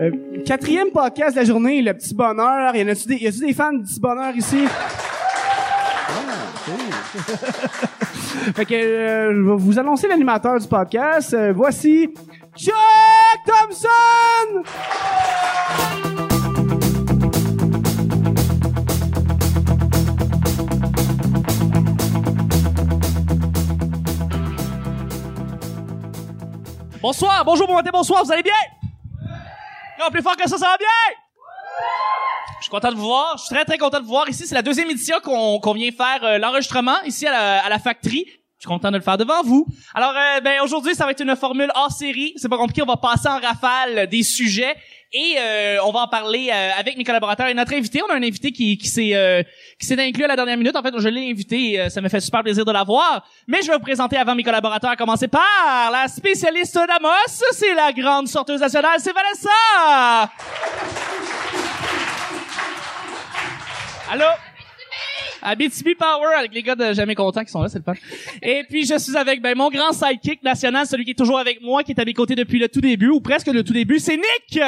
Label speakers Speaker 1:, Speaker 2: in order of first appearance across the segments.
Speaker 1: Euh, quatrième podcast de la journée, le petit bonheur. Y en a-tu des, y a-tu des fans du petit bonheur ici?
Speaker 2: Ah,
Speaker 1: fait que euh, je vais vous annoncer l'animateur du podcast. Euh, voici Chuck Thompson!
Speaker 3: Bonsoir, bonjour, bon matin, bonsoir, vous allez bien? Non, plus fort que ça, ça va bien? Je suis content de vous voir. Je suis très, très content de vous voir ici. C'est la deuxième édition qu'on qu'on vient faire euh, l'enregistrement ici à la, à la factory. Je suis content de le faire devant vous. Alors, euh, ben aujourd'hui, ça va être une formule hors série. C'est pas compliqué. On va passer en rafale euh, des sujets et euh, on va en parler euh, avec mes collaborateurs et notre invité. On a un invité qui, qui s'est euh, qui s'est inclus à la dernière minute. En fait, je l'ai invité. et, euh, ça me fait super plaisir de l'avoir. Mais je vais vous présenter avant mes collaborateurs, à commencer par la spécialiste d'Amos. C'est la grande sorteuse nationale. C'est Vanessa. Allô? Abitibi Power avec les gars de Jamais Content qui sont là, c'est le fun. Et puis je suis avec ben, mon grand sidekick national, celui qui est toujours avec moi, qui est à mes côtés depuis le tout début, ou presque le tout début, c'est Nick!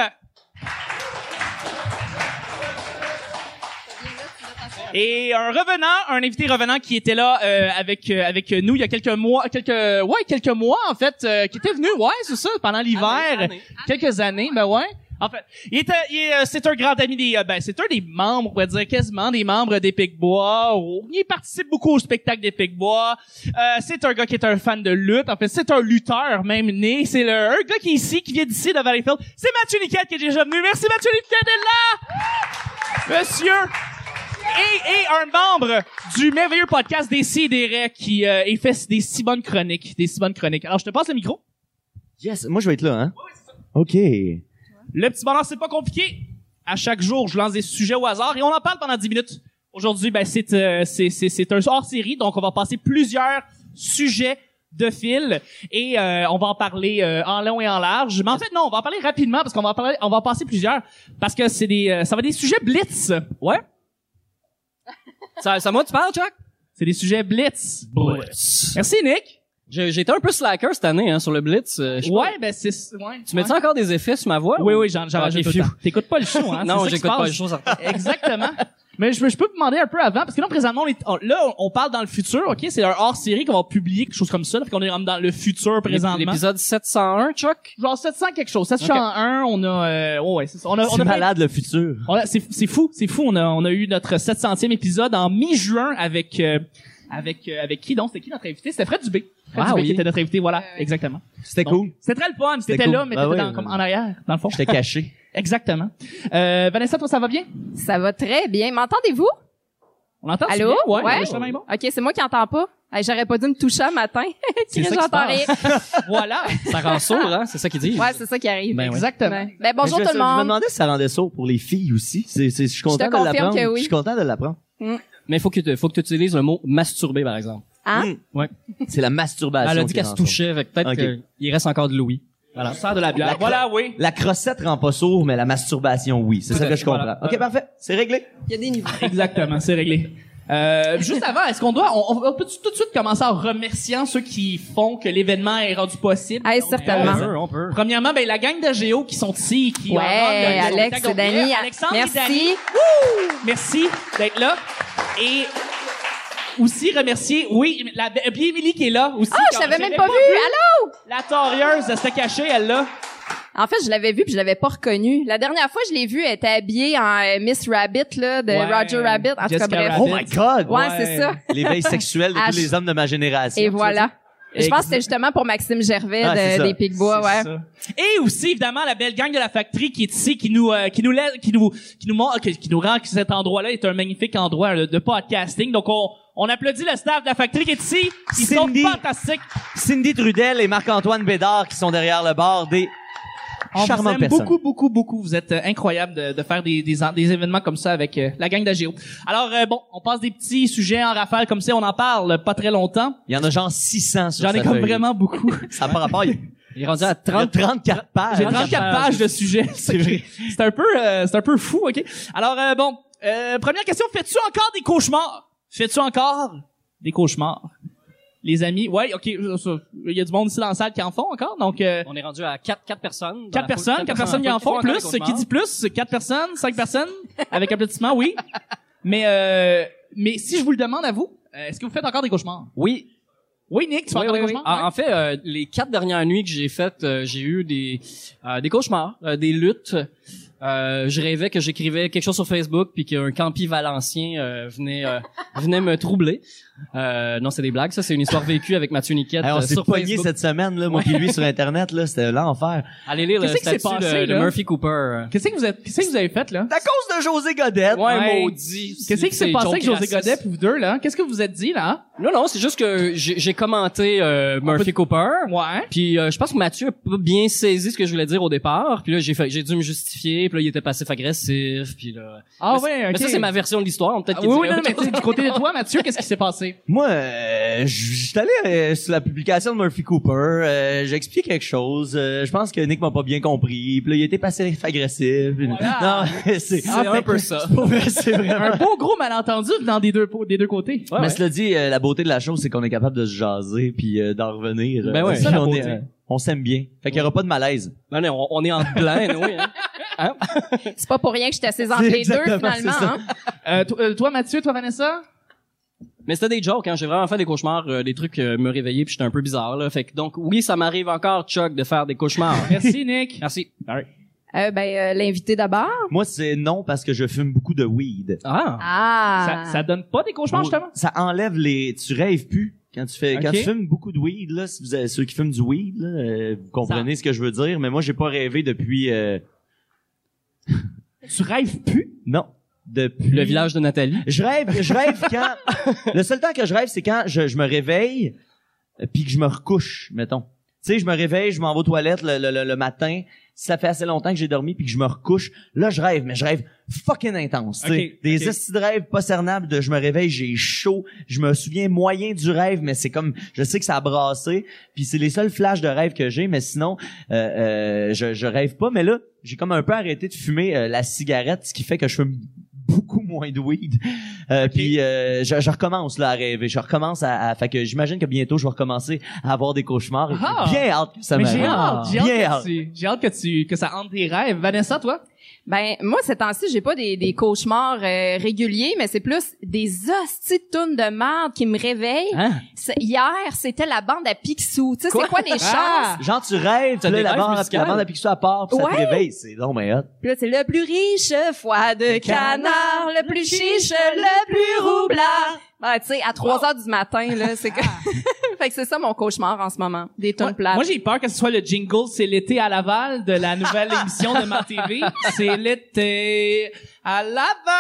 Speaker 3: Et un revenant, un invité revenant qui était là euh, avec euh, avec nous il y a quelques mois, quelques ouais quelques mois en fait, euh, qui était venu ouais c'est ça pendant l'hiver, quelques années ben ouais. En fait, il était, il est, euh, c'est un grand ami des, euh, ben c'est un des membres, on pourrait dire quasiment des membres des Picbois. ou- Il participe beaucoup au spectacle des Picbois. Euh, c'est un gars qui est un fan de lutte. En fait, c'est un lutteur même né. C'est le un gars qui est ici, qui vient d'ici de Valleyfield. C'est Mathieu Niquette qui est déjà venu. Merci Mathieu Niquette est là, monsieur et, et un membre du merveilleux podcast des Sidérés qui euh, est fait des si bonnes chroniques, des si bonnes chroniques. Alors je te passe le micro.
Speaker 4: Yes, moi je vais être là, hein? OK.
Speaker 3: Le petit bonheur, c'est pas compliqué. À chaque jour, je lance des sujets au hasard et on en parle pendant 10 minutes. Aujourd'hui, ben, c'est, euh, c'est, c'est, c'est un hors-série, donc on va passer plusieurs sujets de fil et euh, on va en parler euh, en long et en large. Mais en fait, non, on va en parler rapidement parce qu'on va en parler, on va en passer plusieurs parce que c'est des, euh, ça va être des sujets blitz. Ouais.
Speaker 5: Ça, ça moi, tu parles, Chuck?
Speaker 3: C'est des sujets blitz. Blitz. Merci, Nick.
Speaker 5: J'ai j'ai été un peu slacker cette année hein, sur le Blitz. euh, je sais
Speaker 3: Ouais, ben c'est. Ouais,
Speaker 5: pas. Tu mets-tu encore des effets sur ma voix?
Speaker 3: Oui,
Speaker 5: ou-
Speaker 3: oui, j'en j'en
Speaker 5: Ah,
Speaker 3: rajoute
Speaker 5: ok,
Speaker 3: tout le
Speaker 5: phew.
Speaker 3: temps. T'écoutes pas le show, hein? c'est ça
Speaker 5: Non,
Speaker 3: qui se
Speaker 5: j'écoute
Speaker 3: passe.
Speaker 5: pas les choses. ça-
Speaker 3: Exactement. Mais je, peux- je peux vous demander un peu avant, parce que là, présentement, on est, on- là, on- on parle dans le futur, OK? C'est un hors-série qu'on va publier, quelque chose comme ça. Fait qu'on est dans le futur, présentement.
Speaker 5: L'épisode 701, Chuck?
Speaker 3: Genre 700 quelque chose. 701, on a... Euh, ouais, ouais, c'est ça. On a, on a
Speaker 4: C'est
Speaker 3: fait-
Speaker 4: malade le futur.
Speaker 3: on a- c'est, c'est fou, c'est fou. On a, on a eu notre 700e épisode en mi-juin avec... euh, avec euh, avec qui donc c'était qui notre invité c'était Fred Dubé Fred
Speaker 5: Ah
Speaker 3: Dubé qui
Speaker 5: oui.
Speaker 3: était notre invité voilà
Speaker 6: Euh,
Speaker 3: exactement
Speaker 4: C'était
Speaker 3: Donc,
Speaker 4: cool.
Speaker 3: c'était très le fun c'était,
Speaker 4: C'était cool.
Speaker 3: là mais
Speaker 4: Ben
Speaker 3: t'étais
Speaker 4: oui,
Speaker 3: dans- comme
Speaker 4: euh,
Speaker 3: en arrière dans le fond
Speaker 4: J'étais caché.
Speaker 3: exactement euh, Vanessa toi ça va bien
Speaker 6: Ça va très bien. M'entendez-vous?
Speaker 3: on entend
Speaker 6: Allô?
Speaker 3: ouais,
Speaker 6: Ouais.
Speaker 3: l'enregistrement est bon.
Speaker 6: OK, c'est moi qui entends pas. Hey, J'aurais pas dû me toucher un matin.
Speaker 3: C'est
Speaker 6: C'est
Speaker 3: ça qui se
Speaker 6: j'entends rien.
Speaker 3: passe. voilà
Speaker 5: Ça rend sourd, hein? C'est ça qu'ils disent.
Speaker 6: Ouais, c'est ça qui arrive.
Speaker 5: Ben oui.
Speaker 3: Exactement.
Speaker 6: Ouais. Ben, bonjour
Speaker 4: Je-
Speaker 6: tout le
Speaker 4: Je me
Speaker 6: monde.
Speaker 4: demandais si ça rendait sourd pour les filles aussi. C'est, c'est, je suis content de
Speaker 6: confirme
Speaker 4: l'apprendre.
Speaker 6: que oui.
Speaker 4: Je suis content de l'apprendre.
Speaker 5: Mais faut que tu faut que tu utilises le mot masturber par exemple.
Speaker 6: Hein?
Speaker 4: C'est la masturbation.
Speaker 5: Elle a
Speaker 4: qui
Speaker 5: dit qu'elle
Speaker 4: rend
Speaker 5: se
Speaker 4: sourd.
Speaker 5: touchait, fait que peut-être
Speaker 4: Ok.
Speaker 5: qu'il reste encore de Louis.
Speaker 3: Voilà. Sors de la bière.
Speaker 4: La cro-
Speaker 3: voilà, oui.
Speaker 4: La crossette rend pas sourd, mais la masturbation, oui. C'est
Speaker 3: Tout
Speaker 4: ça
Speaker 3: à
Speaker 4: que
Speaker 3: fait,
Speaker 4: je comprends.
Speaker 3: voilà.
Speaker 4: OK, parfait. C'est réglé.
Speaker 6: Il y a des niveaux.
Speaker 3: Exactement, c'est réglé. Euh, juste avant, est-ce qu'on doit, on, on peut tout de suite commencer en remerciant ceux qui font que l'événement est rendu possible.
Speaker 6: Hey,
Speaker 3: Donc,
Speaker 6: Ah, certainement.
Speaker 3: euh,
Speaker 5: on peut.
Speaker 3: Premièrement, ben la gang d'AGO qui sont ici, qui
Speaker 6: Ouais,
Speaker 3: ont organisé le
Speaker 6: Alex
Speaker 3: spectacle.
Speaker 6: et Dani.
Speaker 3: Alexandre et Dani.
Speaker 6: Merci.
Speaker 3: Merci d'être là. Et aussi remercier, oui, la, puis Émilie qui est là aussi.
Speaker 6: Ah, je l'avais même pas vu. Allô?
Speaker 3: La torieuse, elle s'était cachée, elle là.
Speaker 6: En fait, je l'avais vu puis je l'avais pas reconnu. La dernière fois, je l'ai vu, elle était habillée en euh, Miss Rabbit, là, de
Speaker 3: Ouais.
Speaker 6: Roger Rabbit. En tout
Speaker 3: Jessica
Speaker 6: cas, bref.
Speaker 3: Rabbit.
Speaker 4: Oh my God!
Speaker 6: Ouais, c'est ça.
Speaker 4: L'éveil sexuel de
Speaker 6: Ah,
Speaker 4: tous les hommes de ma génération.
Speaker 6: Et
Speaker 4: tu
Speaker 6: voilà. Je pense que c'était justement pour Maxime Gervais
Speaker 4: Ah,
Speaker 6: de-
Speaker 4: c'est ça.
Speaker 6: des Picbois, ouais.
Speaker 3: C'est ça. Et aussi évidemment la belle gang de la factory qui est ici, qui nous, euh, qui nous laisse, qui nous, qui nous montre, qui, qui nous rend que cet endroit-là est un magnifique endroit euh, de podcasting. Donc on, on applaudit le staff de la factory qui est ici. Ils
Speaker 4: Cindy.
Speaker 3: sont fantastiques.
Speaker 4: vois. Cindy Trudel et Marc-Antoine Bédard qui sont derrière le bar des
Speaker 3: On vous
Speaker 4: charmantes
Speaker 3: aime
Speaker 4: personnes.
Speaker 3: beaucoup, beaucoup, beaucoup. Vous êtes euh, incroyables de, de faire des, des, en- des événements comme ça avec euh, la gang d'Agéo. Alors euh, bon, on passe des petits sujets en rafale comme ça, on en parle pas très longtemps.
Speaker 4: Il y en a genre 600 sur
Speaker 3: J'en ai
Speaker 4: cette
Speaker 3: comme
Speaker 4: feuille.
Speaker 3: vraiment beaucoup.
Speaker 4: Ça par rapport, il y a-
Speaker 5: Il est rendu à
Speaker 4: il y a
Speaker 5: 30.
Speaker 4: 34 pages.
Speaker 3: J'ai 34 pages de sujets. C'est vrai. C'est un peu, euh, c'est un peu fou, ok. Alors euh, bon, euh, première question. Fais-tu encore des cauchemars Fais-tu encore des cauchemars les amis. Ouais, ok, ça, ça, il y a du monde ici dans la salle qui en font encore, donc euh,
Speaker 5: On est rendu à 4 quatre personnes.
Speaker 3: quatre personnes, quatre personnes qui en font plus, ce qui dit plus, c'est quatre personnes, cinq personnes, avec applaudissements, oui. Mais euh, mais si je vous le demande à vous, euh, est-ce que vous faites encore des cauchemars
Speaker 5: Oui,
Speaker 3: Oui, Ah, Nick, tu fais
Speaker 5: Oui,
Speaker 3: encore
Speaker 5: oui,
Speaker 3: des
Speaker 5: oui.
Speaker 3: cauchemars
Speaker 5: En, en fait, euh, les quatre dernières nuits que j'ai faites, euh, j'ai eu des euh, des cauchemars, euh, des luttes. Euh, je rêvais que j'écrivais quelque chose sur Facebook puis qu'un campi valencien euh, venait euh, venait me troubler. Euh, non, c'est des blagues. Ça, c'est une histoire vécue avec Mathieu Niquette
Speaker 4: Hey, on
Speaker 5: euh,
Speaker 4: s'est
Speaker 5: sur
Speaker 4: pogné
Speaker 5: Facebook.
Speaker 4: cette semaine, là, moi puis lui sur Internet, là, c'était l'enfer.
Speaker 5: Allez lire le
Speaker 3: Qu'est-ce qui s'est
Speaker 5: statut
Speaker 3: passé,
Speaker 5: de, de
Speaker 3: là?
Speaker 5: Murphy Cooper. euh.
Speaker 3: Qu'est-ce que vous avez qu'est-ce que vous avez fait là
Speaker 4: À cause de José Godet.
Speaker 5: Ouais,
Speaker 3: Ouais.
Speaker 5: maudit.
Speaker 3: Qu'est-ce qui s'est passé
Speaker 5: Joe
Speaker 3: avec José
Speaker 5: Grassis.
Speaker 3: Godet puis vous deux là Qu'est-ce que vous vous êtes dit là
Speaker 5: Non, non, c'est juste que j'ai j'ai commenté euh, Murphy Cooper.
Speaker 3: Ouais.
Speaker 5: Puis euh, je pense que Mathieu a pas bien saisi ce que je voulais dire au départ. Puis là j'ai fait, j'ai dû me justifier. Puis là il était passif agressif. Puis là.
Speaker 3: Ah
Speaker 5: mais,
Speaker 3: ouais,
Speaker 5: c'est-
Speaker 3: ok.
Speaker 5: Mais ça c'est ma version de l'histoire. Peut-être
Speaker 3: Ah,
Speaker 5: qu'il
Speaker 3: oui, oui,
Speaker 5: dirait
Speaker 3: non, mais
Speaker 5: autre
Speaker 3: tu sais, du côté de toi, Mathieu, qu'est-ce qui s'est passé?
Speaker 4: Moi, euh, je suis allé euh, sur la publication de Murphy Cooper, euh, j'ai expliqué quelque chose, euh, je pense que Nick m'a pas bien compris, puis là, il était passif-agressif.
Speaker 3: Voilà.
Speaker 4: Non, c'est...
Speaker 5: chose. C'est
Speaker 3: Ah, fait
Speaker 5: un peu
Speaker 3: que-
Speaker 5: ça.
Speaker 4: Pour vrai, c'est vraiment...
Speaker 3: Un beau gros malentendu dans des deux, po- des deux côtés.
Speaker 4: Mais
Speaker 5: Ouais, ouais.
Speaker 4: cela dit, euh, la beauté de la chose, c'est qu'on est capable de se jaser puis euh, d'en revenir.
Speaker 5: Ben ouais.
Speaker 4: Puis
Speaker 5: C'est ça, la
Speaker 4: on est,
Speaker 5: beauté.
Speaker 4: euh, on s'aime bien. Fait qu'il y aura pas de malaise.
Speaker 5: Non, non, on, on est en blanc, oui. hein.
Speaker 6: C'est pas pour rien que je suis assise entre les deux,
Speaker 4: Exactement,
Speaker 6: finalement.
Speaker 4: c'est ça.
Speaker 6: hein.
Speaker 3: Euh, to- euh, toi, Mathieu, toi, Vanessa?
Speaker 5: Mais c'était des jokes. Hein. J'ai vraiment fait des cauchemars, euh, des trucs euh, me réveiller. Puis j'étais un peu bizarre là. Fait que donc oui, ça m'arrive encore, Chuck, de faire des cauchemars.
Speaker 3: Merci, Nick.
Speaker 5: Merci.
Speaker 6: Euh, ben, euh, l'invité d'abord.
Speaker 4: Moi, c'est non parce que je fume beaucoup de weed.
Speaker 5: Ah.
Speaker 6: Ah.
Speaker 3: Ça, ça donne pas des cauchemars, justement?
Speaker 4: Ça enlève les... Tu rêves plus. Quand tu fais, quand
Speaker 3: Ok.
Speaker 4: tu fumes beaucoup de weed, là, si vous avez- ceux qui fument du weed, là, euh, vous comprenez ce que je veux dire, mais moi, j'ai pas rêvé depuis, euh,
Speaker 3: Tu rêves plus?
Speaker 4: non, depuis...
Speaker 5: Le village de Nathalie.
Speaker 4: Je rêve, je rêve quand. le seul temps que je rêve, c'est quand je, je me réveille euh, puis que je me recouche, mettons. Tu sais, je me réveille, je m'en vais aux toilettes le, le, le, le matin. Si ça fait assez longtemps que j'ai dormi puis que je me recouche, là je rêve, mais je rêve fucking intense. tu sais.
Speaker 3: Ok,
Speaker 4: Des
Speaker 3: ok.
Speaker 4: estis de rêves pas cernables de je me réveille, j'ai chaud, je me souviens moyen du rêve, mais c'est comme je sais que ça a brassé. Puis c'est les seuls flashs de rêve que j'ai, mais sinon euh, euh, je, je rêve pas. Mais là, j'ai comme un peu arrêté de fumer euh, la cigarette, ce qui fait que je fume beaucoup moins de weed. Euh, Puis euh, je, je recommence là à rêver. Je recommence à, à- fait que j'imagine que bientôt je vais recommencer à avoir des cauchemars. Et
Speaker 3: Ah!
Speaker 4: puis Bien hâte que ça
Speaker 3: Mais j'ai
Speaker 4: m'arrive.
Speaker 3: hâte, j'ai
Speaker 4: Bien
Speaker 3: hâte, que tu- j'ai hâte que tu, que ça hante tes rêves. Vanessa, toi?
Speaker 6: Ben, moi, ces temps-ci, j'ai pas des, des cauchemars euh, réguliers, mais c'est plus des hosties de tunes de merde qui me réveillent.
Speaker 5: Hein?
Speaker 6: C'est- Hier, c'était la bande à Picsou. Tu sais, c'est quoi Ah. les chances?
Speaker 4: Genre tu rêves, tu
Speaker 5: des
Speaker 4: là, la
Speaker 5: rêves
Speaker 4: bande,
Speaker 5: musicales?
Speaker 4: la bande à Picsou à part, puis ça te
Speaker 6: Ouais.
Speaker 4: réveille. C'est non mais hot.
Speaker 6: Puis là, c'est le plus riche foie de canard, le plus chiche, le plus roublard. Ben, tu sais, à 3 heures du matin, là, c'est que... fait que c'est ça mon cauchemar en ce moment, des tunes
Speaker 3: Moi,
Speaker 6: plates.
Speaker 3: moi, j'ai peur que ce soit le jingle C'est l'été à Laval de la nouvelle émission de ma TV. C'est l'été à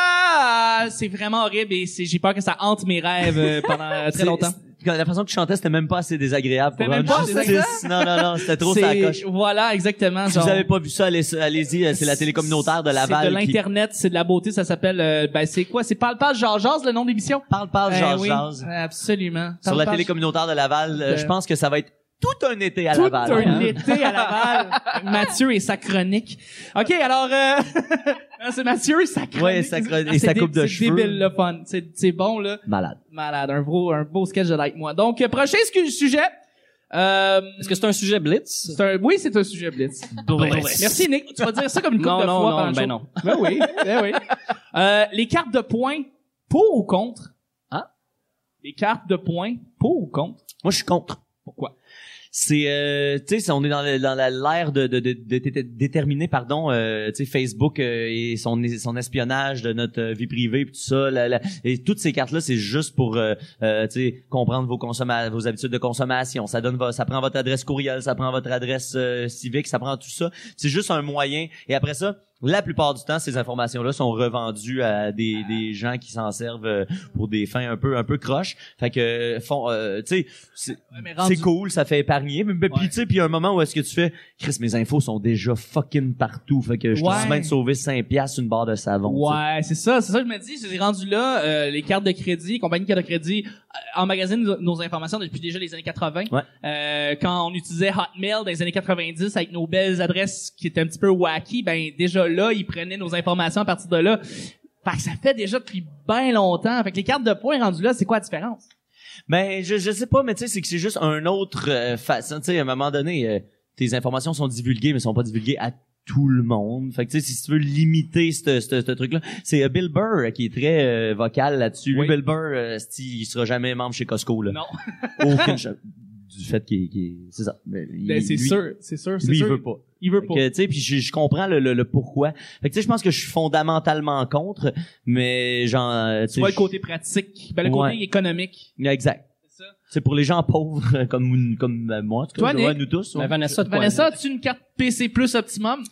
Speaker 3: Laval. C'est vraiment horrible et c'est- j'ai peur que ça hante mes rêves euh, pendant euh, très
Speaker 4: C'est-
Speaker 3: longtemps.
Speaker 4: c'est- La façon que tu chantais, c'était même pas assez désagréable pour
Speaker 3: C'était même
Speaker 4: rendre
Speaker 3: pas
Speaker 4: justice. Non, non, non, c'était trop ça
Speaker 3: C'est-
Speaker 4: coche.
Speaker 3: Voilà, exactement.
Speaker 4: Si vous
Speaker 3: genre-
Speaker 4: avez pas vu ça, allez- allez-y, euh, c'est la télé communautaire de Laval.
Speaker 3: C'est de
Speaker 4: qui-
Speaker 3: l'internet, c'est de la beauté, ça s'appelle euh, ben c'est quoi C'est parle parle genre le nom de l'émission
Speaker 4: Parle, parle,
Speaker 3: Eh
Speaker 4: genre,
Speaker 3: oui,
Speaker 4: jase.
Speaker 3: Absolument.
Speaker 4: Sur
Speaker 3: Parle,
Speaker 4: la
Speaker 3: parle,
Speaker 4: télé communautaire de Laval, euh,
Speaker 3: Euh,
Speaker 4: je pense que ça va être tout un été à
Speaker 3: tout
Speaker 4: Laval.
Speaker 3: un
Speaker 4: hein.
Speaker 3: été à Laval. Mathieu et sa chronique. OK, alors euh, c'est Mathieu et sa chronique. Ah,
Speaker 4: Ouais, sa chronique et
Speaker 3: C'est
Speaker 4: sa
Speaker 3: dé-
Speaker 4: coupe de
Speaker 3: c'est
Speaker 4: cheveux.
Speaker 3: débile le fun. C'est c'est bon là,
Speaker 4: Malade.
Speaker 3: malade, un beau un beau sketch de like moi. Donc euh, prochain scu- sujet euh,
Speaker 5: Est-ce que c'est un sujet blitz?
Speaker 3: c'est un oui, c'est un sujet blitz.
Speaker 5: Blitz.
Speaker 3: Merci Nick, tu vas dire ça comme une coupe
Speaker 5: Non,
Speaker 3: de
Speaker 5: non,
Speaker 3: fois
Speaker 5: non,
Speaker 3: pendant le
Speaker 5: ben
Speaker 3: show.
Speaker 5: non.
Speaker 3: Ben oui, ben oui. Euh, les cartes de points pour ou contre?
Speaker 4: Ah.
Speaker 5: Hein?
Speaker 3: Les cartes de points pour ou contre?
Speaker 4: Moi, je suis contre.
Speaker 3: Pourquoi?
Speaker 4: C'est, euh, tu sais, c'est- on est dans, le- dans la- l'ère de, de, de, de- de- de- déterminer, pardon, euh, tu sais, Facebook euh, et son, son espionnage de notre euh, vie privée, puis tout ça. la- la- et toutes ces cartes-là, c'est juste pour, euh, euh, tu sais, comprendre vos consomma- vos habitudes de consommation. Ça donne, vo- ça prend votre adresse courriel, ça prend votre adresse euh, civique, ça prend tout ça. C'est juste un moyen. Et après ça, la plupart du temps, ces informations-là sont revendues à des, des gens qui s'en servent euh, pour des fins un peu, un peu croches. Fait que, euh, font, euh, tu sais, c'est-
Speaker 3: mais
Speaker 4: c'est cool, ça fait épargner. Mais, mais puis tu sais, puis il y a un moment où est-ce que tu fais, Chris, mes infos sont déjà fucking partout, fait que je
Speaker 3: Ouais.
Speaker 4: te suis même sauver 5 piastres une barre de savon. tu sais.
Speaker 3: Ouais, c'est ça, c'est ça que je me dis. J'ai rendu là, euh, les cartes de crédit, compagnie de cartes de crédit, euh, emmagasinent nos, nos informations depuis déjà les années 80.
Speaker 4: Ouais.
Speaker 3: Euh, quand on utilisait Hotmail dans les années 90 avec nos belles adresses qui étaient un petit peu wacky, ben déjà là, ils prenaient nos informations à partir de là. Fait que ça fait déjà depuis bien longtemps. Fait que les cartes de points rendues là, c'est quoi la différence?
Speaker 4: Ben, je, je sais pas, mais tu sais, c'est que c'est juste un autre euh, façon. Tu sais, à un moment donné, euh, tes informations sont divulguées, mais sont pas divulguées à tout le monde. Fait que tu sais, si tu veux limiter ce ce- ce truc-là, c'est euh, Bill Burr euh, qui est très euh, vocal là-dessus. Lui,
Speaker 3: Oui.
Speaker 4: Bill Burr, euh, c'ti, il sera jamais membre chez Costco, là.
Speaker 3: Non.
Speaker 4: Aucune chance. Du fait qu'il qu'il- c'est ça. Ben, il-
Speaker 3: Ben, c'est
Speaker 4: lui-
Speaker 3: sûr, c'est sûr, c'est
Speaker 4: Lui, il
Speaker 3: sûr.
Speaker 4: veut pas.
Speaker 3: Il veut
Speaker 4: Fait
Speaker 3: pas.
Speaker 4: que, tu sais, puis je, je comprends le, le, le pourquoi. Fait que, tu sais, je pense que je suis fondamentalement contre, mais genre, euh, tu
Speaker 3: Tu
Speaker 4: sais,
Speaker 3: vois le
Speaker 4: je-
Speaker 3: côté pratique, ben, le
Speaker 4: Ouais.
Speaker 3: côté économique.
Speaker 4: exact.
Speaker 3: C'est ça.
Speaker 4: C'est pour les gens pauvres comme comme euh, moi, en tout cas,
Speaker 3: Toi, Nick?
Speaker 4: ouais, nous tous.
Speaker 6: Ben,
Speaker 4: ouais.
Speaker 5: Mais Vanessa, de quoi,
Speaker 3: Vanessa,
Speaker 5: elle?
Speaker 3: as-tu une carte PC plus optimum?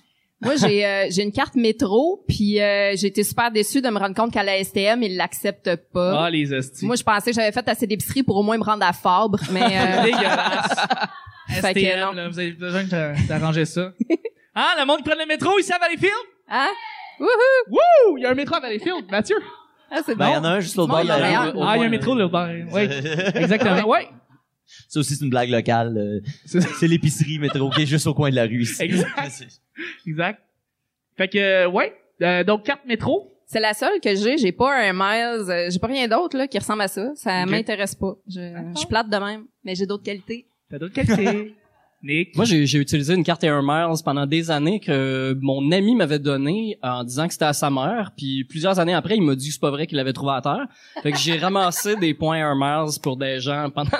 Speaker 6: Moi, j'ai euh, j'ai une carte métro, puis euh, j'ai été super déçue de me rendre compte qu'à la STM, ils l'acceptent pas.
Speaker 3: Ah, les hosties.
Speaker 6: Moi, je pensais que j'avais fait assez d'épicerie pour au moins me rendre à Fabre, mais euh,
Speaker 3: dégueulasse.
Speaker 6: Fait que non.
Speaker 3: STM, là, vous avez besoin de- d'arranger ça. Ah, le monde qui prend le métro ici à Valleyfield?
Speaker 6: hein?
Speaker 3: Ouh, il y a un métro à Valleyfield, Mathieu.
Speaker 6: Ah, c'est
Speaker 4: Ben, il y
Speaker 6: bon.
Speaker 4: en a un juste au
Speaker 6: Bon,
Speaker 4: bord de
Speaker 6: il y en a
Speaker 4: la
Speaker 6: un.
Speaker 4: rue, au
Speaker 3: Ah, il y a
Speaker 4: moins,
Speaker 3: un métro
Speaker 4: euh,
Speaker 3: là bas. Oui, exactement. Ouais.
Speaker 4: Ça aussi, c'est une blague locale. euh,
Speaker 3: C'est-
Speaker 4: C'est l'épicerie métro qui est juste au coin de la rue ici.
Speaker 3: Exact. Exact. Fait que, euh, ouais. Euh, donc, carte métro.
Speaker 6: C'est la seule que j'ai. J'ai pas un Miles, euh, j'ai pas rien d'autre là qui ressemble à ça. Ça
Speaker 3: Ok.
Speaker 6: m'intéresse pas. Je, je suis plate de même, mais j'ai d'autres qualités.
Speaker 3: T'as d'autres qualités. Nick.
Speaker 5: Moi, j'ai j'ai utilisé une carte Air Miles pendant des années que mon ami m'avait donnée euh, en disant que c'était à sa mère. Puis plusieurs années après, il m'a dit que c'est pas vrai qu'il l'avait trouvé à terre. Fait que j'ai ramassé des points Air Miles pour des gens pendant...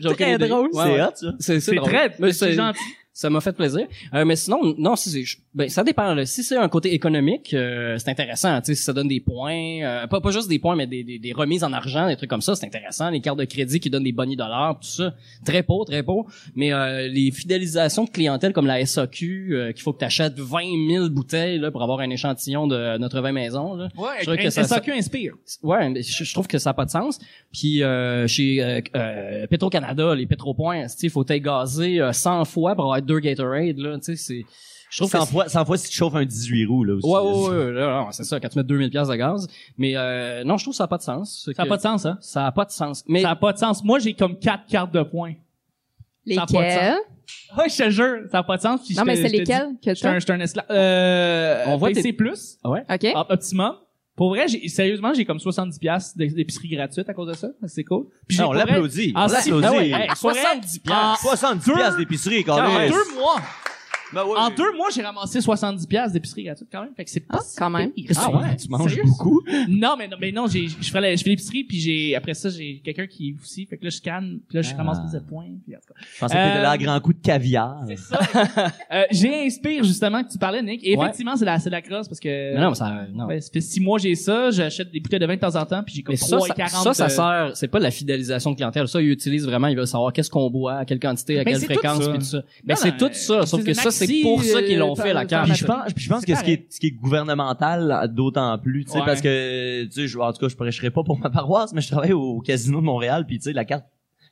Speaker 5: J'ai aucune
Speaker 6: très
Speaker 5: idée.
Speaker 6: drôle.
Speaker 5: Ouais,
Speaker 4: C'est
Speaker 5: ouais.
Speaker 4: hot, ça.
Speaker 5: C'est c'est
Speaker 3: C'est
Speaker 5: drôle.
Speaker 3: très,
Speaker 5: Mais
Speaker 3: c'est
Speaker 5: c'est-
Speaker 3: gentil.
Speaker 5: Ça m'a fait plaisir. Euh, mais sinon, non, si c'est- je- ben, ça dépend. là. Si c'est un côté économique, euh, c'est intéressant. tu sais, Si ça donne des points, euh, pas, pas juste des points, mais des, des- des remises en argent, des trucs comme ça, c'est intéressant. Les cartes de crédit qui donnent des bonnies dollars, tout ça, très beau, très beau. Mais euh, les fidélisations de clientèle comme la SAQ, euh, qu'il faut que tu achètes 20 000 bouteilles là, pour avoir un échantillon de notre vin maison. Là.
Speaker 3: Ouais,
Speaker 5: Je trouve que
Speaker 3: un-
Speaker 5: ça-
Speaker 3: SAQ inspire.
Speaker 5: Ouais, mais je, je trouve que ça n'a pas de sens. Puis euh, chez euh, euh, Petro-Canada, les Petro-Points, il faut être gazé euh, 100 fois pour avoir deux Gatorade. Là, tu sais, c'est, je trouve que
Speaker 4: 100 fois, 100 fois si tu chauffes un 18 roues, là, aussi.
Speaker 5: Ouais, ouais,
Speaker 3: hein.
Speaker 5: ouais, là, non, c'est ça, quand tu mets 2000 pièces de gaz. Mais euh, non, je trouve que ça n'a pas de sens.
Speaker 3: Ça n'a pas de sens, hein?
Speaker 5: ça a pas de sens. Mais
Speaker 3: Ça n'a pas de sens. Moi, j'ai comme quatre cartes de points. Ça a pas de
Speaker 6: Lesquelles?
Speaker 3: Ouais, je te jure, ça n'a pas de sens. Puis
Speaker 6: Non,
Speaker 3: je te-
Speaker 6: mais c'est
Speaker 3: je te
Speaker 6: lesquelles
Speaker 3: dis,
Speaker 6: que
Speaker 3: Je suis un,
Speaker 6: t'as?
Speaker 3: je suis un esclave. Euh,
Speaker 5: On voit
Speaker 3: PC plus,
Speaker 6: OK.
Speaker 3: op- optimum. Pour vrai, j'ai, sérieusement, j'ai comme 70 piastres d'é- d'épicerie gratuite à cause de ça. C'est cool. Puis j'ai-
Speaker 4: Non, on
Speaker 3: pour vrai,
Speaker 4: l'applaudit.
Speaker 3: Ah,
Speaker 4: on
Speaker 3: si,
Speaker 4: l'applaudit.
Speaker 3: ben ouais, hey, pour vrai,
Speaker 5: 70
Speaker 3: en-
Speaker 5: piastres.
Speaker 4: 70
Speaker 3: deux-
Speaker 4: piastres d'épicerie, quand
Speaker 3: en
Speaker 4: même.
Speaker 3: deux mois,
Speaker 4: Ben ouais.
Speaker 3: en deux mois, j'ai ramassé 70 piastres d'épicerie gratuite quand même. Fait que c'est pas
Speaker 6: Ah, quand même.
Speaker 3: pire.
Speaker 4: Qu'est-ce que tu- Tu manges beaucoup.
Speaker 3: Non, mais non, mais non, j'ai, je fais, la- je fais l'épicerie, puis j'ai, après ça, j'ai quelqu'un qui est aussi. Fait que là, je scanne, puis là, je
Speaker 4: Ah.
Speaker 3: ramasse plus de points. Puis, en tout cas.
Speaker 4: Je pensais que t'étais là à
Speaker 3: Euh,
Speaker 4: grand coup de caviar.
Speaker 3: C'est ça. euh, j'ai inspire, justement, que tu parlais, Nick. Et
Speaker 5: Ouais.
Speaker 3: effectivement, c'est la, c'est la crosse, parce que.
Speaker 5: Mais euh, non, mais ça, non.
Speaker 3: Ouais, ça fait six mois j'ai ça, j'achète des bouteilles de vin de temps en temps, puis j'ai comme
Speaker 5: Ah. Mais ça,
Speaker 3: 3 et
Speaker 5: ça,
Speaker 3: 40
Speaker 5: ça, ça
Speaker 3: de-
Speaker 5: sert, c'est pas de la fidélisation de clientèle. Ça, ils utilisent vraiment, ils veulent savoir qu'est-ce qu'on boit, à quelle quantité, à
Speaker 3: Mais
Speaker 5: quelle
Speaker 3: Ben, c'est tout
Speaker 5: fréquence,
Speaker 3: ça.
Speaker 5: puis tout ça. Ben,
Speaker 3: Non,
Speaker 5: c'est
Speaker 3: non,
Speaker 5: tout
Speaker 3: mais
Speaker 5: ça, sauf
Speaker 3: c'est
Speaker 5: que
Speaker 3: du
Speaker 5: ça, c'est
Speaker 3: maxi,
Speaker 5: pour ça qu'ils l'ont
Speaker 3: euh,
Speaker 5: fait, la
Speaker 3: par-
Speaker 5: carte.
Speaker 3: par-
Speaker 4: Puis je pense, puis je pense
Speaker 3: C'est
Speaker 4: que ce qui,
Speaker 3: pareil.
Speaker 4: est, ce qui est gouvernemental, d'autant plus, tu sais,
Speaker 3: Ouais.
Speaker 4: parce que, tu sais, je- en tout cas, je prêcherai pas pour ma paroisse, mais je travaille au Casino de Montréal, puis tu sais, la carte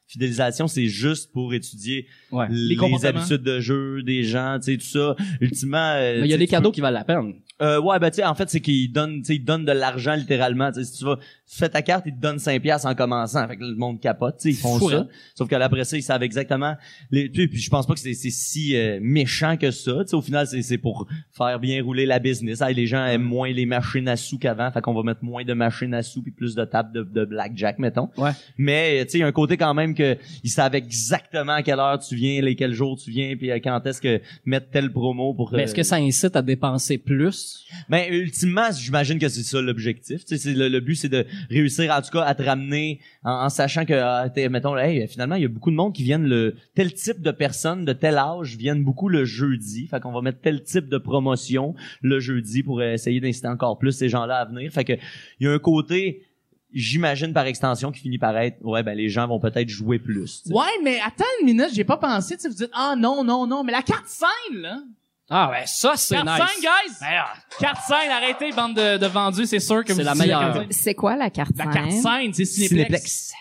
Speaker 4: fidélisation, c'est juste pour étudier
Speaker 5: Ouais.
Speaker 4: les,
Speaker 3: comportements.
Speaker 4: habitudes de jeu des gens, tu sais, tout ça. Ultimement, euh,
Speaker 5: Mais il y a
Speaker 4: tu sais,
Speaker 5: des
Speaker 4: tu peux-
Speaker 5: cadeaux qui valent la peine.
Speaker 4: Euh, ouais, ben tu sais, en fait, c'est qu'ils donnent, tu sais, ils donnent de l'argent littéralement. Tu sais, si tu vas, tu fais ta carte, ils te donnent 5 piastres en commençant. Fait que là, le monde capote, tu sais, ils font
Speaker 5: Fou,
Speaker 4: ça.
Speaker 5: hein.
Speaker 4: Sauf que là, après ça, ils savent exactement. Les, puis, puis je pense pas que c'est c'est si euh, méchant que ça. Tu sais, au final, c'est c'est pour faire bien rouler la business. Ah, les gens aiment moins les machines à sous qu'avant. Fait qu'on va mettre moins de machines à sous puis plus de tables de, de blackjack, mettons.
Speaker 5: Ouais.
Speaker 4: Mais tu sais, il y a un côté quand même que ils savent exactement à quelle heure tu viens, les quels jours tu viens, puis euh, quand est-ce que mettre telle promo pour.
Speaker 5: Mais est-ce
Speaker 4: euh,
Speaker 5: que ça incite à dépenser plus?
Speaker 4: ben ultimement, j'imagine que c'est ça l'objectif. Tu sais, c'est le, le but, c'est de réussir en tout cas à te ramener en, en sachant que ah, t'es- mettons, hey, finalement, il y a beaucoup de monde qui viennent le tel type de personnes de tel âge viennent beaucoup le jeudi. Fait qu'on va mettre tel type de promotion le jeudi pour euh, essayer d'inciter encore plus ces gens-là à venir. Fait que il y a un côté, j'imagine par extension, qui finit par être ouais, ben les gens vont peut-être jouer plus. tu sais.
Speaker 3: Ouais, mais attends une minute, j'ai pas pensé, tu sais, vous dites, ah non, non, non, mais la carte scène, là.
Speaker 5: Ah, ben, ça, c'est
Speaker 3: Carte
Speaker 5: nice. ah.
Speaker 3: scène, guys! Carte scène, arrêtez, bande de, de vendus, c'est sûr que
Speaker 5: C'est
Speaker 3: vous
Speaker 5: la
Speaker 3: utilisez
Speaker 5: meilleure.
Speaker 3: carte scène.
Speaker 6: C'est quoi la carte
Speaker 3: La
Speaker 6: scène?
Speaker 3: carte scène, c'est Cinéplex.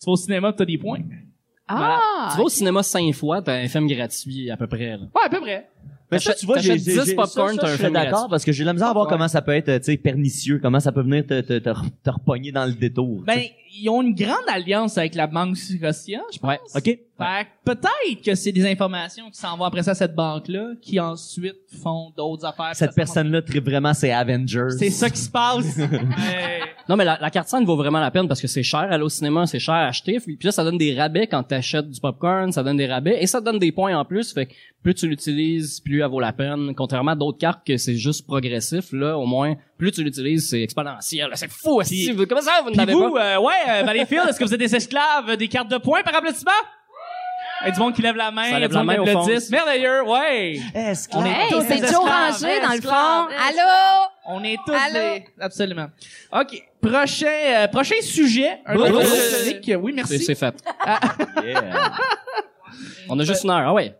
Speaker 3: Tu vas au cinéma, t'as des points.
Speaker 6: Ah!
Speaker 5: Tu vas au cinéma cinq fois, t'as un film gratuit à peu près. Là.
Speaker 3: Ouais, à peu près.
Speaker 4: Mais ça,
Speaker 5: T'achètes-
Speaker 4: tu vois, j'ai
Speaker 5: t'achètes 10
Speaker 4: j'ai-
Speaker 5: popcorn,
Speaker 4: ça, ça,
Speaker 5: t'as un
Speaker 4: je suis
Speaker 5: film
Speaker 4: d'accord
Speaker 5: gratuit.
Speaker 4: parce que j'ai de la misère à voir
Speaker 5: Ouais.
Speaker 4: comment ça peut être, euh, tu sais, pernicieux, comment ça peut venir te, te, te, re- te repogner dans le détour. tu
Speaker 3: Ben, ils ont une grande alliance avec la Banque Scotia, je pense.
Speaker 5: Ouais.
Speaker 4: sais. ok.
Speaker 3: Fait que peut-être que c'est des informations qui s'en vont après ça à cette banque-là, qui ensuite font d'autres affaires.
Speaker 4: Cette
Speaker 3: Ça se
Speaker 4: personne-là tripe vraiment, c'est Avengers.
Speaker 3: C'est ça qui se passe. Ouais.
Speaker 5: Non, mais la, la carte scène vaut vraiment la peine parce que c'est cher aller au cinéma, c'est cher à acheter. Puis puis là, ça donne des rabais quand t'achètes du popcorn, ça donne des rabais et ça te donne des points en plus. Fait que plus tu l'utilises, plus elle vaut la peine. Contrairement à d'autres cartes que c'est juste progressif, là, au moins, plus tu l'utilises, c'est exponentiel. C'est fou,
Speaker 3: Puis-
Speaker 5: si vous- Comment ça, vous ne
Speaker 3: Puis
Speaker 5: l'avez
Speaker 3: vous,
Speaker 5: pas?
Speaker 3: euh, ouais, euh, Valleyfield, est-ce que vous êtes des esclaves euh, des cartes de points par applaudissement? Il y a du monde qui lève la main,
Speaker 5: Ça
Speaker 3: il y a
Speaker 5: lève
Speaker 3: du
Speaker 5: la
Speaker 3: monde qui
Speaker 5: main au fond.
Speaker 3: applaudisse. Merveilleux, ouais!
Speaker 4: Est-ce que-
Speaker 3: On est
Speaker 6: Hey,
Speaker 3: tous
Speaker 6: c'est
Speaker 3: des
Speaker 6: Joe
Speaker 3: esclaves,
Speaker 6: Ranger dans le fond.
Speaker 3: esclaves,
Speaker 6: Allô?
Speaker 3: On est tous
Speaker 6: Allô?
Speaker 3: des... Absolument. OK. Prochain, euh, prochain sujet. Un
Speaker 5: Bruce.
Speaker 3: autre chronique. Oui,
Speaker 5: C'est
Speaker 3: merci. Ah.
Speaker 5: c'est fait.
Speaker 4: Yeah.
Speaker 5: On a juste une heure. Ah ouais.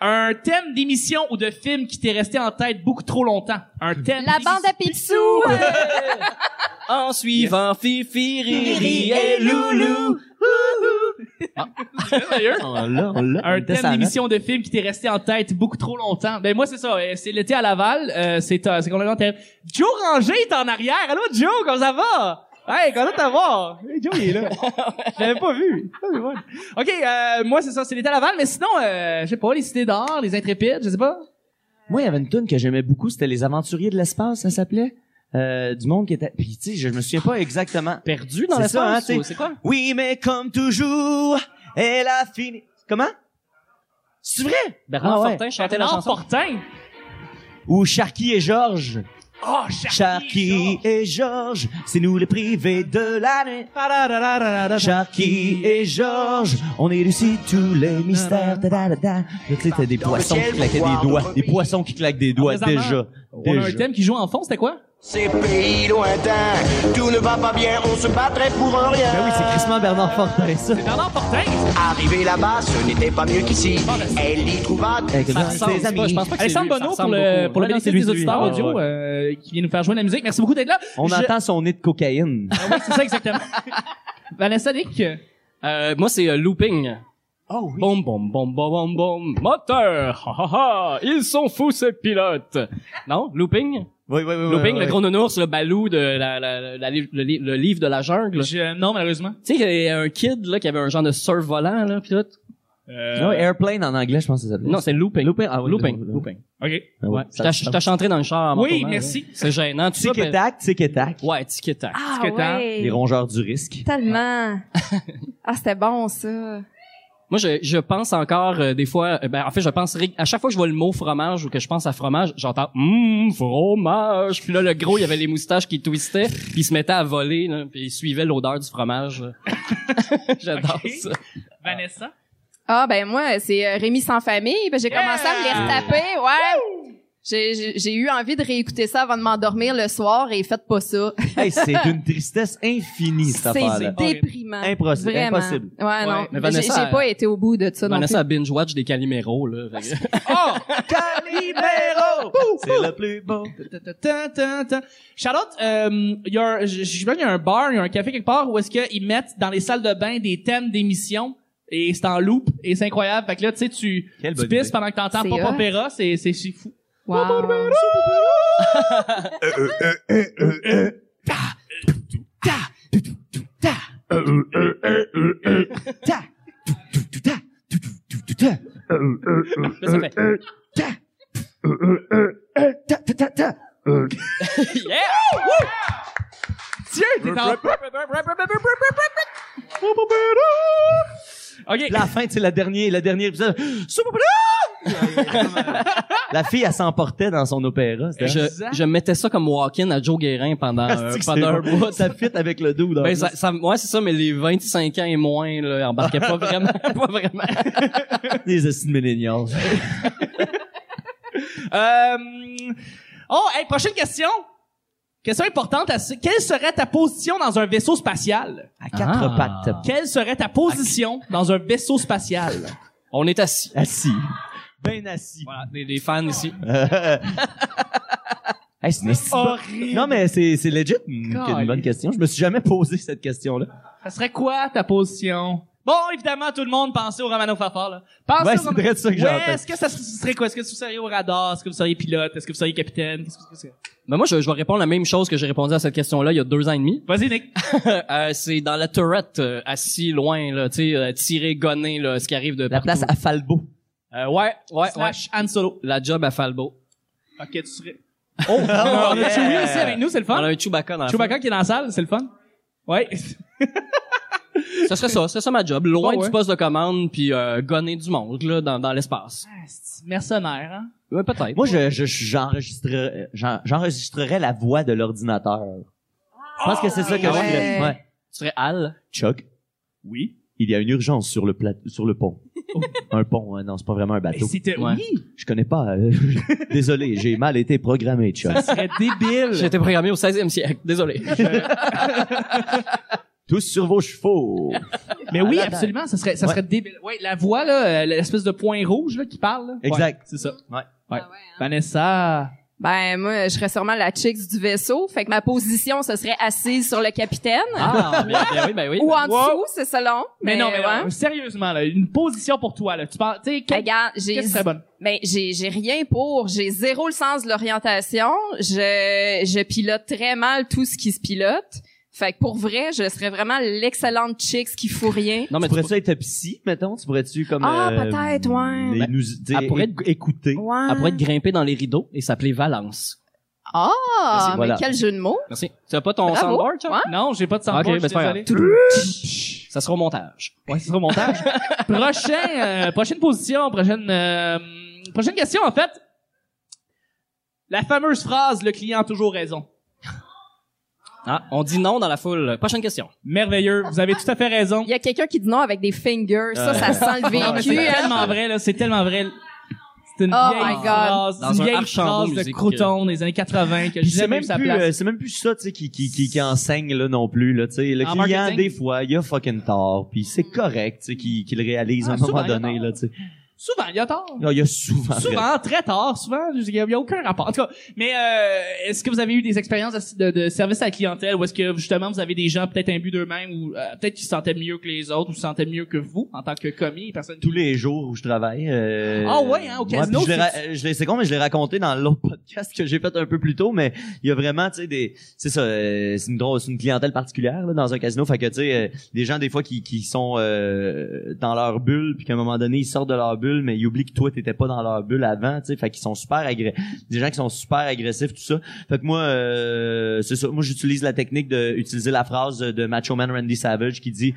Speaker 3: Un thème d'émission ou de film qui t'est resté en tête beaucoup trop longtemps.
Speaker 5: Hmm.
Speaker 3: Un thème...
Speaker 6: La bande à Picsou!
Speaker 5: En suivant Fifi, Riri et Loulou. Ah.
Speaker 4: On l'a, on l'a.
Speaker 3: un
Speaker 4: On oh, était
Speaker 3: thème
Speaker 4: ça avant.
Speaker 5: hein?
Speaker 3: d'émission de film qui t'est resté en tête beaucoup trop longtemps. Ben moi c'est ça, euh, c'est l'été à Laval, euh, c'est euh, c'est complètement terrible. Joe Ranger est en arrière. Allô Joe, comment ça va Hey, content de t'avoir. Hey, Joe il est là. Je l'avais pas vu. Ça, c'est bon. OK, euh, moi c'est ça, c'est l'été à Laval, mais sinon euh, je sais pas les cités d'or, les intrépides, je sais pas.
Speaker 4: Moi, il y avait une tune que j'aimais beaucoup, c'était Les Aventuriers de l'espace, ça s'appelait. Euh, du monde qui était... Puis, tu sais, je me souviens pas exactement.
Speaker 5: Perdu dans
Speaker 4: C'est ça, hein,
Speaker 5: l'espace.
Speaker 4: t'sais.
Speaker 5: ou c'est quoi?
Speaker 4: Oui, mais comme toujours, elle a fini... Comment? C'est vrai?
Speaker 5: Bernard
Speaker 4: Ah ouais.
Speaker 5: Fortin chantait la
Speaker 3: Bernard
Speaker 5: chanson.
Speaker 3: Fortin.
Speaker 4: Ou Sharky et Georges.
Speaker 3: Oh, Sharky.
Speaker 4: Sharky et Georges, c'est nous les privés de l'année. Sharky et Georges, on élucide tous les mystères. Da, da, da, da. Tu sais, t'as des poissons qui claquaient des doigts. Des poissons qui claquent des doigts,
Speaker 5: Ah,
Speaker 3: Présentement,
Speaker 4: déjà.
Speaker 3: On a un
Speaker 4: Déjà.
Speaker 3: thème qui joue en fond, c'était quoi
Speaker 7: Ces pays lointains, tout ne va pas bien, on se battrait pour un rien.
Speaker 4: Ben oui, c'est Christmas Bernard Fortin, ça.
Speaker 3: Bernard Fortin.
Speaker 7: Arrivé là-bas, ce n'était pas mieux qu'ici. Elle y trouva
Speaker 4: Avec
Speaker 5: Ça
Speaker 4: ses
Speaker 5: ressemble, c'est
Speaker 4: amis.
Speaker 5: pas- je pense pas que c'est
Speaker 3: Alexandre
Speaker 5: lui, ça
Speaker 3: Bonneau pour
Speaker 5: ressemble
Speaker 3: le,
Speaker 5: beaucoup.
Speaker 3: pour le
Speaker 4: Ouais, non,
Speaker 3: bénéfice
Speaker 4: c'est lui,
Speaker 3: des
Speaker 4: c'est lui.
Speaker 3: auditeurs
Speaker 4: Ah,
Speaker 3: audio
Speaker 4: ouais.
Speaker 3: euh, qui vient nous faire jouer de la musique. Merci beaucoup d'être là.
Speaker 4: On
Speaker 3: Je-
Speaker 4: entend son nez de cocaïne.
Speaker 3: Ah oui, c'est ça exactement. Vanessa Dick.
Speaker 5: Euh, moi, c'est euh, Looping.
Speaker 4: Oh oui.
Speaker 5: Bom, bom, bom, bom, bom, bom. Moteur! Ha, ha, ha. Ils sont fous, ces pilotes! Non? Looping?
Speaker 4: Oui, oui, oui. oui,
Speaker 5: Looping, le
Speaker 4: oui.
Speaker 5: gros nounours, le balou de la, la- la- la- le, li- le livre de la jungle. Tu
Speaker 3: Je- non, malheureusement.
Speaker 5: sais, il y a un kid, là, qui avait un genre de surf volant, là, pis tout.
Speaker 4: Non, airplane en anglais, je pense que ça s'appelle.
Speaker 5: Non, c'est Looping.
Speaker 4: Looping. Ah, oui,
Speaker 5: Looping.
Speaker 4: oui, oui.
Speaker 5: Looping.
Speaker 3: OK.
Speaker 4: Ah,
Speaker 5: Ouais. Je
Speaker 4: Ça-
Speaker 5: t'ai- je t'ai chanté dans le char. en
Speaker 3: Oui,
Speaker 5: m'entournant,
Speaker 3: merci.
Speaker 5: là. C'est gênant, tu sais.
Speaker 4: Tic et
Speaker 5: ben-
Speaker 4: tac, tic et tac.
Speaker 5: Ouais, tic et tac.
Speaker 6: Ah,
Speaker 3: Discutant.
Speaker 6: ouais.
Speaker 4: Les rongeurs du risque.
Speaker 6: Tellement. ah, c'était bon, ça.
Speaker 5: Moi, je, je pense encore euh, des fois. euh, ben, en fait, je pense ré- à chaque fois que je vois le mot fromage ou que je pense à fromage, j'entends hum fromage. Puis là, le gros, il avait les moustaches qui twistaient, puis il se mettait à voler, là, puis il suivait l'odeur du fromage. J'adore
Speaker 3: Ok.
Speaker 5: ça.
Speaker 3: Vanessa.
Speaker 6: Ah, ben moi, c'est euh, Rémi sans famille. Ben, j'ai commencé à me les retaper, ouais. J'ai- J'ai j'ai eu envie de réécouter ça avant de m'endormir le soir et faites pas ça.
Speaker 4: Hey, c'est d'une tristesse infinie, cette
Speaker 6: C'est
Speaker 4: affaire-là.
Speaker 6: déprimant.
Speaker 4: Impossible,
Speaker 6: Vraiment.
Speaker 4: impossible.
Speaker 6: Ouais, non.
Speaker 5: mais Vanessa,
Speaker 6: J'ai- j'ai pas
Speaker 5: elle-
Speaker 6: été au bout de ça non
Speaker 5: Vanessa binge watch des Calimero là. Fait
Speaker 4: Ah,
Speaker 5: que-
Speaker 3: Oh!
Speaker 4: Calimero! C'est le plus beau.
Speaker 3: Charlotte, euh, il y a, un- je je sais pas, il y a un bar, il y a un café quelque part où est-ce qu'ils mettent dans les salles de bain des thèmes d'émissions et c'est en loop et c'est incroyable. Fait que là, tu sais, tu,
Speaker 4: Quelle
Speaker 3: tu
Speaker 4: bonne
Speaker 3: pisses
Speaker 4: idée.
Speaker 3: pendant que t'entends
Speaker 6: C'est
Speaker 3: Pop
Speaker 6: hot.
Speaker 3: Opera, c'est, c'est, c'est fou.
Speaker 6: plus. Wow.
Speaker 5: là, ça fait- yeah!
Speaker 3: Dieu, t'es en... OK.
Speaker 4: La fin, c'est la dernière, la dernière épisode. la fille, elle s'emportait dans son opéra. c'était-
Speaker 5: Je, je mettais ça comme walk-in à Joe Guérin pendant, euh,
Speaker 4: Asti que Ah, c'est
Speaker 5: pendant un
Speaker 4: bon.
Speaker 5: bout.
Speaker 4: Ça fit avec le dos.
Speaker 5: Ben, ça, ça, ouais, c'est ça, mais les 25 ans et moins, là, embarquaient pas vraiment, pas vraiment.
Speaker 4: Les acides millénials.
Speaker 3: Euh... Oh, hey, prochaine question. Question importante. à ce- Quelle serait ta position dans un vaisseau spatial?
Speaker 4: À quatre
Speaker 5: Ah.
Speaker 4: pattes.
Speaker 3: Quelle serait ta position dans un vaisseau spatial?
Speaker 5: On est assis.
Speaker 4: Assis. Ben assis.
Speaker 5: Voilà, les, les fans ici.
Speaker 4: Hey, c'est une esti-
Speaker 3: Horrible.
Speaker 4: Non, mais c'est, c'est legit une, une bonne
Speaker 3: Caliste.
Speaker 4: question. Je me suis jamais posé cette question-là.
Speaker 3: Ça serait quoi ta position? Bon, évidemment, tout le monde pensait au Romano Fafard, là. Pensez
Speaker 4: Ouais,
Speaker 3: au
Speaker 4: c'est
Speaker 3: Romano-
Speaker 4: vrai de ça que j'ai
Speaker 3: Ouais,
Speaker 4: entendu.
Speaker 3: est-ce que ça se- ce serait quoi? Est-ce que vous seriez au radar? Est-ce que vous seriez pilote? Est-ce que vous seriez capitaine? Qu'est-ce que- qu'est-ce que c'est?
Speaker 5: Ben, moi, je, je vais répondre la même chose que j'ai répondu à cette question-là il y a deux ans et demi.
Speaker 3: Vas-y, Nick.
Speaker 5: Euh, c'est dans la tourette, euh, assis loin, là, tu sais, euh, tiré, gonné, là, ce qui arrive de
Speaker 4: La
Speaker 5: partout.
Speaker 4: place à Falbo.
Speaker 5: Euh, ouais, ouais, ouais.
Speaker 3: Slash Han Solo.
Speaker 5: La job à Falbo.
Speaker 3: Ok, tu serais... Oh, on a
Speaker 4: yeah.
Speaker 3: Chewie aussi avec nous, c'est le
Speaker 5: On a
Speaker 3: fun.
Speaker 5: un Ah. Chewbacca dans la
Speaker 3: Chewbacca qui est dans la salle, c'est le fun. Ouais.
Speaker 5: foule. Ce serait ça, c'est ça ma job. Loin
Speaker 3: Oh, ouais.
Speaker 5: du poste de commande, puis euh, gonner du monde là, dans, dans l'espace.
Speaker 3: Mercenaire, hein.
Speaker 5: Ouais, peut-être.
Speaker 4: Moi, je, je- j'enregistrerais, j'en- j'enregistrerais la voix de l'ordinateur. Je pense que c'est ça que je
Speaker 6: ouais.
Speaker 4: ferais. Ouais.
Speaker 5: tu serais Al.
Speaker 4: Chuck,
Speaker 3: Oui. Oh.
Speaker 4: il y a une urgence sur le pla- sur le pont. un pont, hein, non, c'est pas vraiment un bateau.
Speaker 3: C'était,
Speaker 5: Ouais.
Speaker 3: oui.
Speaker 4: Je connais pas. euh, Désolé, j'ai mal été programmé, Chuck.
Speaker 3: Ça serait
Speaker 5: J'ai
Speaker 3: débile.
Speaker 5: été programmé au 16e siècle. Désolé.
Speaker 4: Tous sur vos chevaux.
Speaker 3: Mais oui,
Speaker 4: Ah, là,
Speaker 3: absolument, ça serait, ça serait débile. Ouais, la voix, là, euh, l'espèce de point rouge, là, qui parle, là.
Speaker 4: Exact.
Speaker 3: Ouais, c'est ça.
Speaker 6: Ah
Speaker 3: Ouais.
Speaker 6: ouais, hein?
Speaker 3: Vanessa.
Speaker 6: Ben, moi, je serais sûrement la chicks du vaisseau. Fait que ma position, ce serait assise sur le capitaine.
Speaker 5: Ah, ben, ben oui, ben oui.
Speaker 6: Ou en
Speaker 3: Wow.
Speaker 6: dessous, c'est selon. Ben,
Speaker 3: Mais, non, mais
Speaker 6: ouais.
Speaker 3: non, sérieusement, là, une position pour toi, là. Tu parles, tu sais,
Speaker 6: Hey,
Speaker 3: quelle,
Speaker 6: Regarde, j'ai
Speaker 3: quelle serait bonne?
Speaker 6: ben, j'ai j'ai rien pour, j'ai zéro le sens de l'orientation, je je pilote très mal tout ce qui se pilote. Fait que pour vrai, je serais vraiment l'excellente chicks qui fout rien.
Speaker 5: Non, mais
Speaker 4: tu pourrais-tu être psy, mettons? Tu pourrais-tu comme...
Speaker 6: Ah,
Speaker 4: euh,
Speaker 6: peut-être, ouais.
Speaker 4: et
Speaker 5: Ben,
Speaker 4: nous dire-
Speaker 5: elle pourrait
Speaker 4: éc- écouter.
Speaker 6: Ouais.
Speaker 5: Elle pourrait Ah, être grimpée dans les rideaux et s'appeler Valence.
Speaker 6: Ah, mais
Speaker 4: voilà.
Speaker 6: quel jeu de mots.
Speaker 5: Merci. Tu as pas ton
Speaker 6: Bravo.
Speaker 5: soundboard, Chuck?
Speaker 6: Ouais.
Speaker 3: Non, j'ai pas de sang
Speaker 5: Ok,
Speaker 3: je suis
Speaker 5: ben, c'est pas
Speaker 3: désolé.
Speaker 5: Ça sera au montage.
Speaker 3: Ouais, c'est ça au montage. Prochain, euh, prochaine position, prochaine, euh, prochaine question, en fait. La fameuse phrase, le client a toujours raison.
Speaker 5: Ah, on dit non dans la foule. Prochaine question.
Speaker 3: Merveilleux, vous avez tout à fait raison.
Speaker 6: Il y a quelqu'un qui dit non avec des fingers, ça ça sent le
Speaker 3: Ah, mais C'est
Speaker 6: vécu. hein.
Speaker 3: tellement vrai, là, c'est tellement vrai. C'est une
Speaker 6: Oh my
Speaker 3: vieille
Speaker 6: God.
Speaker 3: phrase,
Speaker 5: Dans
Speaker 3: une
Speaker 5: un
Speaker 3: vieille
Speaker 5: Archambault
Speaker 3: phrase de
Speaker 5: musique.
Speaker 3: Crouton des années 80 que
Speaker 4: euh. Puis
Speaker 3: j'ai
Speaker 4: c'est
Speaker 3: jamais
Speaker 4: même
Speaker 3: eu sa
Speaker 4: plus,
Speaker 3: place.
Speaker 4: euh, c'est même plus ça, tu sais, qui, qui, qui, qui enseigne, là, non plus, là, tu sais. Le
Speaker 3: En
Speaker 4: client,
Speaker 3: marketing. Hmm.
Speaker 4: des fois, il a fucking tort, puis c'est correct, tu sais, qu'il qu'il le réalise à
Speaker 3: Ah,
Speaker 4: un moment
Speaker 3: souvent, il a
Speaker 4: donné,
Speaker 3: tort.
Speaker 4: là, tu sais.
Speaker 3: Souvent, il y a tort.
Speaker 4: Ah, Il y a souvent...
Speaker 3: Souvent, très tard, souvent, il n'y a, il y a aucun rapport. En tout cas, mais euh, est-ce que vous avez eu des expériences de, de service à la clientèle ou est-ce que justement vous avez des gens peut-être imbus d'eux-mêmes ou euh, peut-être qui se sentaient mieux que les autres ou se sentaient mieux que vous en tant que commis, personne
Speaker 4: tous les jours où je travaille. euh,
Speaker 3: Ah ouais, hein, au
Speaker 4: puis
Speaker 3: casino,
Speaker 4: je l'ai ra-
Speaker 3: c'est-
Speaker 4: euh, je l'ai- c'est con, mais je l'ai raconté dans l'autre podcast que j'ai fait un peu plus tôt, mais il y a vraiment, tu sais, des, c'est ça, euh, c'est une drôle, c'est une clientèle particulière là, dans un casino, fait que tu sais, euh, des gens des fois qui, qui sont euh, dans leur bulle, puis qu'à un moment donné ils sortent de leur bulle, mais ils oublient que toi t'étais pas dans leur bulle avant, tu sais, fait qu'ils sont super agressifs, des gens qui sont super agressifs tout ça. Fait que moi, euh, c'est ça, moi j'utilise la technique de utiliser la phrase de Macho Man Randy Savage qui dit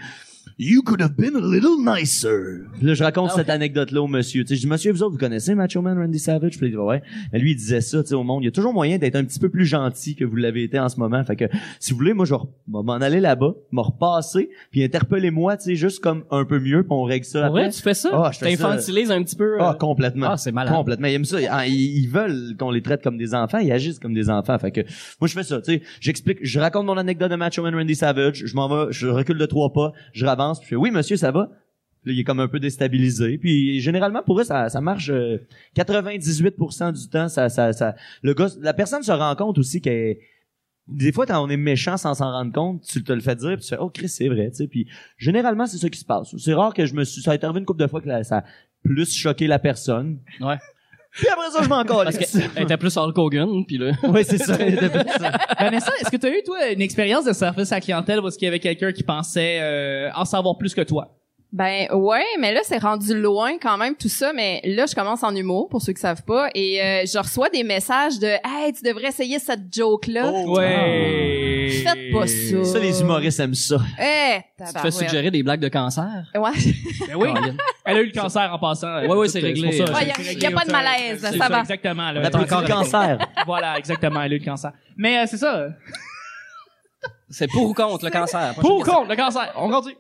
Speaker 4: You could have been a little nicer. Puis Là, je raconte
Speaker 5: Ah
Speaker 4: cette anecdote-là au monsieur. Tu sais, je dis, monsieur, vous autres, vous connaissez Macho Man Randy Savage? Puis il dit, ouais. Mais lui, il disait ça, tu sais, au monde. Il y a toujours moyen d'être un petit peu plus gentil que vous l'avez été en ce moment. Fait que, si vous voulez, moi, je vais re- m'en aller là-bas, m'en repasser, puis interpellez-moi, tu sais, juste comme un peu mieux, puis on règle ça
Speaker 5: Pour vrai,
Speaker 4: après.
Speaker 5: tu fais ça?
Speaker 4: Ah, je fais ça.
Speaker 5: T'infantilises un petit peu.
Speaker 4: Ah,
Speaker 5: euh,
Speaker 4: complètement.
Speaker 5: ah, c'est malade.
Speaker 4: Complètement. Ils aiment ça. Ah, Ils ils veulent qu'on les traite comme des enfants. Ils agissent comme des enfants. Fait que, moi, je fais ça. Tu sais, j'explique, je raconte mon anecdote de Macho Man Randy Savage. Je m'en vais, je recule de trois pas, je ravance. Puis je fais, oui, monsieur, ça va? Puis là, il est comme un peu déstabilisé. Puis généralement, pour eux, ça, ça marche euh, 98% du temps. Ça, ça, ça, le gars, la personne se rend compte aussi qu'elle des fois, quand on est méchant sans s'en rendre compte, tu te le fais dire, puis tu fais, oh Chris, c'est vrai, tu sais. Puis généralement, c'est ça qui se passe. C'est rare que je me suis, ça a été arrivé une couple de fois que la- ça a plus choqué la personne.
Speaker 5: Ouais.
Speaker 4: Puis après ça, je m'en
Speaker 5: Parce
Speaker 4: calisse.
Speaker 5: qu'elle était plus Hulk Hogan, puis là.
Speaker 4: Ouais, c'est ça.
Speaker 3: Vanessa, est-ce que tu as eu, toi, une expérience de service à la clientèle où est-ce qu'il y avait quelqu'un qui pensait euh, en savoir plus que toi?
Speaker 6: Ben ouais, mais là c'est rendu loin quand même tout ça. Mais là je commence en humour pour ceux qui savent pas et euh, je reçois des messages de hey tu devrais essayer cette joke là.
Speaker 3: Oh, Ouais.
Speaker 6: Oh. Faites pas ça.
Speaker 4: ça, les humoristes aiment ça.
Speaker 6: Eh,
Speaker 5: Tu te fais suggérer des blagues de cancer.
Speaker 6: Ouais,
Speaker 3: Ben oui. Elle a eu le cancer en passant.
Speaker 5: Ouais, ouais, c'est réglé.
Speaker 3: Il
Speaker 6: Ouais, y a- y a pas de malaise, ça va.
Speaker 3: Exactement. là.
Speaker 4: On appelle ça le cancer.
Speaker 3: Voilà, exactement, elle a eu le cancer. Mais euh, c'est ça.
Speaker 5: C'est pour ou contre le cancer?
Speaker 3: Pour ou contre le cancer? On continue.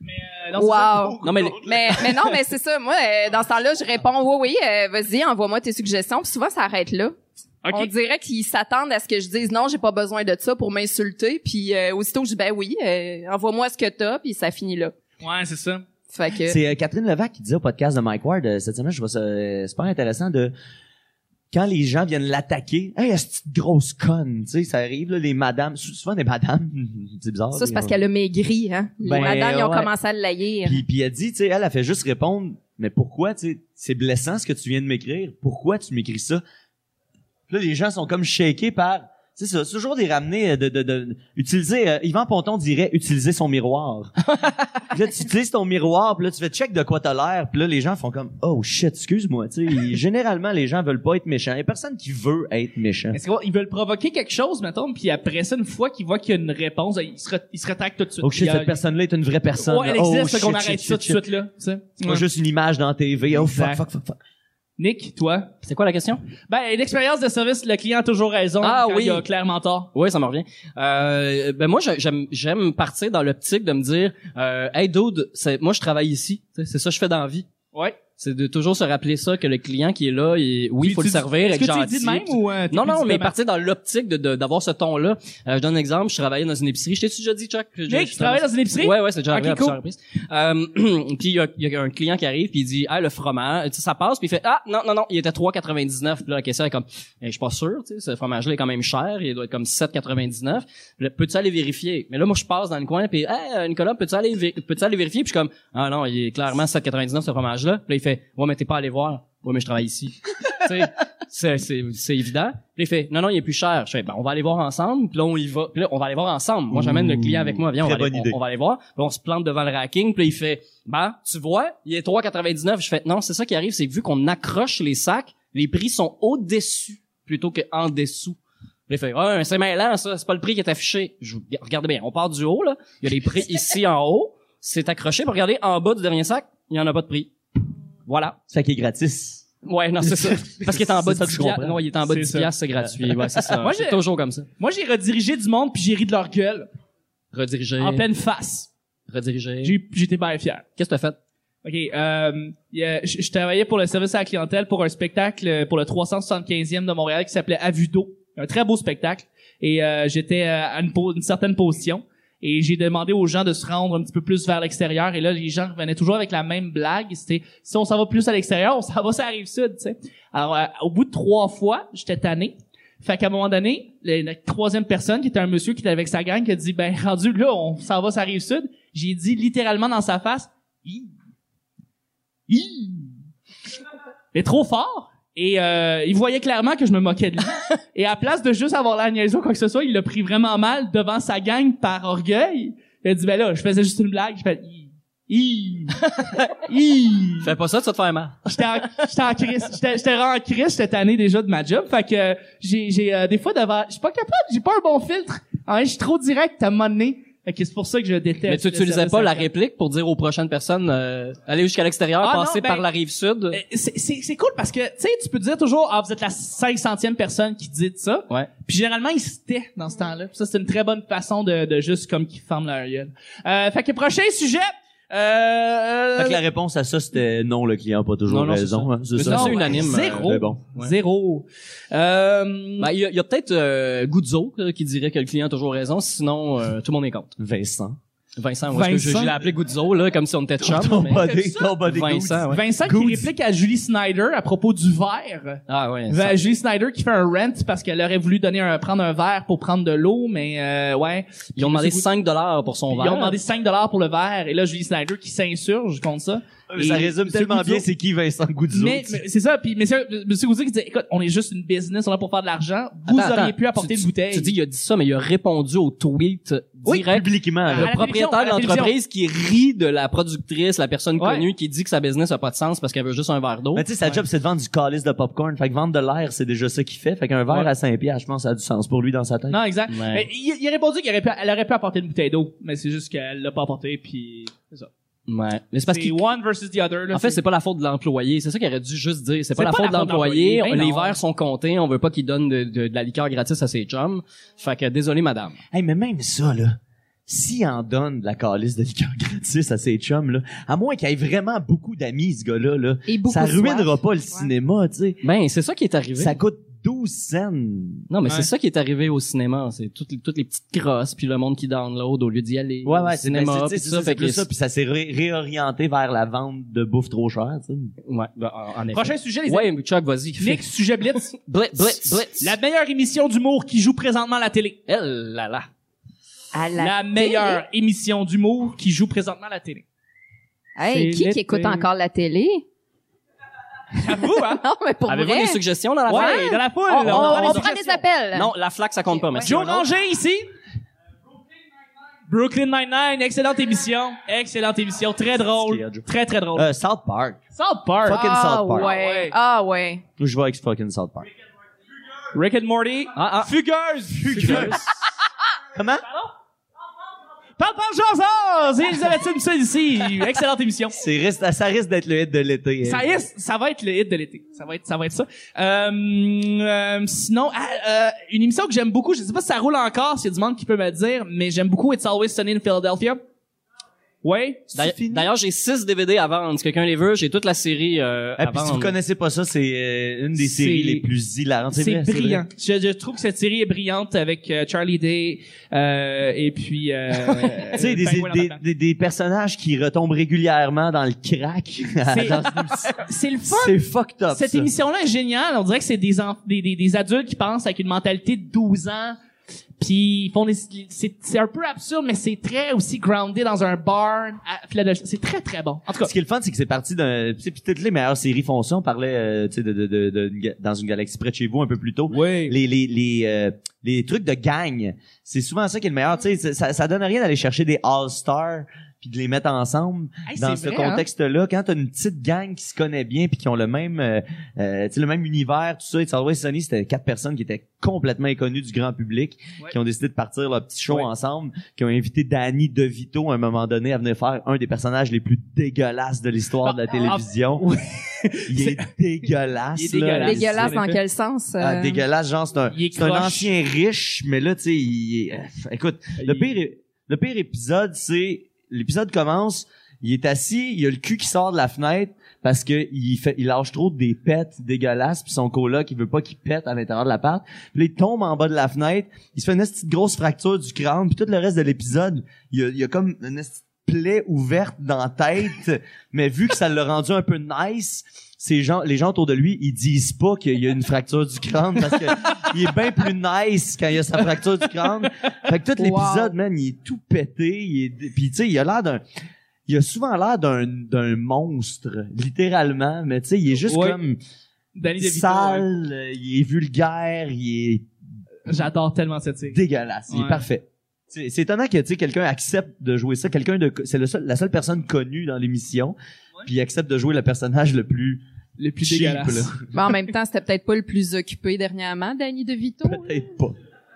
Speaker 3: Mais euh, non, c'est
Speaker 6: Wow.
Speaker 3: ça, pour ou
Speaker 5: Non, mais
Speaker 3: contre.
Speaker 6: mais mais non mais c'est ça. Moi euh, dans ce temps-là je réponds oui oui euh, vas-y envoie-moi tes suggestions. Puis souvent ça arrête là.
Speaker 3: OK.
Speaker 6: On dirait qu'ils s'attendent à ce que je dise non j'ai pas besoin de ça pour m'insulter. Puis euh, aussitôt je dis ben oui euh, envoie-moi ce que t'as puis ça finit là.
Speaker 3: Ouais, c'est ça.
Speaker 6: Fait que
Speaker 4: C'est euh, Catherine Levac qui disait au podcast de Mike Ward euh, cette semaine, je trouve ça euh, super intéressant de quand les gens viennent l'attaquer, hey, cette petite grosse conne, tu sais, ça arrive là, les madames, sou- souvent des madames, c'est bizarre.
Speaker 6: ça c'est
Speaker 4: mais,
Speaker 6: parce
Speaker 4: euh,
Speaker 6: qu'elle a maigri hein. Les
Speaker 4: Ben,
Speaker 6: madames ils ont
Speaker 4: ouais.
Speaker 6: commencé à l'haïr.
Speaker 4: Puis, puis elle dit, tu sais, elle a fait juste répondre, mais pourquoi, tu sais, c'est blessant ce que tu viens de m'écrire. Pourquoi tu m'écris ça? Puis là, les gens sont comme shakés par, tu sais, C'est ça, c'est toujours des ramener euh, de, de, de utiliser. euh, Yvan Ponton dirait utiliser son miroir. Puis là, tu utilises ton miroir, puis là tu fais check de quoi t'as l'air, puis là les gens font comme oh shit, excuse-moi. Tu sais, ils- généralement les gens veulent pas être méchants. Il y a personne qui veut être méchant.
Speaker 3: Est-ce qu'ils veulent provoquer quelque chose, mettons, puis après ça, une fois qu'ils voient qu'il y a une réponse, ils se, re- ils se retraquent tout de suite.
Speaker 4: Oh shit,
Speaker 3: Il y a-
Speaker 4: cette personne-là est une vraie personne.
Speaker 3: Ouais, elle
Speaker 4: Oh,
Speaker 3: existe, fait
Speaker 4: shit,
Speaker 3: qu'on
Speaker 4: shit,
Speaker 3: arrête
Speaker 4: shit,
Speaker 3: ça tout de
Speaker 4: shit.
Speaker 3: suite, là. tu sais.
Speaker 4: C'est
Speaker 3: Ouais.
Speaker 4: Pas juste une image dans la TV. Oh fuck,
Speaker 3: Exact.
Speaker 4: fuck, fuck, fuck.
Speaker 3: Nick, toi?
Speaker 5: C'est quoi la question?
Speaker 3: Ben, l'expérience de service, le client a toujours raison
Speaker 5: Ah
Speaker 3: quand
Speaker 5: oui.
Speaker 3: il a clairement tort.
Speaker 5: Oui, ça me revient. Euh, ben moi, j'a- j'aime j'aime partir dans l'optique de me dire, euh, hey dude, c'est- moi je travaille ici, Tu sais, c'est ça que je fais dans la vie.
Speaker 3: Ouais.
Speaker 5: C'est de toujours se rappeler ça que le client qui est là, il- oui, il faut
Speaker 3: Tu
Speaker 5: le
Speaker 3: dis-
Speaker 5: servir,
Speaker 3: Est-ce
Speaker 5: être
Speaker 3: que tu le
Speaker 5: gentil.
Speaker 3: dis de même ou euh, t'es
Speaker 5: non,
Speaker 3: plus
Speaker 5: non, mais
Speaker 3: diplomate?
Speaker 5: partir dans l'optique de- de- d'avoir ce ton-là. Euh, je donne un exemple, je travaillais dans une épicerie. Je t'ai-tu déjà dit, Chuck? que je-
Speaker 3: Nick,
Speaker 5: je
Speaker 3: tu travailles dans une épicerie?
Speaker 5: Ouais, ouais, c'est déjà
Speaker 3: Ok,
Speaker 5: arrivé à
Speaker 3: cool.
Speaker 5: plusieurs reprises. Euh, puis il y a, il y a un client qui arrive puis il dit ah le fromage, tu sais, ça passe puis il fait ah non non non, il était 3.99 puis là la question est comme Eh, je suis pas sûr, tu sais, ce fromage là est quand même cher, il doit être comme 7.99. Puis là, Peux-tu aller vérifier Mais là moi je passe dans le coin puis hey, Nicolas, peux-tu aller peux aller vérifier puis je suis comme ah non, il est clairement 7.99 ce fromage là. Puis là il fait ouais mais t'es pas allé voir. Ouais mais je travaille ici. Tu sais, c'est c'est c'est évident. Puis là, il fait non non, il est plus cher. Je fais ben on va aller voir ensemble. Puis là on y va. Puis là on va aller voir ensemble. Moi j'amène le client avec moi, viens on va
Speaker 4: Très
Speaker 5: aller-
Speaker 4: bonne
Speaker 5: on-
Speaker 4: idée.
Speaker 5: on va aller voir. Puis on se plante devant le racking. Puis là, il fait, ben, tu vois, il est 3,99. Je fais, non, c'est ça qui arrive, c'est que vu qu'on accroche les sacs, les prix sont au-dessus plutôt qu'en dessous. Puis il fait, ah, c'est mêlant, ça, c'est pas le prix qui est affiché. Je, vous- regardez bien, on part du haut, là. Il y a les prix ici en haut. C'est accroché. Puis regardez, en bas du dernier sac, il y en a pas de prix. Voilà.
Speaker 4: Ça qui est gratis.
Speaker 5: Ouais, non, c'est ça. Parce qu'il est en bas
Speaker 4: C'est ça que
Speaker 5: de 10
Speaker 4: je
Speaker 5: piastres.
Speaker 4: comprends.
Speaker 5: Non, il est en bas de
Speaker 3: C'est
Speaker 5: 10
Speaker 3: ça.
Speaker 5: piastres, c'est gratuit. Ouais, c'est ça.
Speaker 3: Moi, j'ai-
Speaker 5: c'est toujours comme ça.
Speaker 3: Moi, j'ai redirigé du monde puis j'ai ri de leur gueule
Speaker 5: Rediriger.
Speaker 3: en pleine face.
Speaker 5: Rediriger.
Speaker 3: J'ai- J'étais bien fier.
Speaker 5: Qu'est-ce que t'as fait?
Speaker 3: OK, euh, il y a- je je travaillais pour le service à la clientèle pour un spectacle euh, pour le 375e de Montréal qui s'appelait Avudo. Un très beau spectacle. Et euh, j'étais euh, à une, po- une certaine position. Et j'ai demandé aux gens de se rendre un petit peu plus vers l'extérieur. Et là, les gens revenaient toujours avec la même blague. C'était, si on s'en va plus à l'extérieur, on s'en va sur la rive sud, tu sais. Alors, euh, au bout de trois fois, j'étais tanné. Fait qu'à un moment donné, le- la troisième personne, qui était un monsieur qui était avec sa gang, qui a dit, ben, rendu là, on s'en va sur la rive sud. J'ai dit littéralement dans sa face, Hi. Hi. Mais trop fort. Et euh, il voyait clairement que je me moquais de lui. Et à place de juste avoir la niaise ou quoi que ce soit, il l'a pris vraiment mal devant sa gang par orgueil. Il a dit, ben là, je faisais juste une blague. Je fais, Hi. Hi. Hi.
Speaker 5: Fais pas ça, tu vas te faire mal.
Speaker 3: J'étais en, j'étais en crise. J'étais, j'étais vraiment en crise cette année déjà de ma job. Fait que euh, j'ai, j'ai euh, des fois devant... Je suis pas capable. J'ai pas un bon filtre. En vrai, je suis trop direct à mon nez. Fait que c'est pour ça que je déteste.
Speaker 5: Mais tu
Speaker 3: le
Speaker 5: utilisais
Speaker 3: service
Speaker 5: pas la
Speaker 3: après.
Speaker 5: réplique pour dire aux prochaines personnes euh, allez jusqu'à l'extérieur,
Speaker 3: Ah,
Speaker 5: passez
Speaker 3: non, ben-
Speaker 5: par la rive sud.
Speaker 3: Euh, C'est, c'est, c'est cool parce que, tu sais, tu peux dire toujours, ah, vous êtes la 500e personne qui dit ça.
Speaker 5: Ouais.
Speaker 3: Puis généralement, ils se taient dans ce temps-là. Puis ça, c'est une très bonne façon de, de juste comme qu'ils ferment leur gueule. Euh, fait que prochain sujet. Euh,
Speaker 4: Fait que la réponse à ça, c'était non, le client a pas toujours
Speaker 5: Non, non, c'est
Speaker 4: raison. hein. C'est
Speaker 5: Mais
Speaker 4: ça.
Speaker 5: ça,
Speaker 3: non,
Speaker 5: c'est unanime, euh,
Speaker 3: Zéro.
Speaker 4: Mais bon.
Speaker 5: Ouais.
Speaker 3: Zéro. Euh,
Speaker 5: Ben, il y a, il y a peut-être euh, Guzzo euh, qui dirait que le client a toujours raison, sinon euh, tout le monde est contre.
Speaker 4: Vincent.
Speaker 5: Vincent, moi, est-ce que je,
Speaker 3: Vincent.
Speaker 5: je l'ai appelé Guzzo là, comme si on était chum.
Speaker 4: Ton
Speaker 5: Ah, mais-
Speaker 4: body,
Speaker 3: ça,
Speaker 4: ton body
Speaker 5: Vincent, ouais.
Speaker 3: Vincent qui
Speaker 4: Good.
Speaker 3: réplique à Julie Snyder à propos du verre.
Speaker 5: Ah ouais.
Speaker 3: Ben,
Speaker 5: ça-
Speaker 3: Julie Snyder qui fait un rent parce qu'elle aurait voulu donner un, prendre un verre pour prendre de l'eau, mais euh, ouais.
Speaker 5: Ils ont demandé 5 dollars pour son
Speaker 3: Ils
Speaker 5: verre.
Speaker 3: ont demandé 5 dollars pour le verre et là Julie Snyder qui s'insurge contre ça.
Speaker 4: Goody. Ça
Speaker 3: Et
Speaker 4: résume
Speaker 3: Monsieur
Speaker 4: tellement
Speaker 3: Guzzo-
Speaker 4: bien c'est qui Vincent Goudzou.
Speaker 3: Mais, mais c'est ça puis monsieur monsieur Guzzo qui dit écoute, on est juste une business, on est là pour faire de l'argent. Vous
Speaker 5: Attends,
Speaker 3: auriez
Speaker 5: attends,
Speaker 3: pu apporter
Speaker 5: tu-
Speaker 3: une bouteille.
Speaker 5: Tu dis il a dit ça, mais il a répondu au tweet
Speaker 4: Oui,
Speaker 5: direct.
Speaker 4: publiquement.
Speaker 3: à
Speaker 4: là.
Speaker 3: la
Speaker 5: le
Speaker 3: télévision,
Speaker 5: propriétaire de
Speaker 3: à la
Speaker 5: l'entreprise qui rit de la productrice, la personne
Speaker 3: Ouais.
Speaker 5: connue qui dit que sa business a pas de sens parce qu'elle veut juste un verre d'eau.
Speaker 4: Mais tu sais, sa job, c'est de vendre du calice de popcorn. Fait que vendre de l'air, c'est déjà ça qu'il fait. Fait qu'un verre
Speaker 5: Ouais.
Speaker 4: à 5 piastres, je pense, ça a du sens pour lui dans sa tête.
Speaker 3: non, exact.
Speaker 5: Ouais.
Speaker 3: Mais il, il a répondu qu'elle aurait pu, elle aurait pu apporter une bouteille d'eau, mais c'est juste qu'elle l'a pas apporté puis c'est ça.
Speaker 5: Ouais. Mais c'est parce
Speaker 3: Parce
Speaker 5: qu'il
Speaker 3: one versus the other là,
Speaker 5: En fait, c'est pas la faute de l'employé. C'est ça qu'il aurait dû juste dire. C'est pas, la faute de l'employé.
Speaker 3: l'employé. Ben
Speaker 5: Les
Speaker 3: non.
Speaker 5: verres sont comptés. On veut pas qu'il donne de, de- de la liqueur gratis à ses chums. Fait que désolé, madame.
Speaker 4: Hey, mais même ça, là. S'il en donne de la calice de liqueur gratis à ses chums, là, à moins qu'il ait vraiment beaucoup d'amis, ce gars-là, là,
Speaker 6: Et beaucoup
Speaker 4: ça
Speaker 6: de
Speaker 4: ruinera
Speaker 6: soif.
Speaker 4: pas le
Speaker 6: Ouais.
Speaker 4: cinéma, tu sais.
Speaker 5: Ben, c'est ça qui est arrivé.
Speaker 4: Ça coûte 12 cents
Speaker 5: Non, mais
Speaker 3: Ouais.
Speaker 5: c'est ça qui est arrivé au cinéma. C'est toutes, les- toutes les petites crosses, puis le monde qui download au lieu d'y aller.
Speaker 4: Ouais,
Speaker 5: au
Speaker 4: ouais, c'est
Speaker 5: cinéma,
Speaker 4: ben, c'est-
Speaker 5: puis
Speaker 4: c'est- c'est-
Speaker 5: ça.
Speaker 4: c'est
Speaker 5: Fait que
Speaker 4: plus ça, puis ça s'est ré- réorienté vers la vente de bouffe trop chère, tu sais.
Speaker 5: Ouais, ben, en en effet.
Speaker 3: Prochain sujet les
Speaker 5: Ouais, mais Chuck, vas-y.
Speaker 3: amis. Nick sujet blitz.
Speaker 5: Blitz, blitz, blitz.
Speaker 3: La meilleure émission d'humour qui joue présentement à la télé.
Speaker 5: Elle, là, là.
Speaker 6: À
Speaker 3: La,
Speaker 6: la,
Speaker 3: meilleure émission d'humour qui joue présentement à la télé.
Speaker 6: Hey,
Speaker 3: C'est
Speaker 6: qui,
Speaker 3: l'été.
Speaker 6: qui écoute encore la télé?
Speaker 3: J'avoue, hein?
Speaker 6: Non, mais pour
Speaker 5: Avez-vous
Speaker 6: vrai.
Speaker 5: des suggestions dans la
Speaker 3: Ouais,
Speaker 5: flaque?
Speaker 3: dans la foule.
Speaker 6: On,
Speaker 3: là, on
Speaker 6: on-
Speaker 3: a des
Speaker 6: on prend des
Speaker 3: suggestions.
Speaker 6: appels.
Speaker 5: Non, la flaque, ça compte pas, merci.
Speaker 3: Joe Ranger ici. Brooklyn Nine-Nine, excellente émission. Excellente émission, très
Speaker 4: C'est ce qui
Speaker 3: drôle.
Speaker 4: est-
Speaker 3: Très, très drôle.
Speaker 4: Euh, South Park.
Speaker 3: South Park.
Speaker 4: fucking
Speaker 6: Ah
Speaker 4: South Park.
Speaker 6: ouais.
Speaker 3: Ouais.
Speaker 6: Ah ouais.
Speaker 4: Je vais avec fucking South Park.
Speaker 3: Rick and Morty.
Speaker 4: Ah, ah.
Speaker 3: Fugueuse. Fugueuse.
Speaker 4: Comment?
Speaker 3: Parle pas de Jazz! C'est Elisabeth Simpson ici. Excellente émission.
Speaker 4: C'est risque- ça risque d'être le hit de l'été. hein.
Speaker 3: Ça, est- ça va être le hit de l'été. Ça va être, ça va être ça. Euh, euh, sinon, ah, euh, une émission que j'aime beaucoup, je sais pas si ça roule encore, s'il y a du monde qui peut me le dire, mais j'aime beaucoup It's Always Sunny in Philadelphia. Ouais.
Speaker 5: D'ailleurs- D'ailleurs, j'ai six DVD à vendre. Si quelqu'un les veut, j'ai toute la série euh,
Speaker 4: Ah,
Speaker 5: à
Speaker 4: puis si
Speaker 5: vendre.
Speaker 4: vous connaissez pas ça, c'est euh, une des
Speaker 3: C'est-
Speaker 4: séries les plus hilarantes.
Speaker 3: C'est
Speaker 4: vrai,
Speaker 3: brillant. Je, je trouve que cette série est brillante avec euh, Charlie Day euh, et puis. Euh,
Speaker 4: Tu sais, des,
Speaker 3: Pingouin
Speaker 4: des,
Speaker 3: là-dedans.
Speaker 4: des, des personnages qui retombent régulièrement dans le crack.
Speaker 3: C'est-
Speaker 4: Dans-
Speaker 3: C'est le fun.
Speaker 4: c'est fucked up.
Speaker 3: Cette
Speaker 4: ça.
Speaker 3: émission-là est géniale. On dirait que c'est des, en- des, des, des adultes qui pensent avec une mentalité de 12 ans. Puis ils font des... C'est c'est un peu absurde, mais c'est très aussi grounded dans un bar à Philadelphie. C'est très, très bon. En tout cas,
Speaker 4: Ce qui est le fun, c'est que c'est parti d'un. Tu sais, puis toutes les meilleures séries font ça. On parlait, euh, tu sais, de, de, de, de- une ga- dans une galaxie près de chez vous un peu plus tôt.
Speaker 3: Oui.
Speaker 4: Les les les euh, les trucs de gang. C'est souvent ça qui est le meilleur. Tu sais, c'est- ça ça donne rien d'aller chercher des all stars puis de les mettre ensemble
Speaker 3: Hey,
Speaker 4: dans ce
Speaker 3: c'est vrai, hein?
Speaker 4: contexte-là. Quand t'as une petite gang qui se connaît bien puis qui ont le même, euh, euh, tu sais, le même univers, tout ça. Et Always Sunny, c'était quatre personnes qui étaient complètement inconnues du grand public,
Speaker 3: Ouais.
Speaker 4: qui ont décidé de partir leur petit show
Speaker 3: Ouais.
Speaker 4: ensemble, qui ont invité Danny DeVito à un moment donné à venir faire un des personnages les plus dégueulasses de l'histoire de la
Speaker 3: Ah,
Speaker 4: télévision.
Speaker 3: oui.
Speaker 4: Il est dégueulasse.
Speaker 3: Il est
Speaker 4: là.
Speaker 3: dégueulasse.
Speaker 6: Dégueulasse
Speaker 3: c'est-
Speaker 6: dans quel sens? euh?
Speaker 4: Ah, dégueulasse, genre, c'est un,
Speaker 3: Il est
Speaker 4: c'est un
Speaker 3: croche.
Speaker 4: ancien riche, mais là, tu sais, il est- euh, écoute, le
Speaker 3: Il-
Speaker 4: pire, é- le pire épisode, c'est, l'épisode commence, il est assis, il a le cul qui sort de la fenêtre, parce que il fait, il lâche trop des pets dégueulasses, puis son coloc, il veut pas qu'il pète à l'intérieur de l'appart, puis là, il tombe en bas de la fenêtre, il se fait une petite grosse fracture du crâne, puis tout le reste de l'épisode, il y a, il y a comme une petite plaie ouverte dans la tête, mais vu que ça l'a rendu un peu nice, ces gens, les gens autour de lui, ils disent pas qu'il y a une fracture du crâne parce que il est bien plus nice quand il a sa fracture du crâne. Fait que tout
Speaker 6: Wow.
Speaker 4: l'épisode, man, il est tout pété, il est, puis tu sais, il a l'air d'un, il a souvent l'air d'un, d'un monstre, littéralement, mais tu sais, il est juste
Speaker 3: Ouais.
Speaker 4: comme
Speaker 3: Danny DeVito, ouais.
Speaker 4: sale, euh, il est vulgaire, il est
Speaker 3: j'adore tellement cette série.
Speaker 4: dégueulasse. Il
Speaker 3: Ouais.
Speaker 4: est parfait. C'est c'est étonnant que tu sais, quelqu'un accepte de jouer ça. Quelqu'un de c'est le seul, la seule personne connue dans l'émission, puis il accepte de jouer le personnage le plus
Speaker 3: Le plus
Speaker 4: cheap,
Speaker 3: dégueulasse.
Speaker 4: là.
Speaker 6: Mais en même temps, c'était peut-être pas le plus occupé dernièrement, Danny DeVito. là.
Speaker 4: Peut-être pas.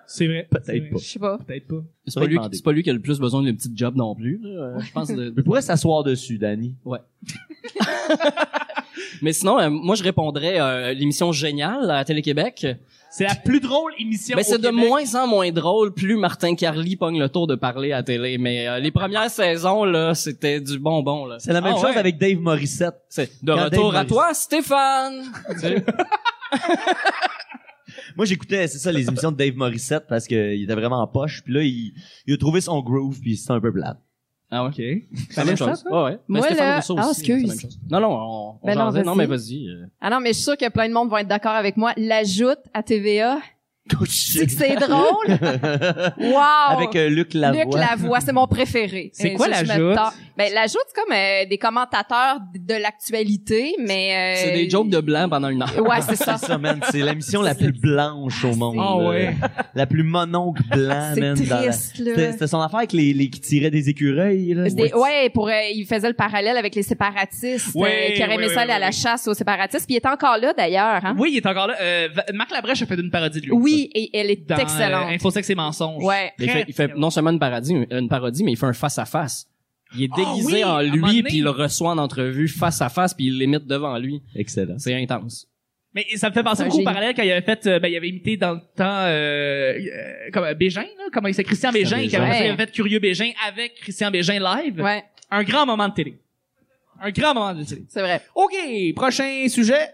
Speaker 3: C'est vrai.
Speaker 4: Peut-être
Speaker 3: C'est vrai.
Speaker 4: pas.
Speaker 6: Je sais pas.
Speaker 3: Peut-être pas.
Speaker 5: C'est pas, lui,
Speaker 4: Demandez.
Speaker 5: c'est pas lui qui a le plus besoin d'une petite job non plus. là. Euh, Je pense de-
Speaker 4: Il pourrait s'asseoir dessus, Danny.
Speaker 5: Mais sinon, euh, moi, je répondrais euh, l'émission Géniale à Télé-Québec.
Speaker 3: C'est la plus drôle émission.
Speaker 5: Mais
Speaker 3: au
Speaker 5: c'est de
Speaker 3: Québec.
Speaker 5: moins en moins drôle, plus Martin Carly pogne le tour de parler à télé. Mais euh, les premières saisons, là, c'était du bonbon. là.
Speaker 4: C'est la même
Speaker 5: Ah
Speaker 4: chose
Speaker 5: ouais.
Speaker 4: avec Dave Morissette.
Speaker 5: C'est de
Speaker 4: Quand
Speaker 5: retour
Speaker 4: Dave
Speaker 5: à toi, Stéphane! Tu sais,
Speaker 4: Moi, j'écoutais, c'est ça, les émissions de Dave Morissette parce qu'il était vraiment en poche. Puis là, il, il a trouvé son groove, puis c'était un peu plat.
Speaker 5: ah ouais. C'est la
Speaker 3: Connais
Speaker 5: même
Speaker 3: ça,
Speaker 5: chose. Ouais, ouais. Mais
Speaker 6: Moi,
Speaker 5: Stéphane
Speaker 6: là-
Speaker 5: Rousseau
Speaker 6: ah,
Speaker 5: aussi, c'est la même
Speaker 6: excuse.
Speaker 5: chose. Non, non, on, on
Speaker 6: Ben non,
Speaker 5: jasait. non,
Speaker 6: vas-y.
Speaker 5: mais vas-y. euh.
Speaker 6: Ah non, mais je suis sûre que plein de monde vont être d'accord avec moi. L'ajoute à TVA. Tu sais que c'est drôle? Wow!
Speaker 4: Avec euh, Luc Lavoie.
Speaker 6: Luc Lavoie, c'est mon préféré.
Speaker 3: C'est
Speaker 6: Euh,
Speaker 3: quoi
Speaker 6: je- je me
Speaker 3: l'ajoute?
Speaker 6: tord. Ben, l'ajoute, c'est comme euh, des commentateurs d- de l'actualité, mais... euh,
Speaker 5: C'est des jokes de blanc pendant une heure.
Speaker 6: Ouais, c'est ça.
Speaker 4: C'est ça, man. C'est l'émission la plus blanche au monde.
Speaker 3: Ah
Speaker 4: là.
Speaker 3: ouais.
Speaker 4: La plus mononcle blanc,
Speaker 6: C'est
Speaker 4: Ah, man. dans la-
Speaker 6: triste, là.
Speaker 4: C'était c'était son affaire avec les, les qui tiraient des écureuils, là.
Speaker 6: Des- ouais, pour euh, il faisait le parallèle avec les séparatistes
Speaker 3: Ouais,
Speaker 6: euh, qui auraient aimé
Speaker 3: ouais,
Speaker 6: ça
Speaker 3: ouais,
Speaker 6: aller à
Speaker 3: ouais,
Speaker 6: la
Speaker 3: ouais.
Speaker 6: chasse aux séparatistes. Puis il est encore là d'ailleurs. Hein?
Speaker 3: Oui, il est encore là. Euh, Va- Marc Labrèche a fait une parodie de lui.
Speaker 6: Oui, et elle est
Speaker 3: Dans, euh,
Speaker 6: excellente.
Speaker 3: Infosex et mensonges.
Speaker 6: Ouais.
Speaker 5: Il fait, il fait non seulement une parodie, une parodie, mais il fait un face-à-face. Il est
Speaker 3: Ah
Speaker 5: déguisé
Speaker 3: oui, à un
Speaker 5: en
Speaker 3: moment donné.
Speaker 5: lui, puis il le reçoit en entrevue face-à-face, puis il l'imite devant lui.
Speaker 4: Excellent.
Speaker 5: C'est intense.
Speaker 3: Mais ça me fait
Speaker 6: C'est
Speaker 3: penser
Speaker 6: un
Speaker 3: beaucoup au
Speaker 6: génie.
Speaker 3: parallèle quand il avait fait, euh, ben, il avait imité dans le temps, euh, euh, comme euh, Bégin, là, comment il s'appelle, Christian Bégin, qui
Speaker 4: Bégin.
Speaker 3: avait, fait-
Speaker 6: Ouais.
Speaker 3: il avait fait Curieux Bégin avec Christian Bégin live.
Speaker 6: Ouais,
Speaker 3: Un grand moment de télé. Un grand moment de télé.
Speaker 6: c'est vrai.
Speaker 3: OK, prochain sujet.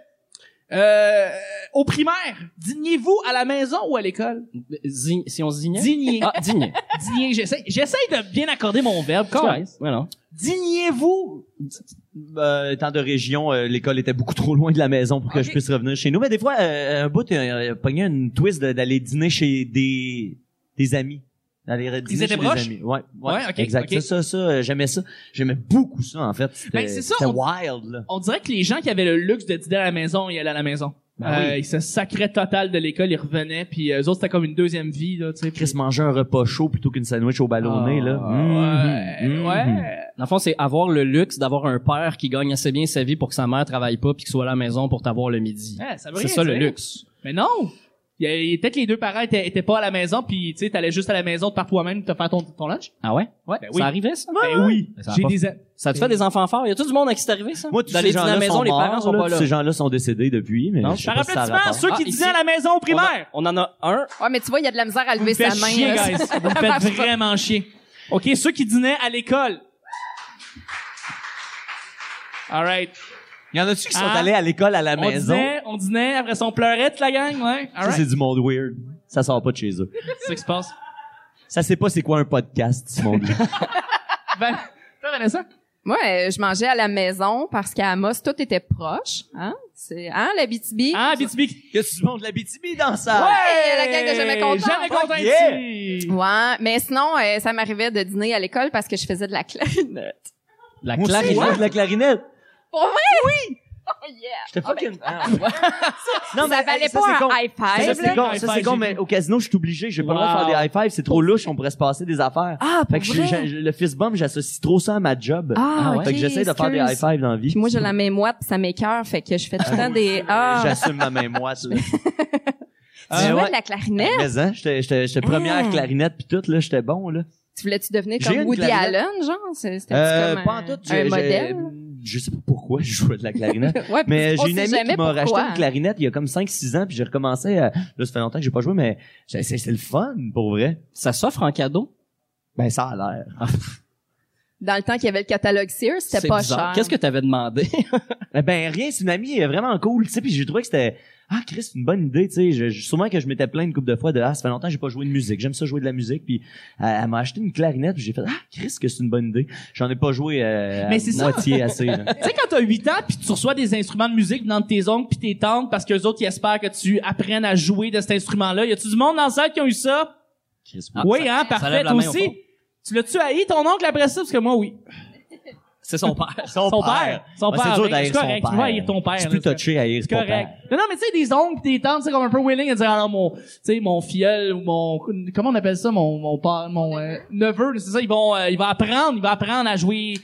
Speaker 3: Euh, au primaire, dîniez-vous à la maison ou à l'école?
Speaker 5: Zi- si on se dignait?
Speaker 3: Dîniez.
Speaker 5: Ah, digné.
Speaker 3: Dîniez, j'essaie, j'essaie de bien accorder mon verbe. Quand
Speaker 5: Ouais, non.
Speaker 3: Dîniez-vous.
Speaker 4: Euh, étant de région, euh, l'école était beaucoup trop loin de la maison pour que
Speaker 3: Ok.
Speaker 4: je puisse revenir chez nous. Mais des euh, fois, euh, un bout, il a pogné une twist de- d'aller dîner chez des, des amis. Aller dîner
Speaker 3: étaient
Speaker 4: chez des
Speaker 3: proches?
Speaker 4: amis. Ouais, ouais,
Speaker 3: Ouais, ok,
Speaker 4: exact.
Speaker 3: ok.
Speaker 4: Ça, ça, ça, euh, j'aimais ça. J'aimais beaucoup ça, en fait. C'était
Speaker 3: Ben, c'est ça,
Speaker 4: c'était
Speaker 3: on-
Speaker 4: wild, là.
Speaker 3: On dirait que les gens qui avaient le luxe de dîner à la maison, ils allaient à la maison.
Speaker 4: Ben
Speaker 3: Euh, Ils se sacraient total de l'école, ils revenaient, puis euh, eux autres, c'était comme une deuxième vie, là, tu sais. puis-
Speaker 4: Chris mangeait un repas chaud plutôt qu'une sandwich au ballonné,
Speaker 5: Ah,
Speaker 4: là.
Speaker 5: Mmh,
Speaker 3: ouais,
Speaker 4: Mhm, mhm.
Speaker 3: ouais.
Speaker 5: Dans le fond, c'est avoir le luxe d'avoir un père qui gagne assez bien sa vie pour que sa mère travaille pas puis qu'il soit à la maison pour t'avoir le midi.
Speaker 3: Ouais, Ah, ça veut
Speaker 5: C'est
Speaker 3: rien
Speaker 5: ça le
Speaker 3: dire.
Speaker 5: luxe.
Speaker 3: Mais non! Il y a- il- Peut-être que les deux parents étaient, étaient pas à la maison, puis tu sais, t'allais juste à la maison de par toi-même te faire ton, ton lunch.
Speaker 5: Ah ouais? Ouais.
Speaker 3: Ben oui.
Speaker 5: Ça arrivait ça?
Speaker 3: Ben oui.
Speaker 5: Mais ça a
Speaker 3: J'ai
Speaker 5: pas-
Speaker 3: des a-
Speaker 5: Ça te fait des enfants forts? Y a tout du monde à qui c'est arrivé ça?
Speaker 4: Moi, tous
Speaker 5: D'aller
Speaker 4: ces
Speaker 5: dîner à
Speaker 4: gens-là
Speaker 5: la maison,
Speaker 4: sont
Speaker 5: les parents
Speaker 4: morts,
Speaker 5: sont
Speaker 4: là.
Speaker 5: pas
Speaker 4: Tous
Speaker 5: là.
Speaker 4: Ces gens-là sont décédés depuis, mais
Speaker 5: Non,
Speaker 4: je sais
Speaker 3: Par
Speaker 4: pas si ça a
Speaker 3: applaudissement,
Speaker 4: rapport.
Speaker 3: ceux qui
Speaker 5: Ah, ici.
Speaker 3: dînaient à la maison au
Speaker 5: On, a-
Speaker 3: primaire!
Speaker 5: on en a un.
Speaker 6: Ouais, mais tu vois, il y a de la misère à lever
Speaker 3: Vous me
Speaker 6: sa
Speaker 3: faites
Speaker 6: main.
Speaker 3: chier,
Speaker 6: là.
Speaker 3: guys.
Speaker 6: Ça
Speaker 3: Vous me
Speaker 6: marche
Speaker 3: faites
Speaker 6: pas.
Speaker 3: vraiment chier. OK, ceux qui dînaient à l'école. All right.
Speaker 4: Il y en a-tu qui sont
Speaker 3: Ah.
Speaker 4: allés à l'école à la
Speaker 3: On
Speaker 4: maison?
Speaker 3: dînait, on dînait, après ça, on pleurait toute la gang, ouais. All
Speaker 4: Ça,
Speaker 3: right.
Speaker 4: c'est du monde weird. Ça sort pas de chez eux.
Speaker 3: C'est ça qui se passe.
Speaker 4: Ça sait pas c'est quoi un podcast, ce monde-là.
Speaker 3: Ben, toi, Vanessa?
Speaker 6: Moi, euh, je mangeais à la maison parce qu'à Amos, tout était proche. Hein? C'est, hein, la BTB?
Speaker 3: Ah, BTB.
Speaker 4: Il y a du monde de la BTB dans ça.
Speaker 6: Hey, la gang de Jamais content.
Speaker 3: Jamais content
Speaker 4: Yeah.
Speaker 3: ici.
Speaker 6: Ouais, mais sinon, euh, ça m'arrivait de dîner à l'école parce que je faisais de la clarinette.
Speaker 5: La
Speaker 4: Moi aussi, je
Speaker 5: clarinette.
Speaker 4: joue de la clarinette.
Speaker 6: Pour vrai? Oui! Oh yeah!
Speaker 4: J'étais fucking... Ah, ouais.
Speaker 6: Non, ça valait
Speaker 4: hey, ça,
Speaker 6: pas
Speaker 4: c'est
Speaker 6: un
Speaker 4: con.
Speaker 6: high five,
Speaker 4: Ça,
Speaker 6: là.
Speaker 4: c'est con, ça, c'est con, mais au casino, je suis obligé. J'ai pas le droit de faire des high fives. C'est trop louche. On pourrait se passer des affaires.
Speaker 6: Ah,
Speaker 4: Fait que je suis-
Speaker 6: vrai?
Speaker 4: j'ai- le fist bump, j'associe trop ça à ma job.
Speaker 6: Ah,
Speaker 4: Fait
Speaker 6: ok,
Speaker 4: que j'essaie de faire des high
Speaker 6: excuse.
Speaker 4: fives dans la vie. Euh,
Speaker 6: Puis moi, j'ai la main moite, puis ça m'écœure, fait que je fais tout le temps des... Ah,
Speaker 4: J'assume ma main moite, là.
Speaker 6: tu
Speaker 4: Euh,
Speaker 6: jouais
Speaker 4: ouais.
Speaker 6: de la clarinette?
Speaker 4: Mais hein, j'étais, j'étais, j'étais première
Speaker 6: Ah.
Speaker 4: clarinette puis tout là, j'étais bon là.
Speaker 6: Tu voulais-tu devenir
Speaker 4: J'ai une
Speaker 6: comme Woody
Speaker 4: clarinette.
Speaker 6: Allen, genre? C'est- C'était
Speaker 4: Euh,
Speaker 6: comme
Speaker 4: pas en
Speaker 6: un,
Speaker 4: tout,
Speaker 6: un
Speaker 4: j'ai-
Speaker 6: modèle?
Speaker 4: j'ai- Je sais pas pourquoi je jouais de la clarinette,
Speaker 6: Ouais,
Speaker 4: mais
Speaker 6: on
Speaker 4: j'ai une
Speaker 6: sait
Speaker 4: amie
Speaker 6: jamais
Speaker 4: qui m'a racheté
Speaker 6: pourquoi. hein.
Speaker 4: une clarinette il y a comme 5-6 ans puis j'ai recommencé. À... Là, ça fait longtemps que j'ai pas joué, mais c'est, c'est, c'est le fun pour vrai.
Speaker 5: Ça s'offre en cadeau.
Speaker 4: Ben ça a l'air.
Speaker 6: Dans le temps qu'il y avait le catalogue Sears, c'était
Speaker 5: C'est
Speaker 6: pas
Speaker 5: bizarre.
Speaker 6: cher.
Speaker 5: Qu'est-ce que t'avais demandé?
Speaker 4: Eh Ben rien, c'est une amie euh, vraiment cool, tu sais, puis j'ai trouvé que c'était ah Chris, c'est une bonne idée, tu sais, je, je- sûrement que je m'étais plaint une couple de fois de ah ça fait longtemps que j'ai pas joué de musique, j'aime ça jouer de la musique, puis euh, elle m'a acheté une clarinette, puis j'ai fait ah Chris que c'est une bonne idée, j'en ai pas joué euh,
Speaker 3: Mais
Speaker 4: à
Speaker 3: c'est ça.
Speaker 4: moitié assez. là.
Speaker 3: Tu sais, quand t'as 8 ans, puis tu reçois des instruments de musique venant de tes oncles puis tes tantes parce qu'eux autres, ils espèrent que tu apprennes à jouer de cet instrument-là. Y a-tu du monde dans la salle qui a eu ça?
Speaker 4: Chris,
Speaker 5: Ah,
Speaker 3: oui,
Speaker 5: ça-
Speaker 3: hein,
Speaker 5: ça
Speaker 3: parfait.
Speaker 5: lève la
Speaker 3: Toi
Speaker 5: main au fond.
Speaker 3: aussi. Tu l'as-tu haï, ton oncle, après ça? Parce que moi, oui.
Speaker 5: C'est son père.
Speaker 3: Son père. Son
Speaker 4: Ouais,
Speaker 3: père.
Speaker 4: c'est dur
Speaker 3: ben,
Speaker 4: d'haïr
Speaker 3: c'est
Speaker 4: son
Speaker 3: correct.
Speaker 4: père.
Speaker 3: Tu vas haïr ton père.
Speaker 4: C'est
Speaker 3: là,
Speaker 4: plus
Speaker 3: c'est-
Speaker 4: touché à haïr
Speaker 3: C'est
Speaker 4: son père.
Speaker 3: correct. Non, non, mais tu sais, des oncles pis des tantes, c'est comme un peu willing à dire, alors, mon, tu sais, mon filleul ou mon, comment on appelle ça, mon, mon père, mon euh, neveu, c'est ça, ils vont, euh, il va apprendre, il va apprendre à jouer